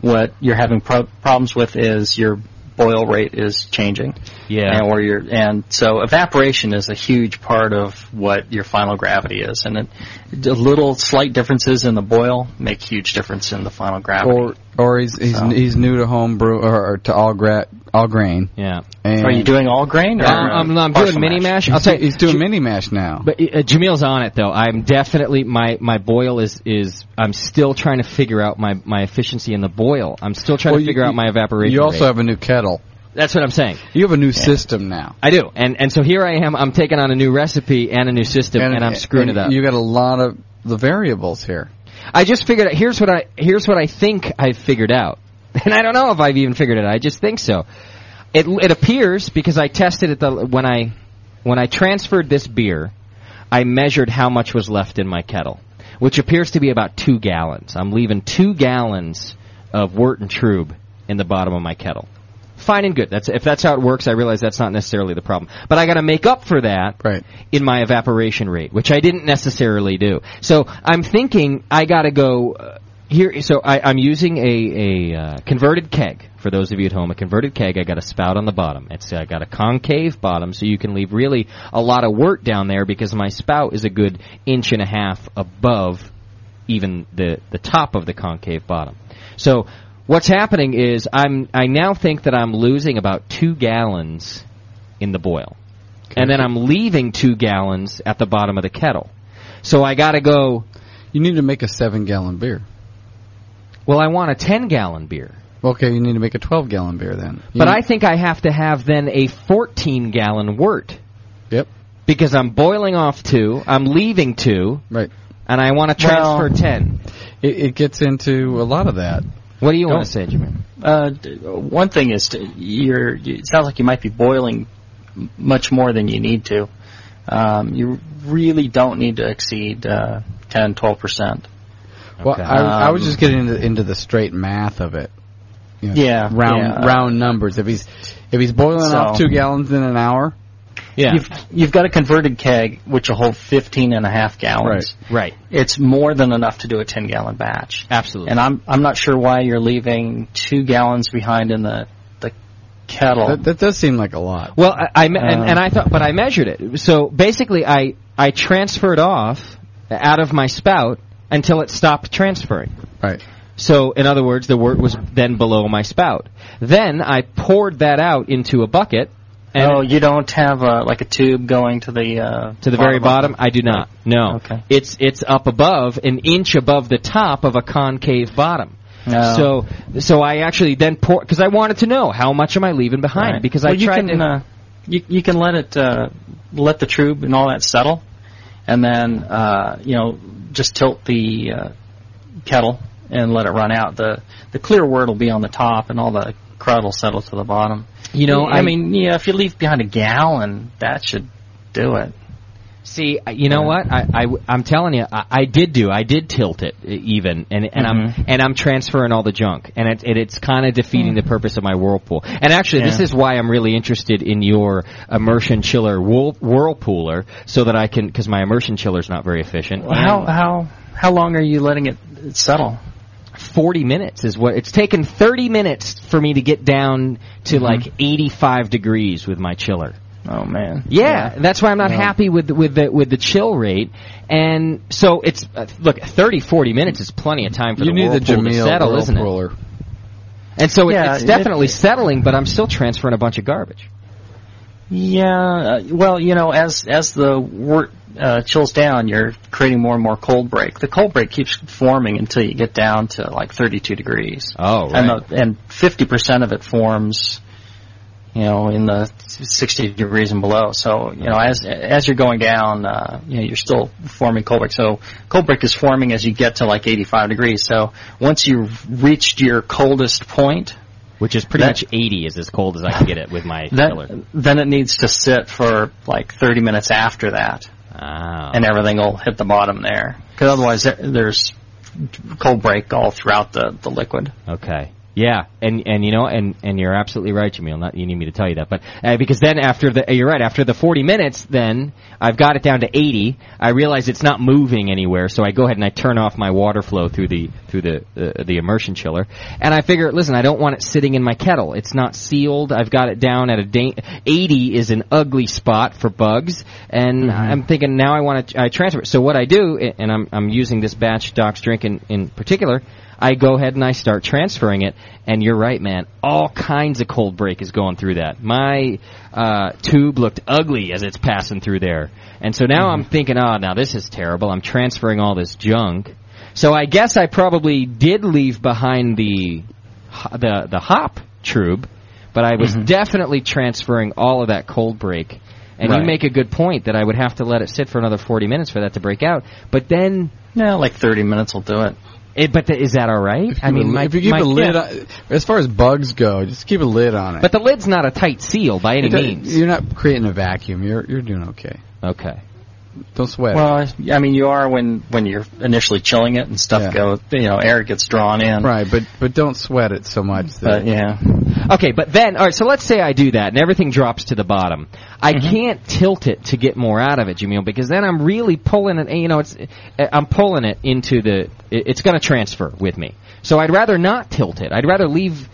Q: What you're having pro- problems with is your boil rate is changing.
B: Yeah.
Q: And or your and so evaporation is a huge part of what your final gravity is, and it, the little slight differences in the boil make huge difference in the final gravity.
C: or or he's he's,
Q: So.
C: he's new to home brew or, or to all gra- all grain.
B: Yeah.
C: And
Q: Are you doing all grain? Or
B: Uh, I'm, I'm
Q: partial
B: doing mini mash. I'll
C: He's,
B: tell you,
C: he's doing mini mash now.
B: But uh, Jamil's on it though. I'm definitely my my boil is is I'm still trying to figure out my my efficiency in the boil. I'm still trying
C: Well,
B: to
C: you-
B: figure out my evaporation.
C: You also
B: rate.
C: have a new kettle.
B: That's what I'm saying.
C: You have a new system now.
B: I do, and and so here I am. I'm taking on a new recipe and a new system, and, I'm screwing
C: and
B: it up.
C: You got a lot of the variables here.
B: I just figured out. Here's what I here's what I think I've figured out, and I don't know if I've even figured it out. I just think so. It it appears because I tested it the, when I when I transferred this beer, I measured how much was left in my kettle, which appears to be about two gallons. I'm leaving two gallons of wort and Trub in the bottom of my kettle. Fine and good. That's if that's how it works. I realize that's not necessarily the problem, but I got to make up for that in my evaporation rate, which I didn't necessarily do. So I'm thinking I got to go uh, here. So I, I'm using a a uh, converted keg. For those of you at home, a converted keg. I got a spout on the bottom. It's I got a concave bottom, so you can leave really a lot of wort down there because my spout is a good inch and a half above even the the top of the concave bottom. So what's happening is I'm I now think that I'm losing about two gallons in the boil, and then I'm leaving two gallons at the bottom of the kettle. So I got to go.
C: You need to make a seven gallon beer.
B: Well, I want a ten gallon beer.
C: Okay, you need to make a 12 gallon beer then. You
B: But
C: need-
B: I think I have to have then a 14 gallon wort.
C: Yep.
B: Because I'm boiling off two, I'm leaving two.
C: Right.
B: And I want to transfer
Q: Well-
B: 10.
C: It, it gets into a lot of that.
B: What do you want
Q: Don't-
B: to say, Jimmy?
Q: Uh, d- one thing is to, you're. You, it sounds like you might be boiling m- much more than you need to. Um, you really don't need to exceed uh, 10, 12 percent. Um,
C: Well, I, I was just getting into, into the straight math of it. You know,
Q: Yeah,
C: round
Q: yeah.
C: round numbers. If he's if he's boiling
Q: So-
C: off two gallons in an hour,
B: Yeah.
Q: You've, you've got a converted keg which will hold 15 and a half gallons.
B: Right.
Q: It's more than enough to do a 10 gallon batch.
B: Absolutely.
Q: And I'm I'm not sure why you're leaving two gallons behind in the the kettle.
C: that, that does seem like a lot.
B: Well, I, I me- and,
Q: Um,
B: and I thought, but I measured it. So basically, I I transferred off out of my spout until it stopped transferring.
C: Right.
B: So in other words, the wort was then below my spout. Then I poured that out into a bucket. And
Q: oh, you don't have a, like a tube going to the uh,
B: to the very bottom,
Q: of
B: I do not. No.
Q: Okay.
B: It's it's up above, an inch above the top of a concave bottom.
Q: Oh.
B: So so I actually then pour because I wanted to know how much am I leaving behind
Q: Right.
B: because
Q: well,
B: I tried
Q: you can,
B: to.
Q: uh, you, you can let it uh, let the tube and all that settle, and then uh, you know just tilt the uh, kettle and let it run out. the The clear wort will be on the top, and all the crud will settle to the bottom.
B: You know,
Q: I,
B: I-
Q: mean, yeah, if you leave behind a gallon, that should do it.
B: See, I- you know what? I, I w- I'm telling you, I, I did do. I did tilt it e- even, and and
Q: Mm-hmm.
B: I'm and I'm transferring all the junk, and it, it, it's kind of defeating the purpose of my whirlpool. And actually, this
Q: Mm. Yeah.
B: is why I'm really interested in your immersion chiller whirl, whirlpooler, so that I can because my immersion chiller is not very efficient.
Q: Well, how how How long are you letting it settle?
B: 40 minutes is what it's taken 30 minutes for me to get down to like 85 degrees with my chiller.
Q: Oh man.
B: Yeah, that's why I'm not happy with with the with the chill rate. And so it's uh, look 30 40 minutes is plenty of time for
C: You
B: the
C: need the
B: whirlpool to
C: Jamil
B: settle, isn't it?
C: whirlpooler.
B: And so it,
Q: Yeah,
B: it's
Q: it-
B: definitely settling, but I'm still transferring a bunch of garbage.
Q: Yeah. uh, Well, you know, as as the wor- uh, chills down, you're creating more and more cold break. The cold break keeps forming until you get down to like 32 degrees.
B: Oh,
Q: And, the, and 50% of it forms, you know, in the 60 degrees and below. So, you know, as as you're going down, uh, you know, you're still forming cold break. So, cold break is forming as you get to like 85 degrees. So, once you've reached your coldest point,
B: which is pretty
Q: that,
B: much 80 is as cold as I can get it with my chiller.
Q: then, then it needs to sit for like 30 minutes after that.
B: Oh.
Q: And everything will hit the bottom there. Because otherwise there, there's cold break all throughout the, the liquid.
B: Okay. Yeah, and and you know, and and you're absolutely right, Jamil. Not you need me to tell you that, but uh, because then after the uh, you're right after the 40 minutes, then I've got it down to 80. I realize it's not moving anywhere, so I go ahead and I turn off my water flow through the through the uh, the immersion chiller, and I figure, listen, I don't want it sitting in my kettle. It's not sealed. I've got it down at a da- 80 is an ugly spot for bugs, and I'm thinking now I want to I transfer. it. So what I do, a- and I'm I'm using this batch Doc's drink in in particular. I go ahead and I start transferring it, and you're right, man. All kinds of cold break is going through that. My uh, tube looked ugly as it's passing through there, and so now I'm thinking, oh, now this is terrible. I'm transferring all this junk, so I guess I probably did leave behind the ho- the the hop tube, but I
C: Mm-hmm.
B: was definitely transferring all of that cold break. And you
Q: Right.
B: make a good point that I would have to let it sit for another 40 minutes for that to break out. But then,
Q: yeah, like 30 minutes will do it.
B: It, but th- is that all right? I
C: Keep
B: mean,
C: a-
B: my,
C: if you keep
B: my-
C: a lid,
B: yeah.
C: on, as far as bugs go, just keep a lid on it.
B: But the lid's not a tight seal by any
C: It doesn't-
B: means.
C: You're not creating a vacuum. You're you're doing okay.
B: Okay.
C: Don't sweat.
Q: Well, I- I mean, you are when, when you're initially chilling it and stuff go, you know, air gets drawn in.
C: Right, but but don't sweat it so much.
Q: But, yeah.
B: Okay, but then, all right. So let's say I do that, and everything drops to the bottom. I
C: Mm-hmm.
B: can't tilt it to get more out of it, Jamil, because then I'm really pulling it. You know, it's eh, I'm pulling it into the. it- It's going to transfer with me. So I'd rather not tilt it. I'd rather leave.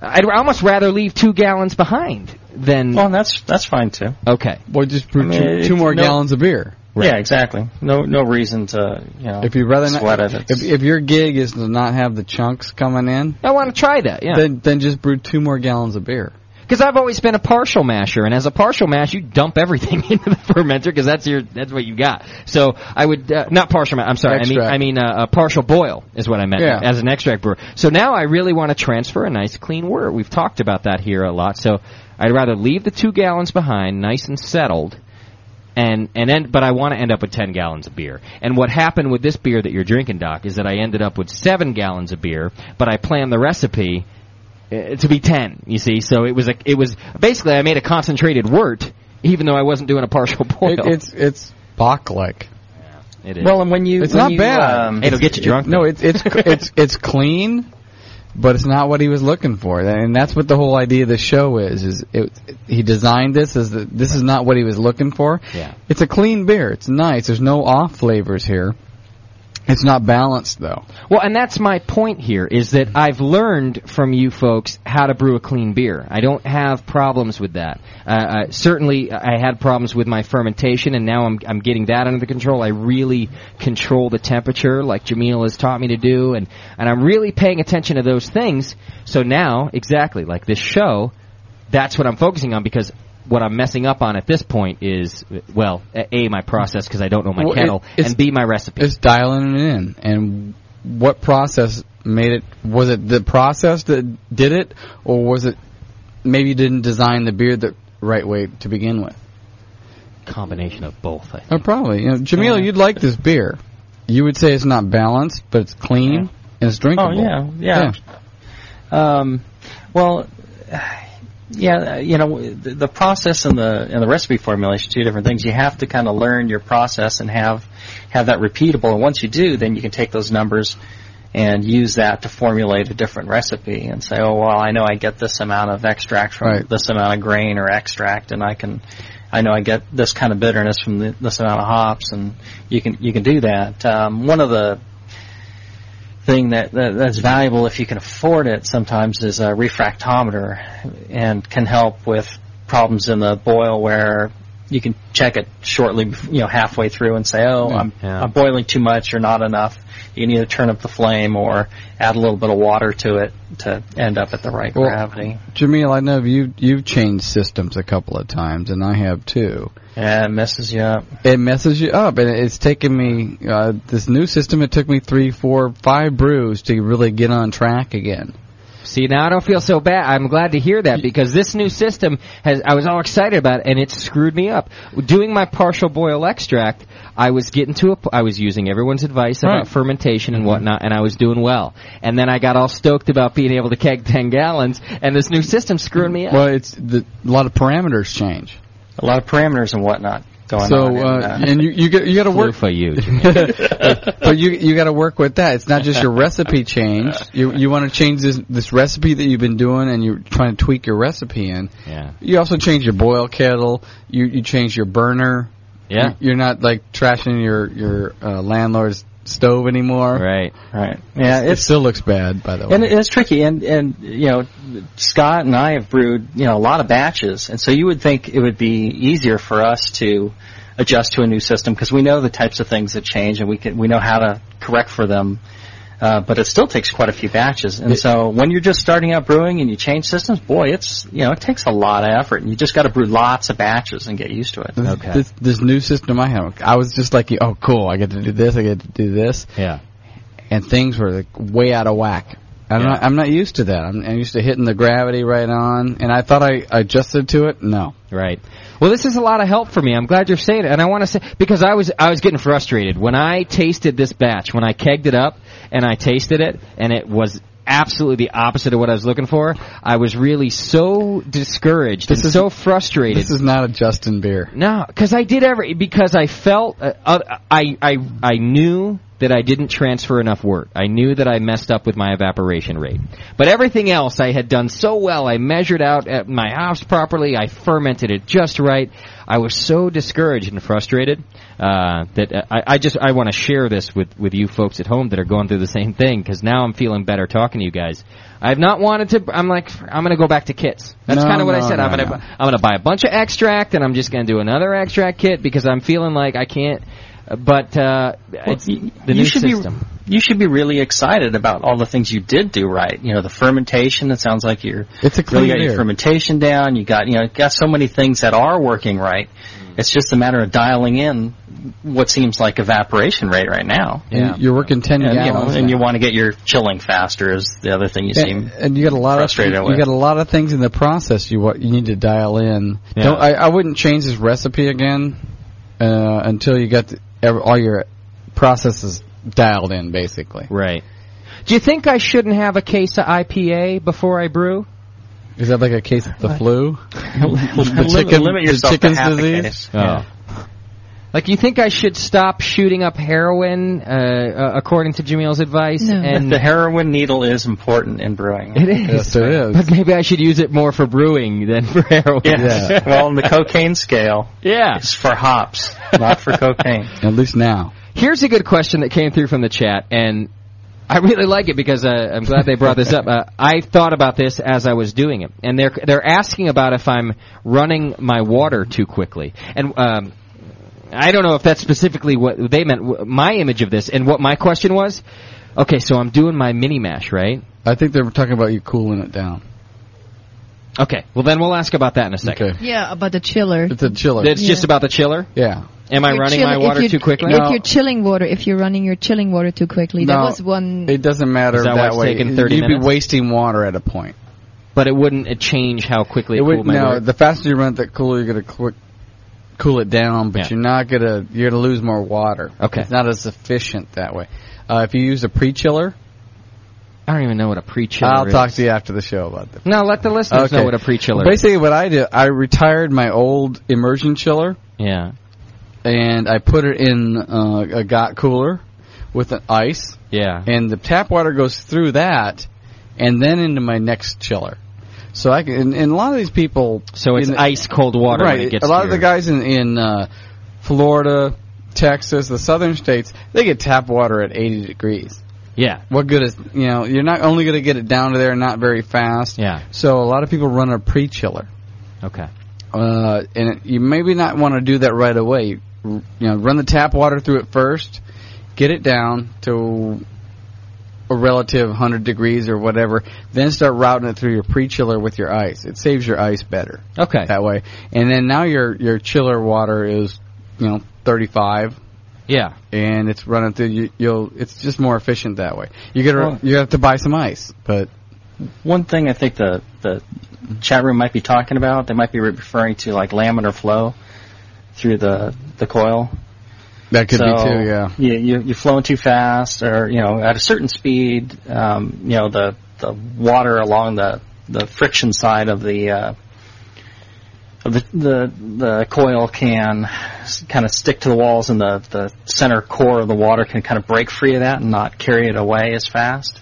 B: I'd almost rather leave two gallons behind than.
Q: Well, Oh, that's that's fine too.
B: Okay.
C: Or just
Q: I mean,
C: two,
Q: it's
C: two more
Q: no-
C: gallons of beer.
Q: Yeah, exactly. No no reason to, you know,
C: If you'd rather not,
Q: sweat it.
C: if, if your gig is to not have the chunks coming in,
B: I want to try that. Yeah.
C: Then then just brew two more gallons of beer.
B: Because I've always been a partial masher, and as a partial mash, you dump everything into the fermenter because that's your that's what you got. So I would uh, not partial. Ma- I'm sorry.
C: Extract.
B: I mean I mean uh, a partial boil is what I meant
C: Yeah.
B: as an extract brewer. So now I really want to transfer a nice clean wort. We've talked about that here a lot. So I'd rather leave the two gallons behind, nice and settled. And and end, but I want to end up with ten gallons of beer. And what happened with this beer that you're drinking, Doc, is that I ended up with seven gallons of beer. But I planned the recipe uh, to be 10 you see so it was a, it was basically i made a concentrated wort even though i wasn't doing a partial boil
C: It, it's it's Bach like.
B: It is.
Q: Well, and when you-
C: it's
Q: when
C: not
Q: you,
C: bad.
Q: um,
B: It'll get you drunk,
C: no, it's it's it's it's clean, but it's not what he was looking for, and that's what the whole idea of the show is. Is it, he designed this as the, this is not what he was looking for.
B: Yeah.
C: It's a clean beer. It's nice. There's no off flavors here. It's not balanced though.
B: well and that's my point here is that i've learned from you folks how to brew a clean beer i don't have problems with that uh, uh, certainly i had problems with my fermentation and now I'm, I'm getting that under control i really control the temperature like jameel has taught me to do and, and i'm really paying attention to those things so now exactly like this show that's what I'm focusing on because what I'm messing up on at this point is well, a my process because I don't know my
C: Well, it-
B: kettle,
C: it's-
B: and b my recipe.
C: It's dialing it in, and what process made it? Was it the process that did it, or was it maybe you didn't design the beer the right way to begin with?
B: Combination of both. I
C: Oh, probably. You know, Jamil, you'd like this beer. You would say it's not balanced, but it's clean and it's drinkable.
Q: Oh yeah, yeah. Um, well, yeah, you know, the, the process and the and the recipe formulation two different things. You have to kind of learn your process and have have that repeatable. And once you do, then you can take those numbers and use that to formulate a different recipe and say, oh well, I know I get this amount of extract from
C: Right.
Q: this amount of grain or extract, and I can. I know I get this kind of bitterness from the, this amount of hops, and you can you can do that. Um, one of the thing that, that that's valuable if you can afford it sometimes is a refractometer, and can help with problems in the boil where you can check it shortly, you know, halfway through and say, oh, I'm, I'm boiling too much or not enough. You can either turn up the flame or add a little bit of water to it to end up at the right gravity.
C: Jamil, I know you you've changed systems a couple of times, and I have too.
Q: Yeah, it messes you up.
C: It messes you up, and it's taken me uh, this new system. It took me three, four, five brews to really get on track again.
B: See, now I don't feel so bad. I'm glad to hear that because this new system has, I was all excited about it and it screwed me up. Doing my partial boil extract, I was getting to a, p- I was using everyone's advice about
Q: Right. Mm-hmm.
B: fermentation and whatnot and I was doing well. And then I got all stoked about being able to keg 10 gallons and this new system screwing me up.
C: Well, it's the, a lot of parameters change.
Q: A lot of parameters and whatnot going
C: so,
Q: on in,
C: uh,
Q: uh,
C: and you you got you got to work
B: for you,
C: but you you got to work with that. It's not just your recipe change. You you want to change this this recipe that you've been doing, and you're trying to tweak your recipe in.
B: Yeah.
C: You also change your boil kettle. You you change your burner.
B: Yeah.
C: You- You're not like trashing your your uh, landlord's stove anymore.
B: Right.
Q: Right. Yeah,
C: It
Q: it's-
C: still looks bad, by the way.
Q: And it- it's tricky, and and you know, Scott and I have brewed you know a lot of batches, and so you would think it would be easier for us to adjust to a new system because we know the types of things that change, and we can we know how to correct for them. Uh, but it still takes quite a few batches, and so when you're just starting out brewing and you change systems, boy, it's you know it takes a lot of effort, and you just got to brew lots of batches and get used to it.
C: This- This, this new system I have, I was just like, oh, cool, I get to do this, I get to do this.
B: Yeah.
C: And things were like way out of whack. I'm
Q: Yeah.
C: not, I'm not used to that. I'm, I'm used to hitting the gravity right on, and I thought I adjusted to it. No.
B: Right. Well, this is a lot of help for me. I'm glad you're saying it, and I want to say because I was I was getting frustrated when I tasted this batch, when I kegged it up and I tasted it, and it was absolutely the opposite of what I was looking for. I was really so discouraged and so frustrated.
C: This is not a Justin beer.
B: No, because I did every because I felt uh, uh, I I I knew that I didn't transfer enough wort. I knew that I messed up with my evaporation rate. But everything else I had done so well. I measured out at my hops properly. I fermented it just right. I was so discouraged and frustrated uh, that uh, I, I just I want to share this with with you folks at home that are going through the same thing because now I'm feeling better talking to you guys. I've not wanted to. I'm like I'm going to go back to kits. That's
C: No,
B: kind of what
C: no,
B: I said. I'm
C: no,
B: going
C: no.
B: to I'm gonna buy a bunch of extract, and I'm just gonna do another extract kit because I'm feeling like I can't. But uh, it's the
Q: you
B: new
Q: should
B: system.
Q: be you should be really excited about all the things you did do right. You know, the fermentation. It sounds like you're
C: it's a
Q: really
C: clean
Q: got your
C: beer.
Q: fermentation down. You got you know got so many things that are working right. It's just a matter of dialing in what seems like evaporation rate right now.
C: And You're working
Q: And,
C: 10
Q: you, know,
C: gallons.
Q: and
C: now.
Q: you want to get your chilling faster is the other thing you seem.
C: and, and you got a lot of
Q: frustrated
C: you
Q: with.
C: got a lot of things in the process you what you need to dial in.
Q: Yeah.
C: Don't, I, I wouldn't change this recipe again uh, until you got the, ev all your processes dialed in, basically.
B: Right. Do you think I shouldn't have a case of IPA before I brew?
C: Is that like a case of the flu? the
B: Limit-
C: chicken,
B: limit
C: the
B: yourself to
C: chicken's
B: half a
C: disease.
B: case. Yeah. Like, you think I should stop shooting up heroin, uh, uh, according to Jamil's advice? And
Q: the heroin needle is important in brewing.
B: it is. But maybe I should use it more for brewing than for heroin.
Q: Yes. well, on the cocaine scale,
B: yeah,
Q: it's for hops, not for cocaine.
C: At least now.
B: Here's a good question that came through from the chat, and I really like it because uh, I'm glad they brought this up. Uh, I thought about this as I was doing it, and they're they're asking about if I'm running my water too quickly, and um, I don't know if that's specifically what they meant. W- My image of this and what my question was. Okay, so I'm doing my mini mash, right?
C: I think they were talking about you cooling it down.
B: Okay, well then we'll ask about that in a second.
D: Yeah, about the chiller.
C: It's a chiller.
B: It's just about the chiller.
C: Yeah.
B: Am I
D: Your
B: running
D: chill-
B: my
D: if
B: water
D: you're-
B: too quickly?
D: If you're chilling water, if you're running your chilling water too quickly, that
C: No,
D: was one.
C: It doesn't matter
B: Is that why it's
C: way.
B: taking 30
C: You'd
B: minutes?
C: be wasting water at a point.
B: but it wouldn't uh, change how quickly it,
C: It would,
B: cooled my
C: no,
B: water.
C: the faster you run it, the cooler you're gonna cool, cool it down. But
B: Yeah.
C: you're not gonna you're gonna lose more water.
B: Okay.
C: it's not as efficient that way. Uh, if you use a pre-chiller,
B: I don't even know what a pre-chiller
C: I'll
B: is.
C: talk to you after the show about that.
B: No, let the listeners know what a pre-chiller is.
C: Basically, what I did, I retired my old immersion chiller.
B: Yeah.
C: And I put it in uh, a got cooler with an ice.
B: Yeah.
C: And the tap water goes through that, and then into my next chiller. So I can, and, and a lot of these people.
B: So Oh, it's
C: in-
B: ice cold water
C: Right.
B: when it gets
C: a lot
B: to
C: of the
B: your-
C: guys in in uh, Florida, Texas, the southern states, they get tap water at 80 degrees.
B: Yeah.
C: What good is you know? You're not only going to get it down to there not very fast.
B: Yeah.
C: So a lot of people run a pre chiller.
B: Okay.
C: Uh, and it, you maybe not want to do that right away. R- You know, run the tap water through it first, get it down to a relative 100 degrees or whatever, then start routing it through your pre-chiller with your ice. It saves your ice better.
B: Okay.
C: That way. And then now your your chiller water is, you know, 35
B: Yeah.
C: and it's running through you, you'll it's just more efficient that way. You get
Q: Well-
C: you have to buy some ice, but
Q: One thing I think the the chat room might be talking about, they might be referring to like laminar flow through the the coil.
C: That could be
Q: So,
C: too, yeah.
Q: You, you you're flowing too fast, or you know, at a certain speed, um, you know the the water along the the friction side of the uh, of the, the the coil can kind of stick to the walls, and the the center core of the water can kind of break free of that and not carry it away as fast.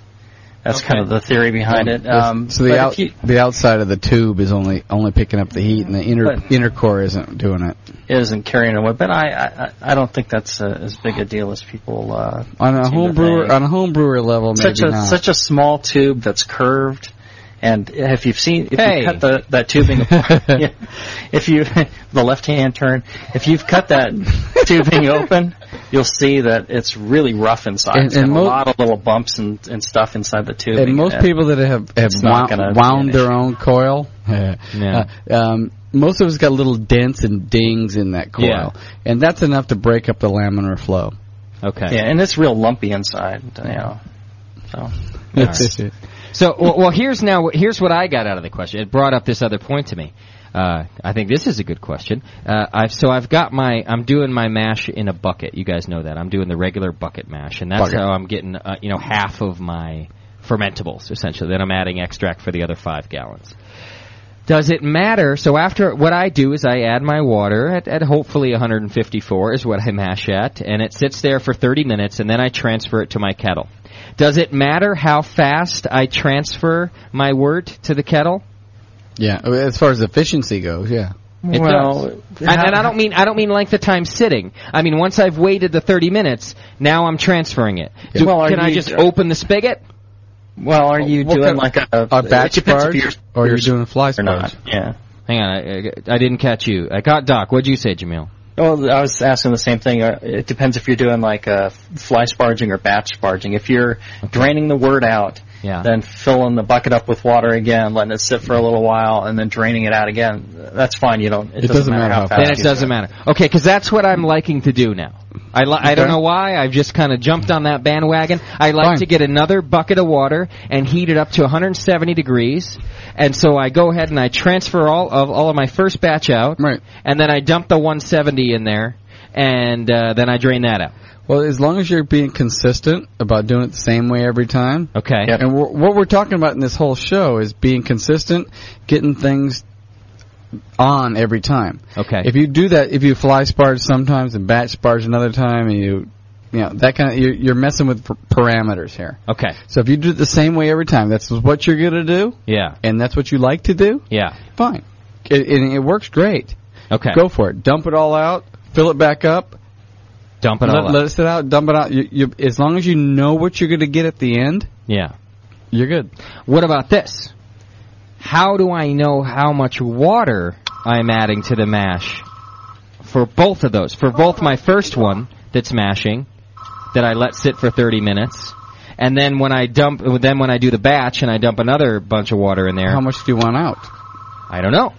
Q: That's kind of the theory behind it. Um,
C: so the
Q: but
C: out,
Q: if you-
C: the outside of the tube is only only picking up the heat and the inner inner core isn't doing it.
Q: isn't carrying it away. But I, I, I don't think that's uh, as big a deal as people uh,
C: On a
Q: seem to
C: home brewer
Q: think.
C: on a home brewer level maybe
Q: Such a
C: not.
Q: such a small tube that's curved, and if you've seen, if
C: Hey.
Q: you cut the, that tubing, apart, yeah, if you the left hand turn, if you've cut that tubing open, you'll see that it's really rough inside.
C: And-
Q: it's got
C: and
Q: a
C: mo-
Q: lot of little bumps and, and stuff inside the tubing.
C: and most people that have have
Q: it's not
C: wound,
Q: gonna be
C: wound
Q: an
C: their own coil,
Q: Yeah.
C: uh, um, most of us got little dents and dings in that coil,
Q: Yeah.
C: and that's enough to break up the laminar flow.
B: Okay.
Q: yeah, and it's real lumpy inside. You know, so.
B: That's- So, well, well, here's now here's what I got out of the question. It brought up this other point to me. Uh, I think this is a good question. Uh, I've, so I've got my I'm doing my mash in a bucket. You guys know that I'm doing the regular bucket mash, and that's
Q: Bucket.
B: how I'm getting uh, you know half of my fermentables essentially. Then I'm adding extract for the other five gallons. Does it matter? So after what I do is I add my water at, at hopefully 154 is what I mash at, and it sits there for 30 minutes, and then I transfer it to my kettle. Does it matter how fast I transfer my wort to the kettle?
C: Yeah, I mean, as far as efficiency goes, yeah.
B: It does. And, and I don't mean I don't mean length of time sitting. I mean once I've waited the 30 minutes, now I'm transferring it. Do-
Q: Well, are
B: can I
Q: you-
B: just open the spigot?
Q: Well, are you
B: What
Q: doing
B: kind-
Q: like a,
B: a batch
Q: it depends if
B: barge,
Q: you're-
B: or you're
C: doing fly
Q: or not? Yeah.
B: Hang on, I, I I didn't catch you. I caught Doc. What'd you say, Jamil?
Q: Well, I was asking the same thing. Uh, It depends if you're doing like uh, fly sparging or batch sparging. If you're draining the wort out,
B: Yeah.
Q: then filling the bucket up with water again, letting it sit for a little while, and then draining it out again. That's fine. You don't. It,
B: Then it
Q: fast you
B: doesn't
Q: do
B: matter. Okay, because that's what I'm liking to do now. I li- I don't
Q: Okay.
B: know why. I've just kind of jumped on that bandwagon. I like to get another bucket of water and heat it up to 170 degrees, and so I go ahead and I transfer all of all of my first batch out,
C: right?
B: And then I dump the 170 in there, and uh, then I drain that out.
C: Well, as long as you're being consistent about doing it the same way every time.
B: Okay.
C: And we what we're talking about in this whole show is being consistent, getting things on every time.
B: Okay.
C: If you do that, if you fly sparge sometimes and batch sparge another time, and you, you know, that kind of, you're, you're messing with p- parameters here.
B: Okay.
C: So if you do it the same way every time, that's what you're gonna do,
B: Yeah.
C: and that's what you like to do.
B: Yeah.
C: Fine. It, and it works great.
B: Okay.
C: Go for it. Dump it all out. Fill it back up.
B: Dump it
C: let,
B: all out.
C: Let it sit out. Dump it out. You, you, as long as you know what you're gonna get at the end.
B: Yeah.
C: You're good.
B: What about this? How do I know how much water I'm adding to the mash for both of those? For both my first one that's mashing, that I let sit for 30 minutes, and then when I dump, then when I do the batch and I dump another bunch of water in there. How
C: much do you want out?
B: I don't know.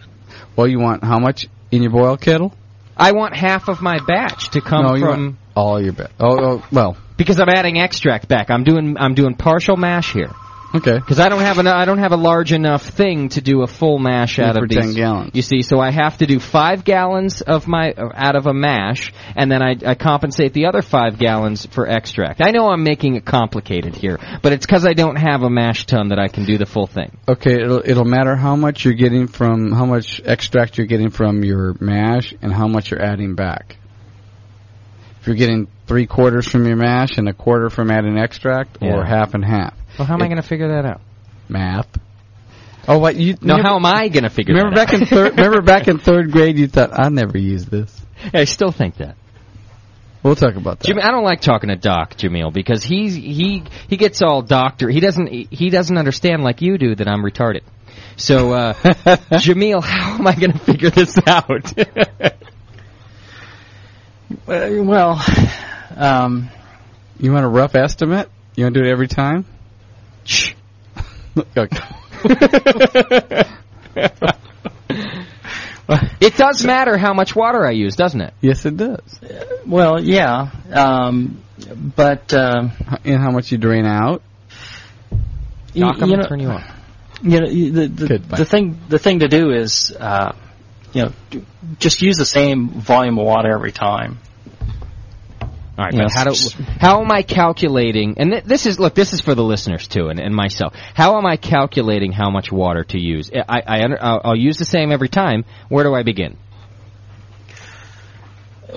C: Well, you want how much in your boil kettle?
B: I want half of my batch to come
C: no, you
B: from.
C: want all your ba- oh, oh, well.
B: because I'm adding extract back. I'm doing I'm doing partial mash here.
C: Okay.
B: Because I don't have an, I don't have a large enough thing to do a full mash
C: Yeah,
B: out
C: for
B: of these.
C: 10 gallons.
B: You see, so I have to do five gallons of my uh, out of a mash, and then I, I compensate the other five gallons for extract. I know I'm making it complicated here, but it's because I don't have a mash tun that I can do the full thing.
C: Okay, it'll it'll matter how much you're getting from how much extract you're getting from your mash and how much you're adding back. If you're getting three quarters from your mash and a quarter from adding extract, or
B: Yeah.
C: half and half.
B: Well, how am I
C: It-
B: going to figure that out?
C: math? Oh, what you?
B: Now,
C: remember-
B: how am I gonna figure
C: remember
B: that
C: back
B: out?
C: in third? Remember back in third grade, you thought I never use this.
B: I still think that.
C: We'll talk about that.
B: Jimmy, I don't like talking to Doc Jamil because he's he he gets all doctor. He doesn't he doesn't understand like you do that I'm retarded. So uh, Jamil, how am I going to figure this out?
Q: Uh, Well, um,
C: you want a rough estimate? You want to do it every time? Shh.
B: it does matter how much water I use, doesn't it?
C: Yes, it does.
Q: well, yeah, um, but
C: uh,
Q: um,
C: and how much you drain out?
Q: Y-
B: Doc, I'm
Q: you
B: gonna
Q: know-
B: turn you on.
Q: you know, you- the, the,
B: Goodbye.
Q: the thing the thing to do is uh, you know d- just use the same volume of water every time.
B: All right,
Q: Yeah.
B: but how do how am I calculating? And th- this is look, this is for the listeners too, and, and myself. How am I calculating how much water to use? I, I, I under- I'll, I'll use the same every time. Where do I begin?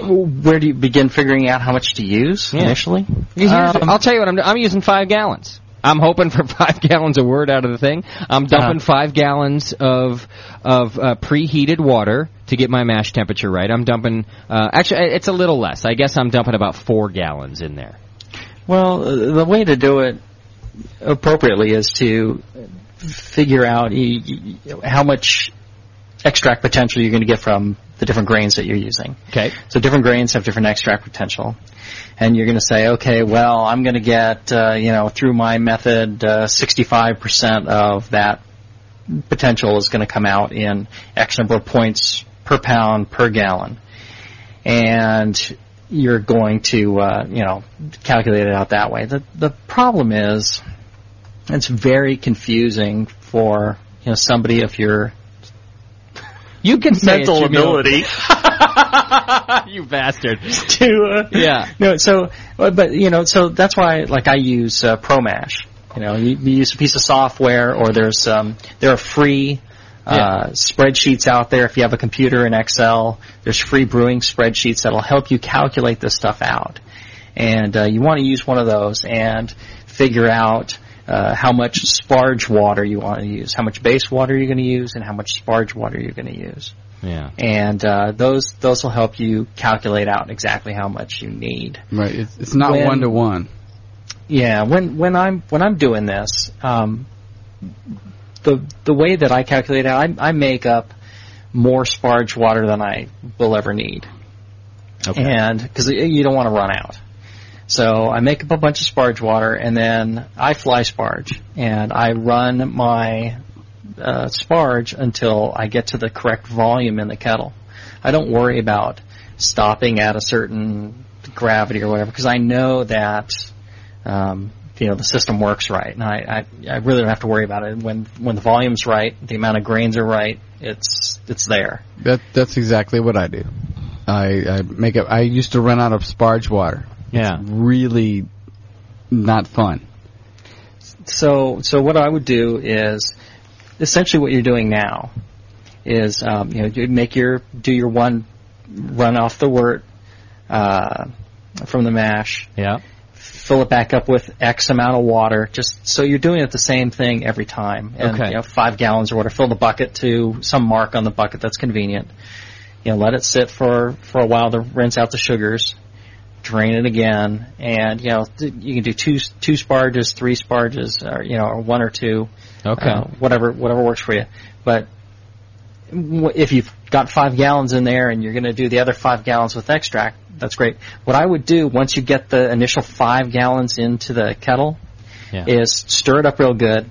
Q: Where do you begin figuring out how much to use
B: Yeah.
Q: initially?
B: Here's-
Q: Um,
B: I'll tell you what I'm doing. I'm using five gallons. I'm hoping for five gallons of word out of the thing. I'm
Q: Uh-huh.
B: dumping five gallons of of uh, preheated water to get my mash temperature right. I'm dumping. Uh, actually, I- it's a little less. I guess I'm dumping about four gallons in there.
Q: Well, uh, the way to do it appropriately is to figure out y- y- how much extract potential you're going to get from the different grains that you're using.
B: Okay.
Q: So different grains have different extract potential, and you're going to say, okay, well, I'm going to get, uh, you know, through my method, uh, 65% of that potential is going to come out in X number of points per pound per gallon, and you're going to uh, you know calculate it out that way. The the problem is it's very confusing for you know somebody of your
B: you can
Q: say it,
B: mental
Q: Jamil.
B: ability. you bastard.
Q: to uh,
B: yeah
Q: no so uh, but you know so that's why like I use uh, ProMash you know you, you use a piece of software or there's um, there are free uh, spreadsheets out there if you have a computer in Excel there's free brewing spreadsheets that'll help you calculate this stuff out and uh, you want to use one of those and figure out uh, how much sparge water you want to use, how much base water you're going to use, and how much sparge water you're going to use
B: Yeah.
Q: and uh, those those will help you calculate out exactly how much you need.
C: Right. It's, it's not
Q: When-
C: one to one.
Q: Yeah, when when I'm when I'm doing this, um, the the way that I calculate it, I, I make up more sparge water than I will ever need, okay. and because you don't want to run out. So I make up a bunch of sparge water, and then I fly sparge, and I run my uh, sparge until I get to the correct volume in the kettle. I don't worry about stopping at a certain gravity or whatever because I know that um, you know the system works right, and I, I I really don't have to worry about it. When when the volume's right, the amount of grains are right, it's it's there.
C: That that's exactly what I do. I, I make up. I used to run out of sparge water.
B: Yeah.
C: It's really not fun.
Q: so so what I would do is essentially what you're doing now is um, you know you'd make your do your one run off the wort uh, from the mash.
B: Yeah.
Q: Fill it back up with X amount of water, just so you're doing it the same thing every time. And,
B: Okay.
Q: You know, five gallons or water. Fill the bucket to some mark on the bucket that's convenient. You know, let it sit for for a while to rinse out the sugars drain it again, and you know th- you can do two two sparges, three sparges, or you know, or one or two.
B: Okay.
Q: uh, whatever whatever works for you. But w- if you've got five gallons in there and you're going to do the other five gallons with extract, that's great. What I would do once you get the initial five gallons into the kettle
B: Yeah.
Q: is stir it up real good,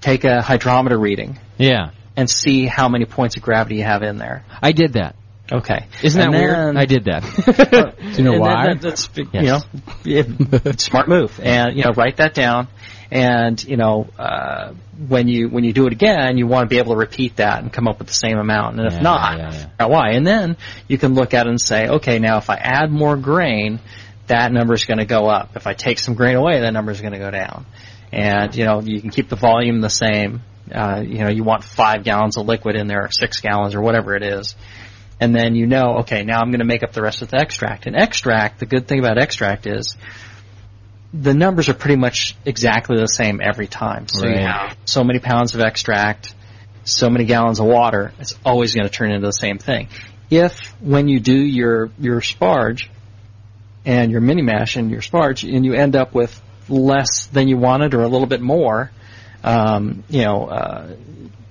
Q: take a hydrometer reading,
B: Yeah.
Q: and see how many points of gravity you have in there.
B: I did that.
Q: Okay.
B: Isn't
Q: And
B: that
Q: then-
B: weird? I did that.
Q: do
B: you know why?
Q: that's big-
B: Yes.
Q: you know, it- smart move, and you know, write that down. And you know, uh, when you when you do it again, you want to be able to repeat that and come up with the same amount. And if
B: Yeah,
Q: not,
B: yeah, yeah.
Q: figure out why? And then you can look at it and say, okay, now if I add more grain, that number is going to go up. If I take some grain away, that number is going to go down. And you know, you can keep the volume the same. Uh, you know, you want five gallons of liquid in there, or six gallons, or whatever it is and then you know, okay, now I'm going to make up the rest with the extract. And extract, the good thing about extract is the numbers are pretty much exactly the same every time. So you
B: Right.
Q: have so many pounds of extract, so many gallons of water, it's always going to turn into the same thing. If when you do your your sparge and your mini mash and your sparge, and you end up with less than you wanted or a little bit more, um, you know, uh,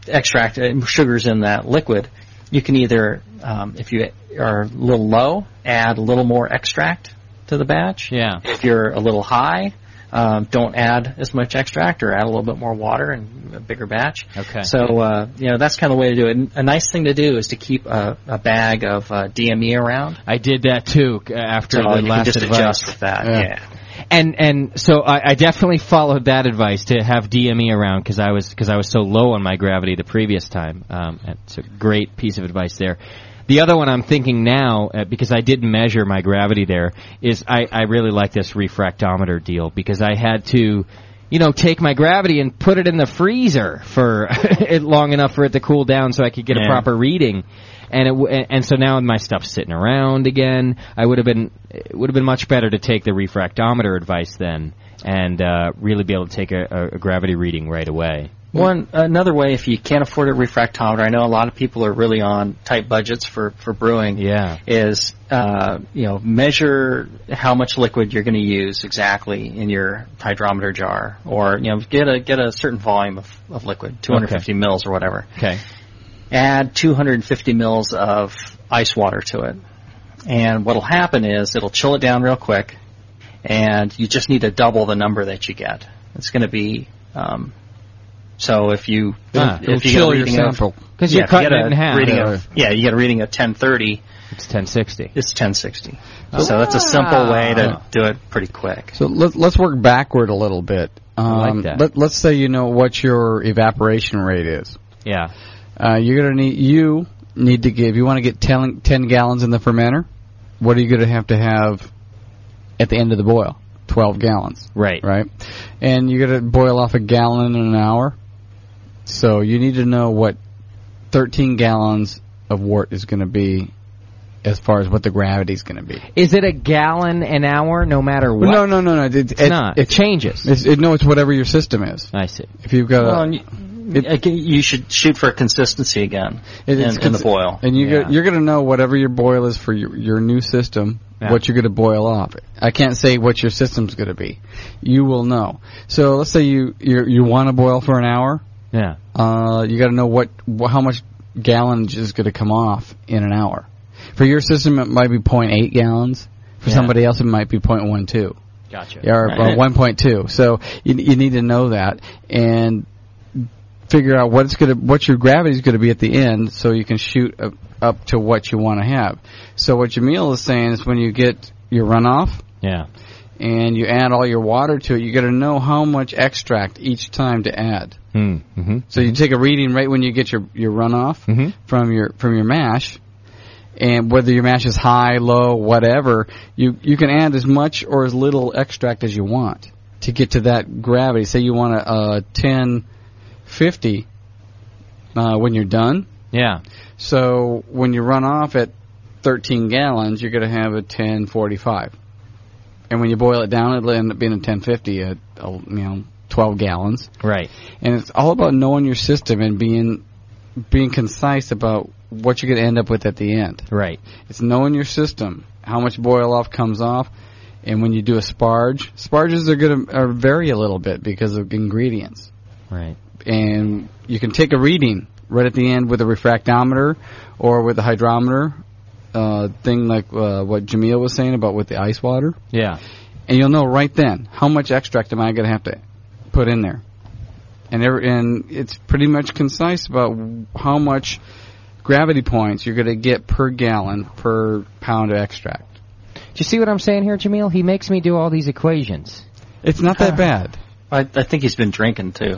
Q: extract uh, sugars in that liquid, you can either, um, if you are a little low, add a little more extract to the batch.
B: Yeah.
Q: If you're a little high, um, don't add as much extract or add a little bit more water and a bigger batch.
B: Okay.
Q: So, uh, you know, that's kind of the way to do it. And a nice thing to do is to keep a, a bag of uh, DME around.
B: I did that too uh, after
Q: so
B: the
Q: you can
B: last
Q: just
B: advice.
Q: adjust with that. yeah.
B: And and so I, I definitely followed that advice to have DME around because I was because I was so low on my gravity the previous time. Um, it's a great piece of advice there. The other one I'm thinking now uh, because I did measure my gravity there is I, I really like this refractometer deal because I had to. You know, take my gravity and put it in the freezer for it long enough for it to cool down, so I could get a
Q: Yeah.
B: proper reading. And it w- and- and so now my stuff's sitting around again. I would have been it would have been much better to take the refractometer advice then and uh, really be able to take a, a- a gravity reading right away.
Q: One another way, if you can't afford a refractometer, I know a lot of people are really on tight budgets for for brewing.
B: Yeah,
Q: is uh, you know measure how much liquid you're going to use exactly in your hydrometer jar, or you know get a get a certain volume of, of liquid, 250 mils or whatever.
B: Okay.
Q: Add 250 mils of ice water to it, and what'll happen is it'll chill it down real quick, and you just need to double the number that you get. It's going to be um, so if you
B: Ah, it'll
Q: if you
B: chill
Q: get a
B: your
Q: reading of-
B: sample. 'Cause
Q: yeah,
B: you're
Q: if you
B: cutting
Q: get a
B: it in half.
Q: reading of- yeah, you get a reading at 10:30.
B: It's Oh. 10:60.
Q: It's 10:60. So that's a simple way
B: Ah.
Q: to do it pretty quick.
C: So let, let's work backward a little bit. Um,
Q: like that.
C: Let, let's say you know what your evaporation rate is.
B: Yeah.
C: Uh, you're gonna need you need to give. You want to get 10, 10 gallons in the fermenter. What are you gonna have to have at the end of the boil? Twelve gallons.
B: Right.
C: Right. And you're gonna boil off a gallon in an hour. So you need to know what thirteen gallons of wort is gonna be, as far as what the gravity is gonna be.
B: Is it a gallon an hour, no matter what?
C: Well, No, no, no, no. It,
B: It's not. It changes.
C: It's, it, no, it's whatever your system is.
B: I see.
C: If you've got
Q: Well,
C: a,
Q: and you, again, you should shoot for consistency again
C: it-
Q: in,
C: it's
Q: in the
C: consi-
Q: boil.
C: and you go- you're going to know whatever your boil is for your, your new system,
Q: Yeah.
C: what you're going to boil off. I can't say what your system's going to be. You will know. So let's say you you, you want to boil for an hour.
B: Yeah.
C: Uh, you got to know what wh- how much gallonage is going to come off in an hour. For your system, it might be 0.8 gallons. For
B: Yeah.
C: somebody else, it might be 0.12.
B: Gotcha.
C: Yeah, or
B: Right.
C: uh, 1.2. So you, you need to know that and figure out what it's going to, what your gravity is going to be at the end, so you can shoot up, up to what you want to have. So what Jamil is saying is when you get your runoff,
B: Yeah.
C: and you add all your water to it, you got to know how much extract each time to add.
B: Mm, hmm
C: So you take a reading right when you get your your runoff
B: Mm-hmm.
C: from your from your mash, and whether your mash is high, low, whatever, you you can add as much or as little extract as you want to get to that gravity. Say you want a, a 10, 50 uh, when you're done.
B: Yeah.
C: So when you run off at 13 gallons, you're going to have a 1045. And when you boil it down, it'll end up being a 1050 at, uh, you know, 12 gallons.
B: Right.
C: And it's all about knowing your system and being being concise about what you're going to end up with at the end.
B: Right.
C: It's knowing your system, how much boil off comes off, and when you do a sparge, sparges are going to are vary a little bit because of ingredients
B: Right.
C: and you can take a reading right at the end with a refractometer or with a hydrometer uh, thing like uh, what Jamil was saying about with the ice water.
B: Yeah.
C: And you'll know right then how much extract am I going to have to put in there. And every, and it's pretty much concise about how much gravity points you're going to get per gallon per pound of extract.
B: Do you see what I'm saying here, Jamil? He makes me do all these equations. Ah.
C: It's not that bad.
Q: I, I think he's been drinking
B: No,
Q: too.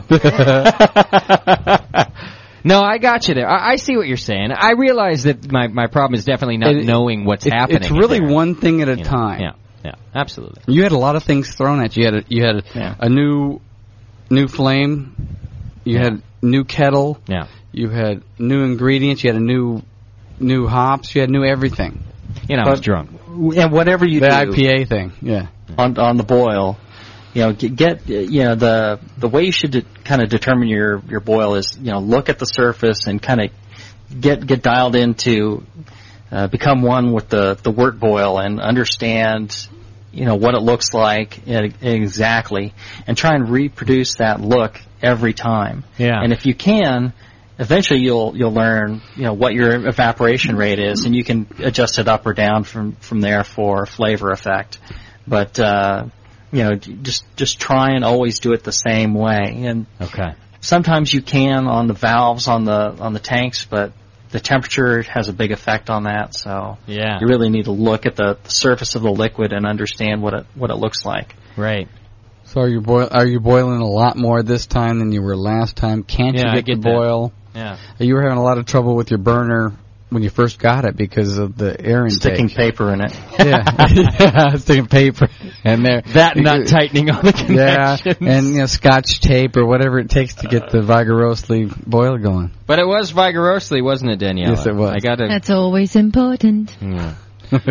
B: I got you there. I, I see what you're saying. I realize that my, my problem is definitely not
C: It-
B: knowing what's
C: it-
B: happening.
C: It's really
B: there.
C: one thing at a time.
B: Yeah, yeah, absolutely.
C: You had a lot of things thrown at you. You had a, you had a,
B: Yeah.
C: a new new flame. You had new kettle.
B: Yeah.
C: You had new ingredients. You had a new new hops. You had new everything.
B: You know, I was drunk.
Q: And whatever you
C: the
Q: do,
C: IPA thing. Yeah.
Q: on on the boil, you know, get, get uh, you know the the way you should de- kind of determine your your boil is you know look at the surface and kind of get get dialed into uh, become one with the the work boil and understand you know what it looks like e- exactly and try and reproduce that look every time.
B: Yeah.
Q: And if you can, eventually you'll you'll learn you know what your evaporation rate is, and you can adjust it up or down from from there for flavor effect. But uh, you know, j- just just try and always do it the same way. And
B: okay.
Q: sometimes you can on the valves on the on the tanks, but the temperature has a big effect on that. So
B: Yeah.
Q: you really need to look at the, the surface of the liquid and understand what it what it looks like.
B: Right.
C: So are you boil are you boiling a lot more this time than you were last time? Can't
Q: Yeah, I
C: you get,
Q: get
C: the
Q: that.
C: boil?
Q: Yeah.
C: You were having a lot of trouble with your burner when you first got it because of the air intake.
Q: Sticking paper in it.
C: yeah. yeah, sticking paper in there.
B: That nut tightening on the
C: Yeah,
B: connections. Uh,
C: and you know, scotch tape or whatever it takes to get the vigorously boil going.
B: But it was vigorously, wasn't it, Danielle?
C: Yes, it was.
B: I got to
D: That's always important.
B: Yeah.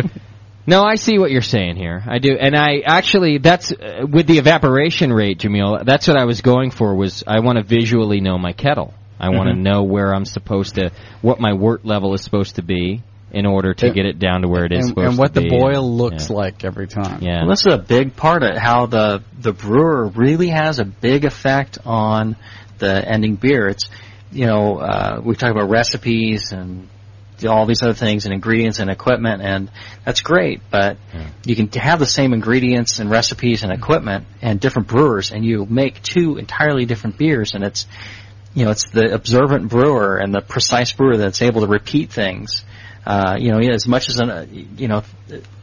B: no, I see what you're saying here. I do, and I actually that's uh, with the evaporation rate, Jamil. That's what I was going for. Was I want to visually know my kettle? I want to
C: Mm-hmm.
Q: Mhm.
B: know where I'm supposed to, what my wort level is supposed to be in order to
C: And-
B: get it down to where it is
C: And,
B: supposed
C: and what
B: to
C: the
B: be.
C: boil looks like every time.
B: Yeah.
Q: Well, this is a big part of how the the brewer really has a big effect on the ending beer. It's you know uh, we talk about recipes and all these other things and ingredients and equipment and that's great, but you can have the same ingredients and recipes and equipment and different brewers and you make two entirely different beers and it's you know, it's the observant brewer and the precise brewer that's able to repeat things. Uh, you know, as much as an, uh, you know,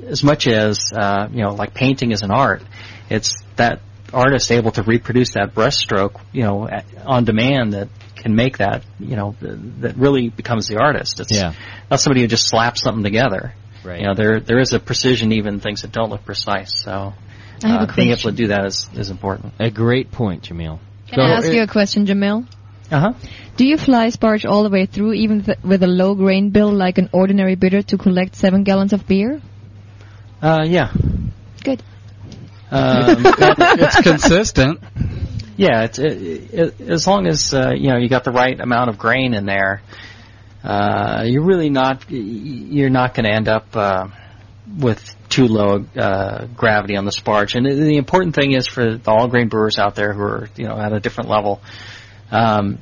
Q: as much as uh, you know, like painting is an art. It's that artist able to reproduce that breaststroke, you know, at- on demand that can make that, you know, th- that really becomes the artist. It's
B: Yeah.
Q: not somebody who just slaps something together.
B: Right.
Q: You know, there there is a precision even in things that don't look precise. So,
D: I have
Q: uh,
D: a
Q: being able to do that is is important.
B: A great point, Jamil.
D: Can I ask you a question, Jamil?
Q: Uh
B: Uh-huh.
Q: huh.
D: Do you fly sparge all the way through, even th- with a low grain bill like an ordinary bitter, to collect seven gallons of beer?
Q: Uh, yeah.
D: Good.
Q: Um,
C: it's consistent.
Q: Yeah, it's, it, it, as long as uh, you know you got the right amount of grain in there, uh, you're really not y- y- you're not going to end up uh, with too low uh, gravity on the sparge. And the important thing is for the all grain brewers out there who are you know at a different level, um,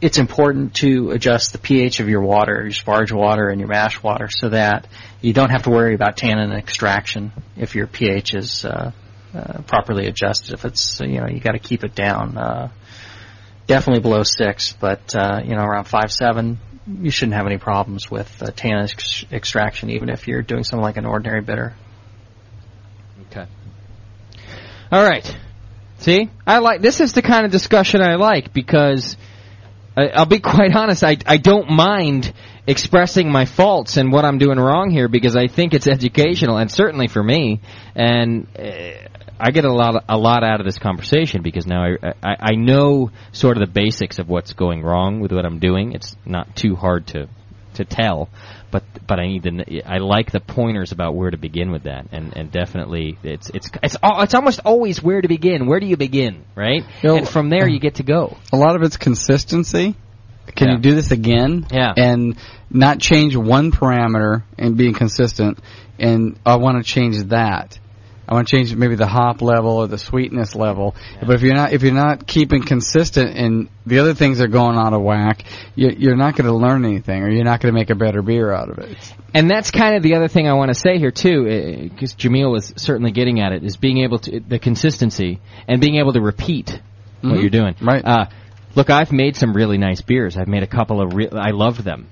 Q: it's important to adjust the pH of your water, your sparge water, and your mash water, so that you don't have to worry about tannin extraction if your pH is uh, uh, properly adjusted. If it's you know you got to keep it down, uh, definitely below six, but uh, you know around five seven, you shouldn't have any problems with uh, tannin ex- extraction, even if you're doing something like an ordinary bitter.
B: Okay. All right. See, I like this is the kind of discussion I like because I, I'll be quite honest. I I don't mind expressing my faults and what I'm doing wrong here because I think it's educational and certainly for me. And uh, I get a lot a lot out of this conversation because now I, I I know sort of the basics of what's going wrong with what I'm doing. It's not too hard to to tell, but but I need to. kn- I like the pointers about where to begin with that, and and definitely it's it's it's al- it's almost always where to begin. Where do you begin, right? and from there you get to go.
C: A lot of it's consistency. Can
B: Yeah.
C: you do this again?
B: Yeah.
C: And not change one parameter and being consistent. And I want to change that. I want to change maybe the hop level or the sweetness level. But if you're not if you're not keeping consistent and the other things are going out of whack, you, you're not going to learn anything or you're not going to make a better beer out of it.
B: And that's kind of the other thing I want to say here too, because Jamil was certainly getting at it, is being able to the consistency and being able to repeat what
C: Mhm.
B: you're doing. Right. Uh, look, I've made some really nice beers. I've made a couple of. Re- I loved them.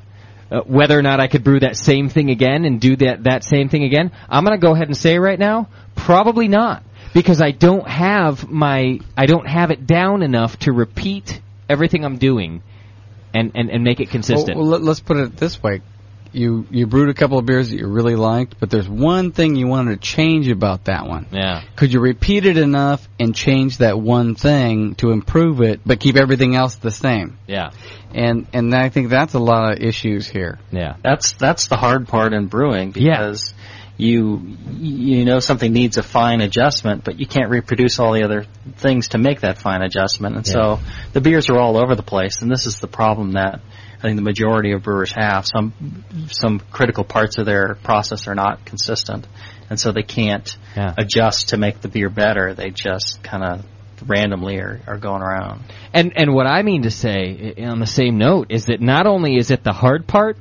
B: Uh, whether or not I could brew that same thing again and do that that same thing again, I'm going to go ahead and say right now, probably not, because I don't have my I don't have it down enough to repeat everything I'm doing, and and, and make it consistent.
C: Well, well, let- let's put it this way: you you brewed a couple of beers that you really liked, but there's one thing you wanted to change about that one.
B: Yeah.
C: Could you repeat it enough and change that one thing to improve it, but keep everything else the same?
B: Yeah.
C: And and I think that's a lot of issues here.
B: Yeah.
Q: That's that's the hard part in brewing because you you know something needs a fine adjustment, but you can't reproduce all the other things to make that fine adjustment. And so the beers are all over the place, and this is the problem that I think the majority of brewers have. Some some critical parts of their process are not consistent, and so they can't
B: Yeah.
Q: adjust to make the beer better. They just kind of randomly are, are going around.
B: And and what I mean to say i- on the same note is that not only is it the hard part,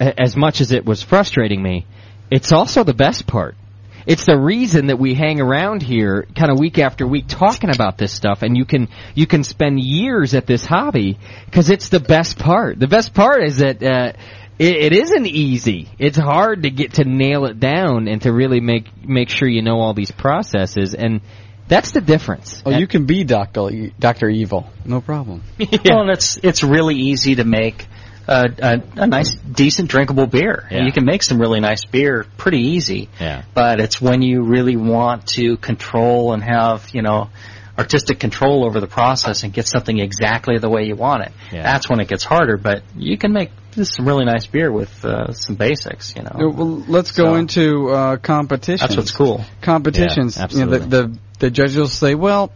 B: a- as much as it was frustrating me, it's also the best part. It's the reason that we hang around here kind of week after week talking about this stuff and you can you can spend years at this hobby cuz it's the best part. The best part is that uh it, it isn't easy. It's hard to get to nail it down and to really make make sure you know all these processes and that's the difference.
C: Oh, you can be Doctor E, Doctor Evil, no problem.
Q: Well, and it's it's really easy to make a, a, a nice, decent, drinkable beer. And
B: Yeah.
Q: You can make some really nice beer pretty easy.
B: Yeah.
Q: But it's when you really want to control and have you know artistic control over the process and get something exactly the way you want it.
C: Yeah.
Q: That's when it gets harder. But you can make some really nice beer with uh, some basics. You know.
C: Uh, well, let's go into uh, competitions.
Q: That's what's cool.
C: Competitions.
Q: Yeah,
C: You know, the, the the judges will say, well,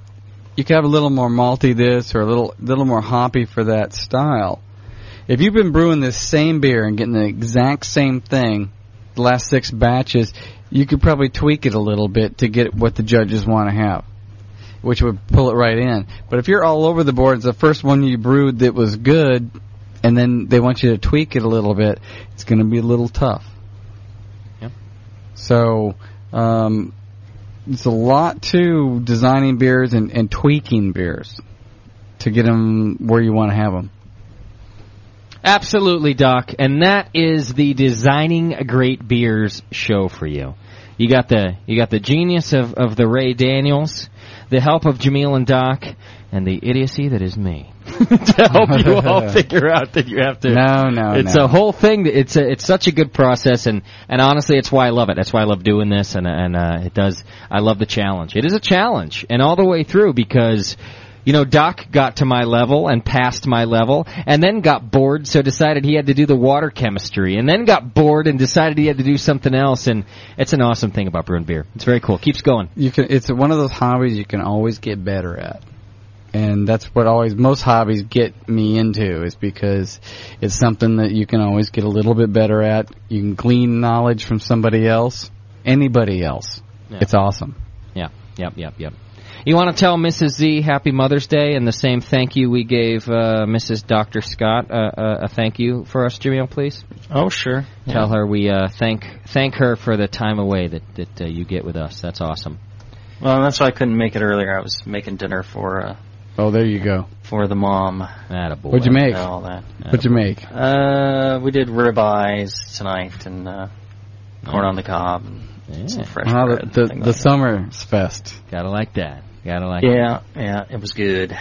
C: you could have a little more malty this or a little little more hoppy for that style. If you've been brewing this same beer and getting the exact same thing the last six batches, you could probably tweak it a little bit to get what the judges want to have, which would pull it right in. But if you're all over the board, it's the first one you brewed that was good, and then they want you to tweak it a little bit, it's going to be a little tough. So um, it's a lot to designing beers and, and tweaking beers to get them where you want to have them.
B: Absolutely, Doc. And that is the Designing Great Beers show for you. You got the you got the genius of, of the Ray Daniels, the help of Jameel and Doc, and the idiocy that is me. to help you all figure out that you have to
C: No, no,
B: It's
C: no.
B: a whole thing. that- It's a, it's such a good process, and, and honestly, it's why I love it. That's why I love doing this, and and uh, it does. I love the challenge. It is a challenge, and all the way through because. You know, Doc got to my level and passed my level, and then got bored, so decided he had to do the water chemistry, and then got bored and decided he had to do something else. And it's an awesome thing about brewing beer. It's very cool. Keeps going.
C: You can. It's one of those hobbies you can always get better at, and that's what always most hobbies get me into is because it's something that you can always get a little bit better at. You can glean knowledge from somebody else, anybody else.
B: Yeah.
C: It's awesome.
B: Yeah. Yep. Yep. Yep. You want to tell Mrs. Z Happy Mother's Day and the same thank you we gave uh, Mrs. Dr. Scott uh, uh, a thank you for us, Jamil, please.
Q: Oh, sure.
B: Tell
Q: Yeah.
B: her we uh, thank thank her for the time away that that uh, you get with us. That's awesome.
Q: Well, that's why I couldn't make it earlier. I was making dinner for uh,
C: Oh, there you go.
Q: for the mom.
B: Attaboy.
C: What'd you make?
Q: All that.
C: What'd you make?
Q: Uh, we did ribeyes tonight and uh, corn on the cob and some fresh
C: Ah,
Q: bread.
C: the the, the summer's fest.
B: Gotta like that. Gotta like.
Q: yeah, yeah, it was good.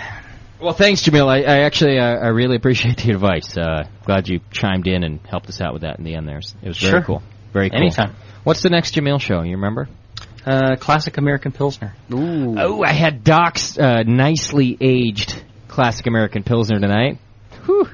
B: Well, thanks, Jamil. I, I actually uh, I really appreciate the advice. Uh, glad you chimed in and helped us out with that in the end. There, it was very
Q: Sure.
B: cool. Very cool.
Q: Anytime.
B: What's the next Jamil show? You remember?
Q: Uh, classic American Pilsner.
C: Ooh.
B: Oh, I had Doc's uh, nicely aged classic American Pilsner tonight. Whew.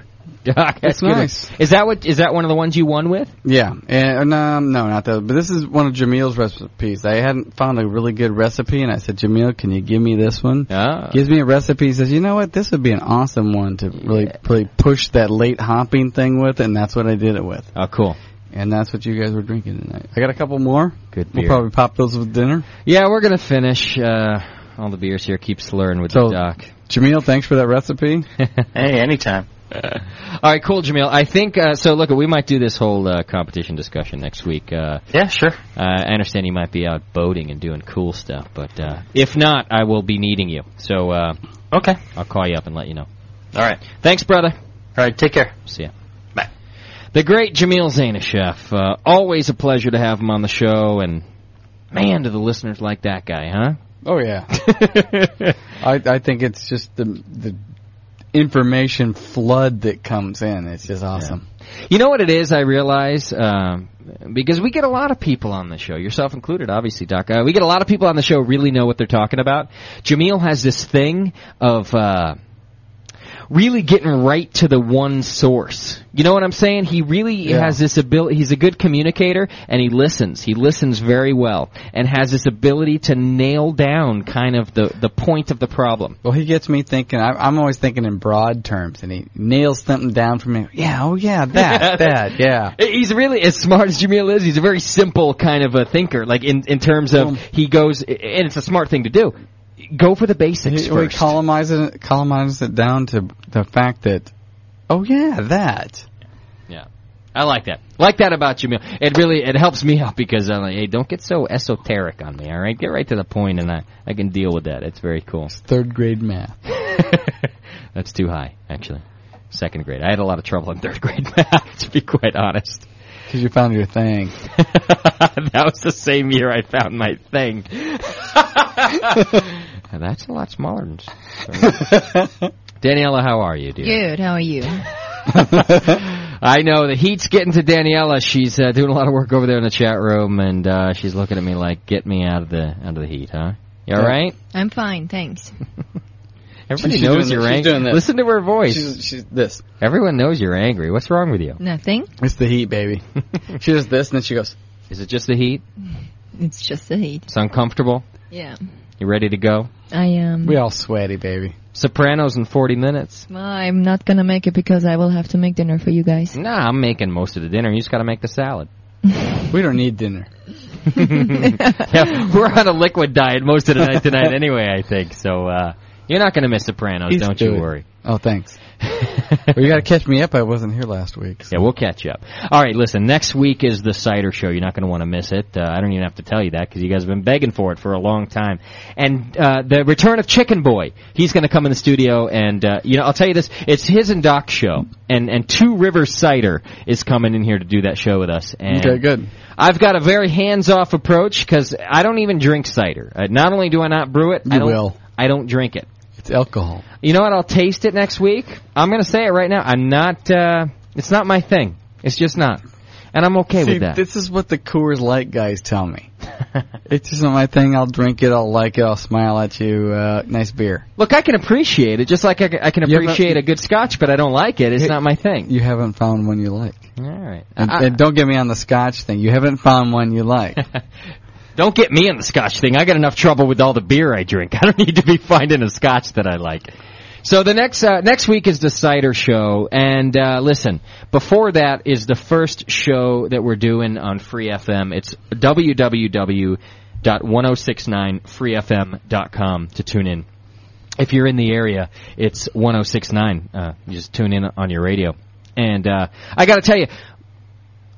B: Doc, that's
C: That's
B: good.
C: nice.
B: Is that what? Is that one of the ones you won with?
C: Yeah, and um, no, not that. But this is one of Jamil's recipes. I hadn't found a really good recipe, and I said, Jamil, can you give me this one?
B: Ah.
C: Gives me a recipe. Says, you know what? This would be an awesome one to really, really push that late hopping thing with, and that's what I did it with.
B: Oh, cool.
C: And that's what you guys were drinking tonight. I got a couple more.
B: Good
C: We'll
B: beer.
C: probably pop those with dinner.
B: Yeah, we're gonna finish uh, all the beers here. Keep slurring with
C: So-
B: the Doc.
C: Jamil, thanks for that recipe.
Q: Hey, anytime.
B: Uh, All right, cool, Jamil. I think uh, so. Look, we might do this whole uh, competition discussion next week. Uh,
Q: yeah, sure.
B: Uh, I understand you might be out boating and doing cool stuff, but uh, if not, I will be needing you. So uh,
Q: okay,
B: I'll call you up and let you know.
Q: All right.
B: Thanks, brother.
Q: All right, take care.
B: See ya.
Q: Bye.
B: The great Jamil Zainashev. Uh, always a pleasure to have him on the show, and man, do the listeners like that guy, huh?
C: Oh yeah. I I think it's just the the information flood that comes in. It's just awesome.
B: You know what it is? I realize um, because we get a lot of people on the show, yourself included, obviously, Doc. Uh, we get a lot of people on the show who really know what they're talking about. Jameel has this thing of. Uh, really getting right to the one source. You know what I'm saying? He really has this ability. He's a good communicator and he listens. He listens very well and has this ability to nail down kind of the the point of the problem.
C: Well, he gets me thinking. I, I'm always thinking in broad terms, and he nails something down for me. Yeah, oh yeah, that, that, yeah.
B: He's really as smart as Jamil is. He's a very simple kind of a thinker. Like in in terms of he goes, and it's a smart thing to do. Go for the basics
C: He-
B: first.
C: We colonize it, colonize it down to the fact that, oh yeah, that.
B: Yeah. I like that. Like that about you, Mil. It really it helps me out because I'm like, hey, don't get so esoteric on me. All right, get right to the point, and I I can deal with that. It's very cool.
C: Third grade math.
B: That's too high, actually. Second grade. I had a lot of trouble in third grade math, to be quite honest.
C: Because you found your thing.
B: that was the same year I found my thing. And that's a lot smaller than Daniela, how are you, dear?
D: Good. How are you?
B: I know the heat's getting to Daniela. She's uh, doing a lot of work over there in the chat room, and uh, she's looking at me like, "Get me out of the out of the heat, huh? You all
C: Yeah.
B: right?
R: I'm fine, thanks.
B: Everybody
C: She's
B: knows
C: doing
B: you're
C: this. She's
B: angry.
C: doing this.
B: Listen to her voice.
C: She's- she's this.
B: Everyone knows you're angry. What's wrong with you?
R: Nothing.
C: It's the heat, baby. she does this, and then she goes.
B: Is it just the heat?
R: It's just the heat.
B: It's uncomfortable.
R: Yeah.
B: You ready to go?
R: I um, am.
C: We all sweaty, baby.
B: Sopranos in 40 minutes.
R: Well, I'm not gonna make it because I will have to make dinner for you guys.
B: Nah, I'm making most of the dinner. You just got to make the salad.
C: we don't need dinner.
B: yeah, we're on a liquid diet most of the night tonight anyway, I think. So uh, you're not going to miss Sopranos,
C: He's
B: don't you
C: good.
B: worry.
C: Oh, thanks. well, you got to catch me up. I wasn't here last week.
B: Yeah, we'll catch up. All right, listen. Next week is the cider show. You're not going to want to miss it. Uh, I don't even have to tell you that because you guys have been begging for it for a long time. And uh, the return of Chicken Boy. He's going to come in the studio, and uh, you know, I'll tell you this: it's his and Doc's show, and and Two Rivers Cider is coming in here to do that show with us. And
C: Okay, good.
B: I've got a very hands-off approach because I don't even drink cider. Uh, not only do I not brew it, I
C: You
B: don't,
C: will.
B: I don't drink it.
C: It's alcohol.
B: You know what? I'll taste it next week. I'm going to say it right now. I'm not. Uh, it's not my thing. It's just not, and I'm okay
C: See,
B: with that.
C: This is what the Coors Light guys tell me. it's just not my thing. I'll drink it. I'll like it. I'll smile at you. Uh, nice beer.
B: Look, I can appreciate it just like I, ca- I can
C: You haven't-
B: appreciate a good Scotch, but I don't like it. It's
C: Hey,
B: not my thing.
C: You haven't found one you like.
B: All right.
C: And,
B: I-
C: and don't get me on the Scotch thing. You haven't found one you like.
B: Don't get me in the Scotch thing. I got enough trouble with all the beer I drink. I don't need to be finding a Scotch that I like. So the next uh, next week is the cider show, and uh, listen. Before that is the first show that we're doing on Free FM. It's www.1069freefm.com to tune in. If you're in the area, it's 1069. Uh, you just tune in on your radio. And uh, I got to tell you,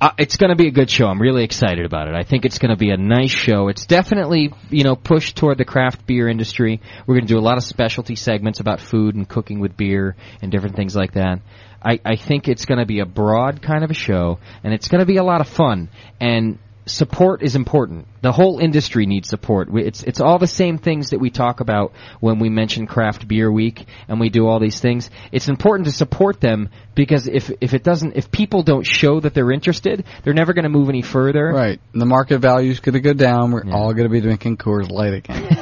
B: uh, it's going to be a good show. I'm really excited about it. I think it's going to be a nice show. It's definitely, you know, pushed toward the craft beer industry. We're going to do a lot of specialty segments about food and cooking with beer and different things like that. I, I think it's going to be a broad kind of a show, and it's going to be a lot of fun. And support is important. The whole industry needs support. We- It's it's all the same things that we talk about when we mention craft beer week and we do all these things. It's important to support them because if if it doesn't if people don't show that they're interested, they're never going to move any further.
C: Right. The market value's going to go down. We're all going to be drinking Coors Light again.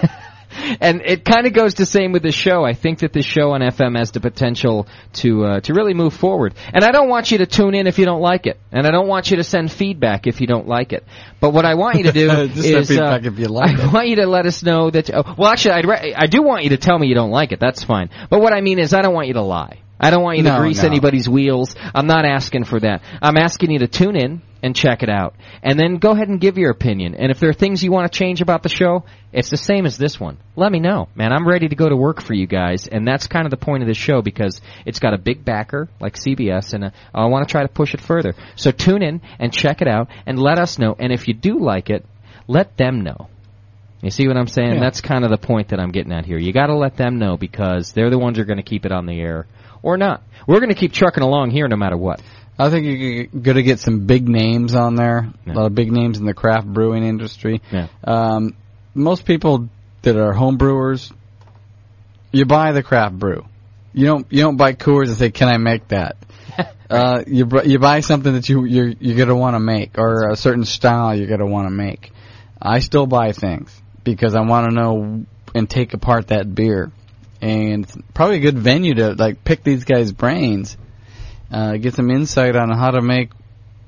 B: and it kind of goes the same with this show. I think that this show on FM has the potential to uh, to really move forward. And I don't want you to tune in if you don't like it, and I don't want you to send feedback if you don't like it. But what I want you to do
C: Just send
B: is uh,
C: feedback if you like
B: I want you to let us know that. oh, well, actually, I'd re- I do want you to tell me you don't like it. That's fine. But what I mean is, I don't want you to lie. I don't want you to
C: No,
B: grease
C: no.
B: anybody's wheels. I'm not asking for that. I'm asking you to tune in and check it out. And then go ahead and give your opinion. And if there are things you want to change about the show, it's the same as this one. Let me know. Man, I'm ready to go to work for you guys. And that's kind of the point of this show because it's got a big backer like CBS and uh, I want to try to push it further. So tune in and check it out and let us know. And if you do like it, let them know. You see what I'm saying?
C: Yeah.
B: That's kind of the point that I'm getting at here. You got to let them know because they're the ones who are going to keep it on the air or not. We're going to keep trucking along here no matter what.
C: I think you're going to get some big names on there. A lot of big names in the craft brewing industry.
B: Yeah.
C: Um, most people that are home brewers, you buy the craft brew. You don't you don't buy Coors and say, "Can I make that?" uh, you br- you buy something that you you're, you're going to want to make or a certain style you're going to want to make. I still buy things because I want to know and take apart that beer and it's probably a good venue to like pick these guys' brains, uh, get some insight on how to make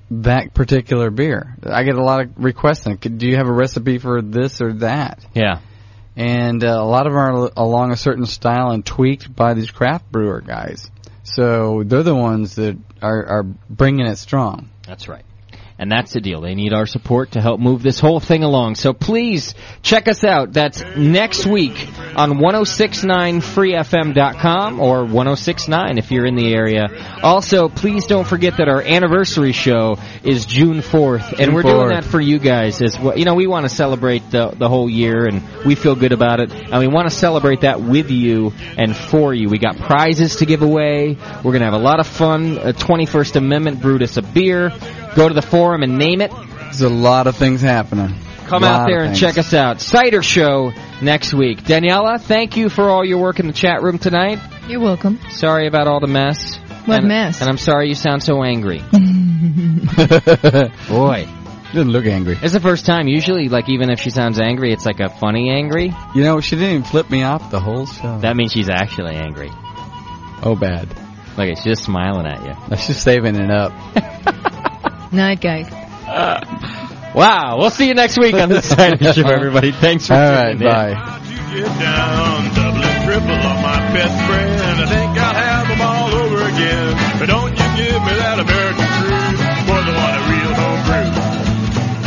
C: that particular beer. I get a lot of requests. Like, "Could- do you have a recipe for this or that?
B: Yeah.
C: and uh, a lot of them are along a certain style and tweaked by these craft brewer guys. So they're the ones that are, are bringing it strong.
B: That's right. And that's the deal. They need our support to help move this whole thing along. So please check us out. That's next week on 1069freefm.com or 1069 if you're in the area. Also, please don't forget that our anniversary show is June 4th. and
Q: June
B: we're doing
Q: 4th.
B: that for you guys as well. You know, we want to celebrate the, the whole year and we feel good about it. And we want to celebrate that with you and for you. We got prizes to give away. We're going to have a lot of fun. A 21st Amendment brewed us a beer. Go to the forum and name it.
C: There's a lot of things happening.
B: Come
C: Lot
B: out there
C: of
B: and
C: things.
B: check us out. Cider Show next week. Daniela, thank you for all your work in the chat room tonight.
D: You're welcome.
B: Sorry about all the mess.
D: What
B: And-
D: mess?
B: And I'm sorry you sound so angry. Boy.
C: Didn't look angry.
B: It's the first time. Usually, like, even if she sounds angry, it's like a funny angry.
C: You know, she didn't even flip me off the whole show.
B: That means she's actually angry.
C: Oh, bad.
B: Look, she's just smiling at you.
C: That's just saving it up.
D: Night, guys.
B: Wow. We'll see you next week on the Cider Show, everybody. Thanks for
C: All right,
B: tuning in.
C: bye.
E: get down. Double and triple on my best friend. I think I'll have them all over again. But don't you give me that American crew. Boys, I want a real homebrew.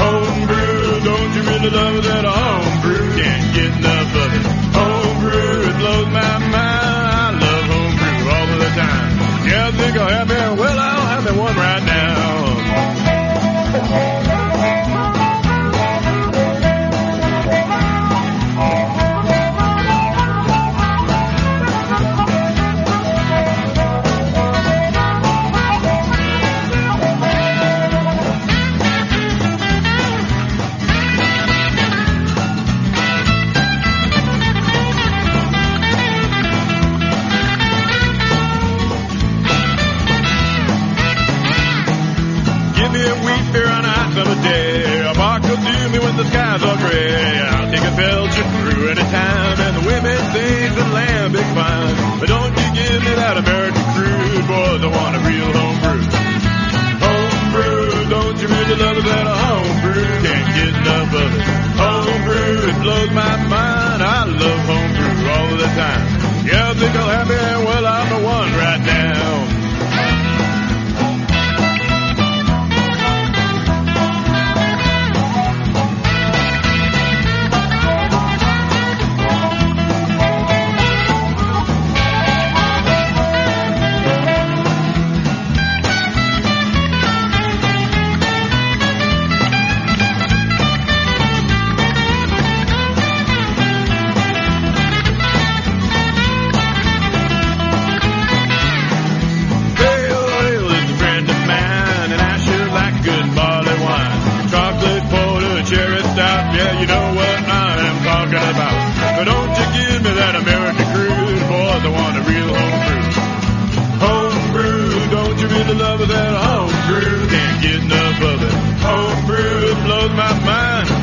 E: Homebrew, don't you really love that homebrew? Can't get enough of it. Homebrew, it blows my mind. I love homebrew all of the time. Yeah, I think I'll have that. Well, I'll have that one right now. Give me a wheat beer on a hot summer day. A bark will do me when the skies are gray. I'll take a Belgian brew any time, and the women sing the lambic fine. But don't you give me that American crude, boys. I want a real home brew. Home brew, don't you really love that home brew? Can't get enough of it. Home brew, it blows my mind. I love home brew all the time. Yeah, I think I'll have it. Well, I'm the one right now. Pale ale is a friend of mine, and I sure like good barley wine. Chocolate porter, cherry stout, yeah, you know what I'm talking about. But don't you give me that American crude, boys, I want a real home brew. Home brew, don't you really love that home brew? Can't get enough of it. Home brew, it blows my mind.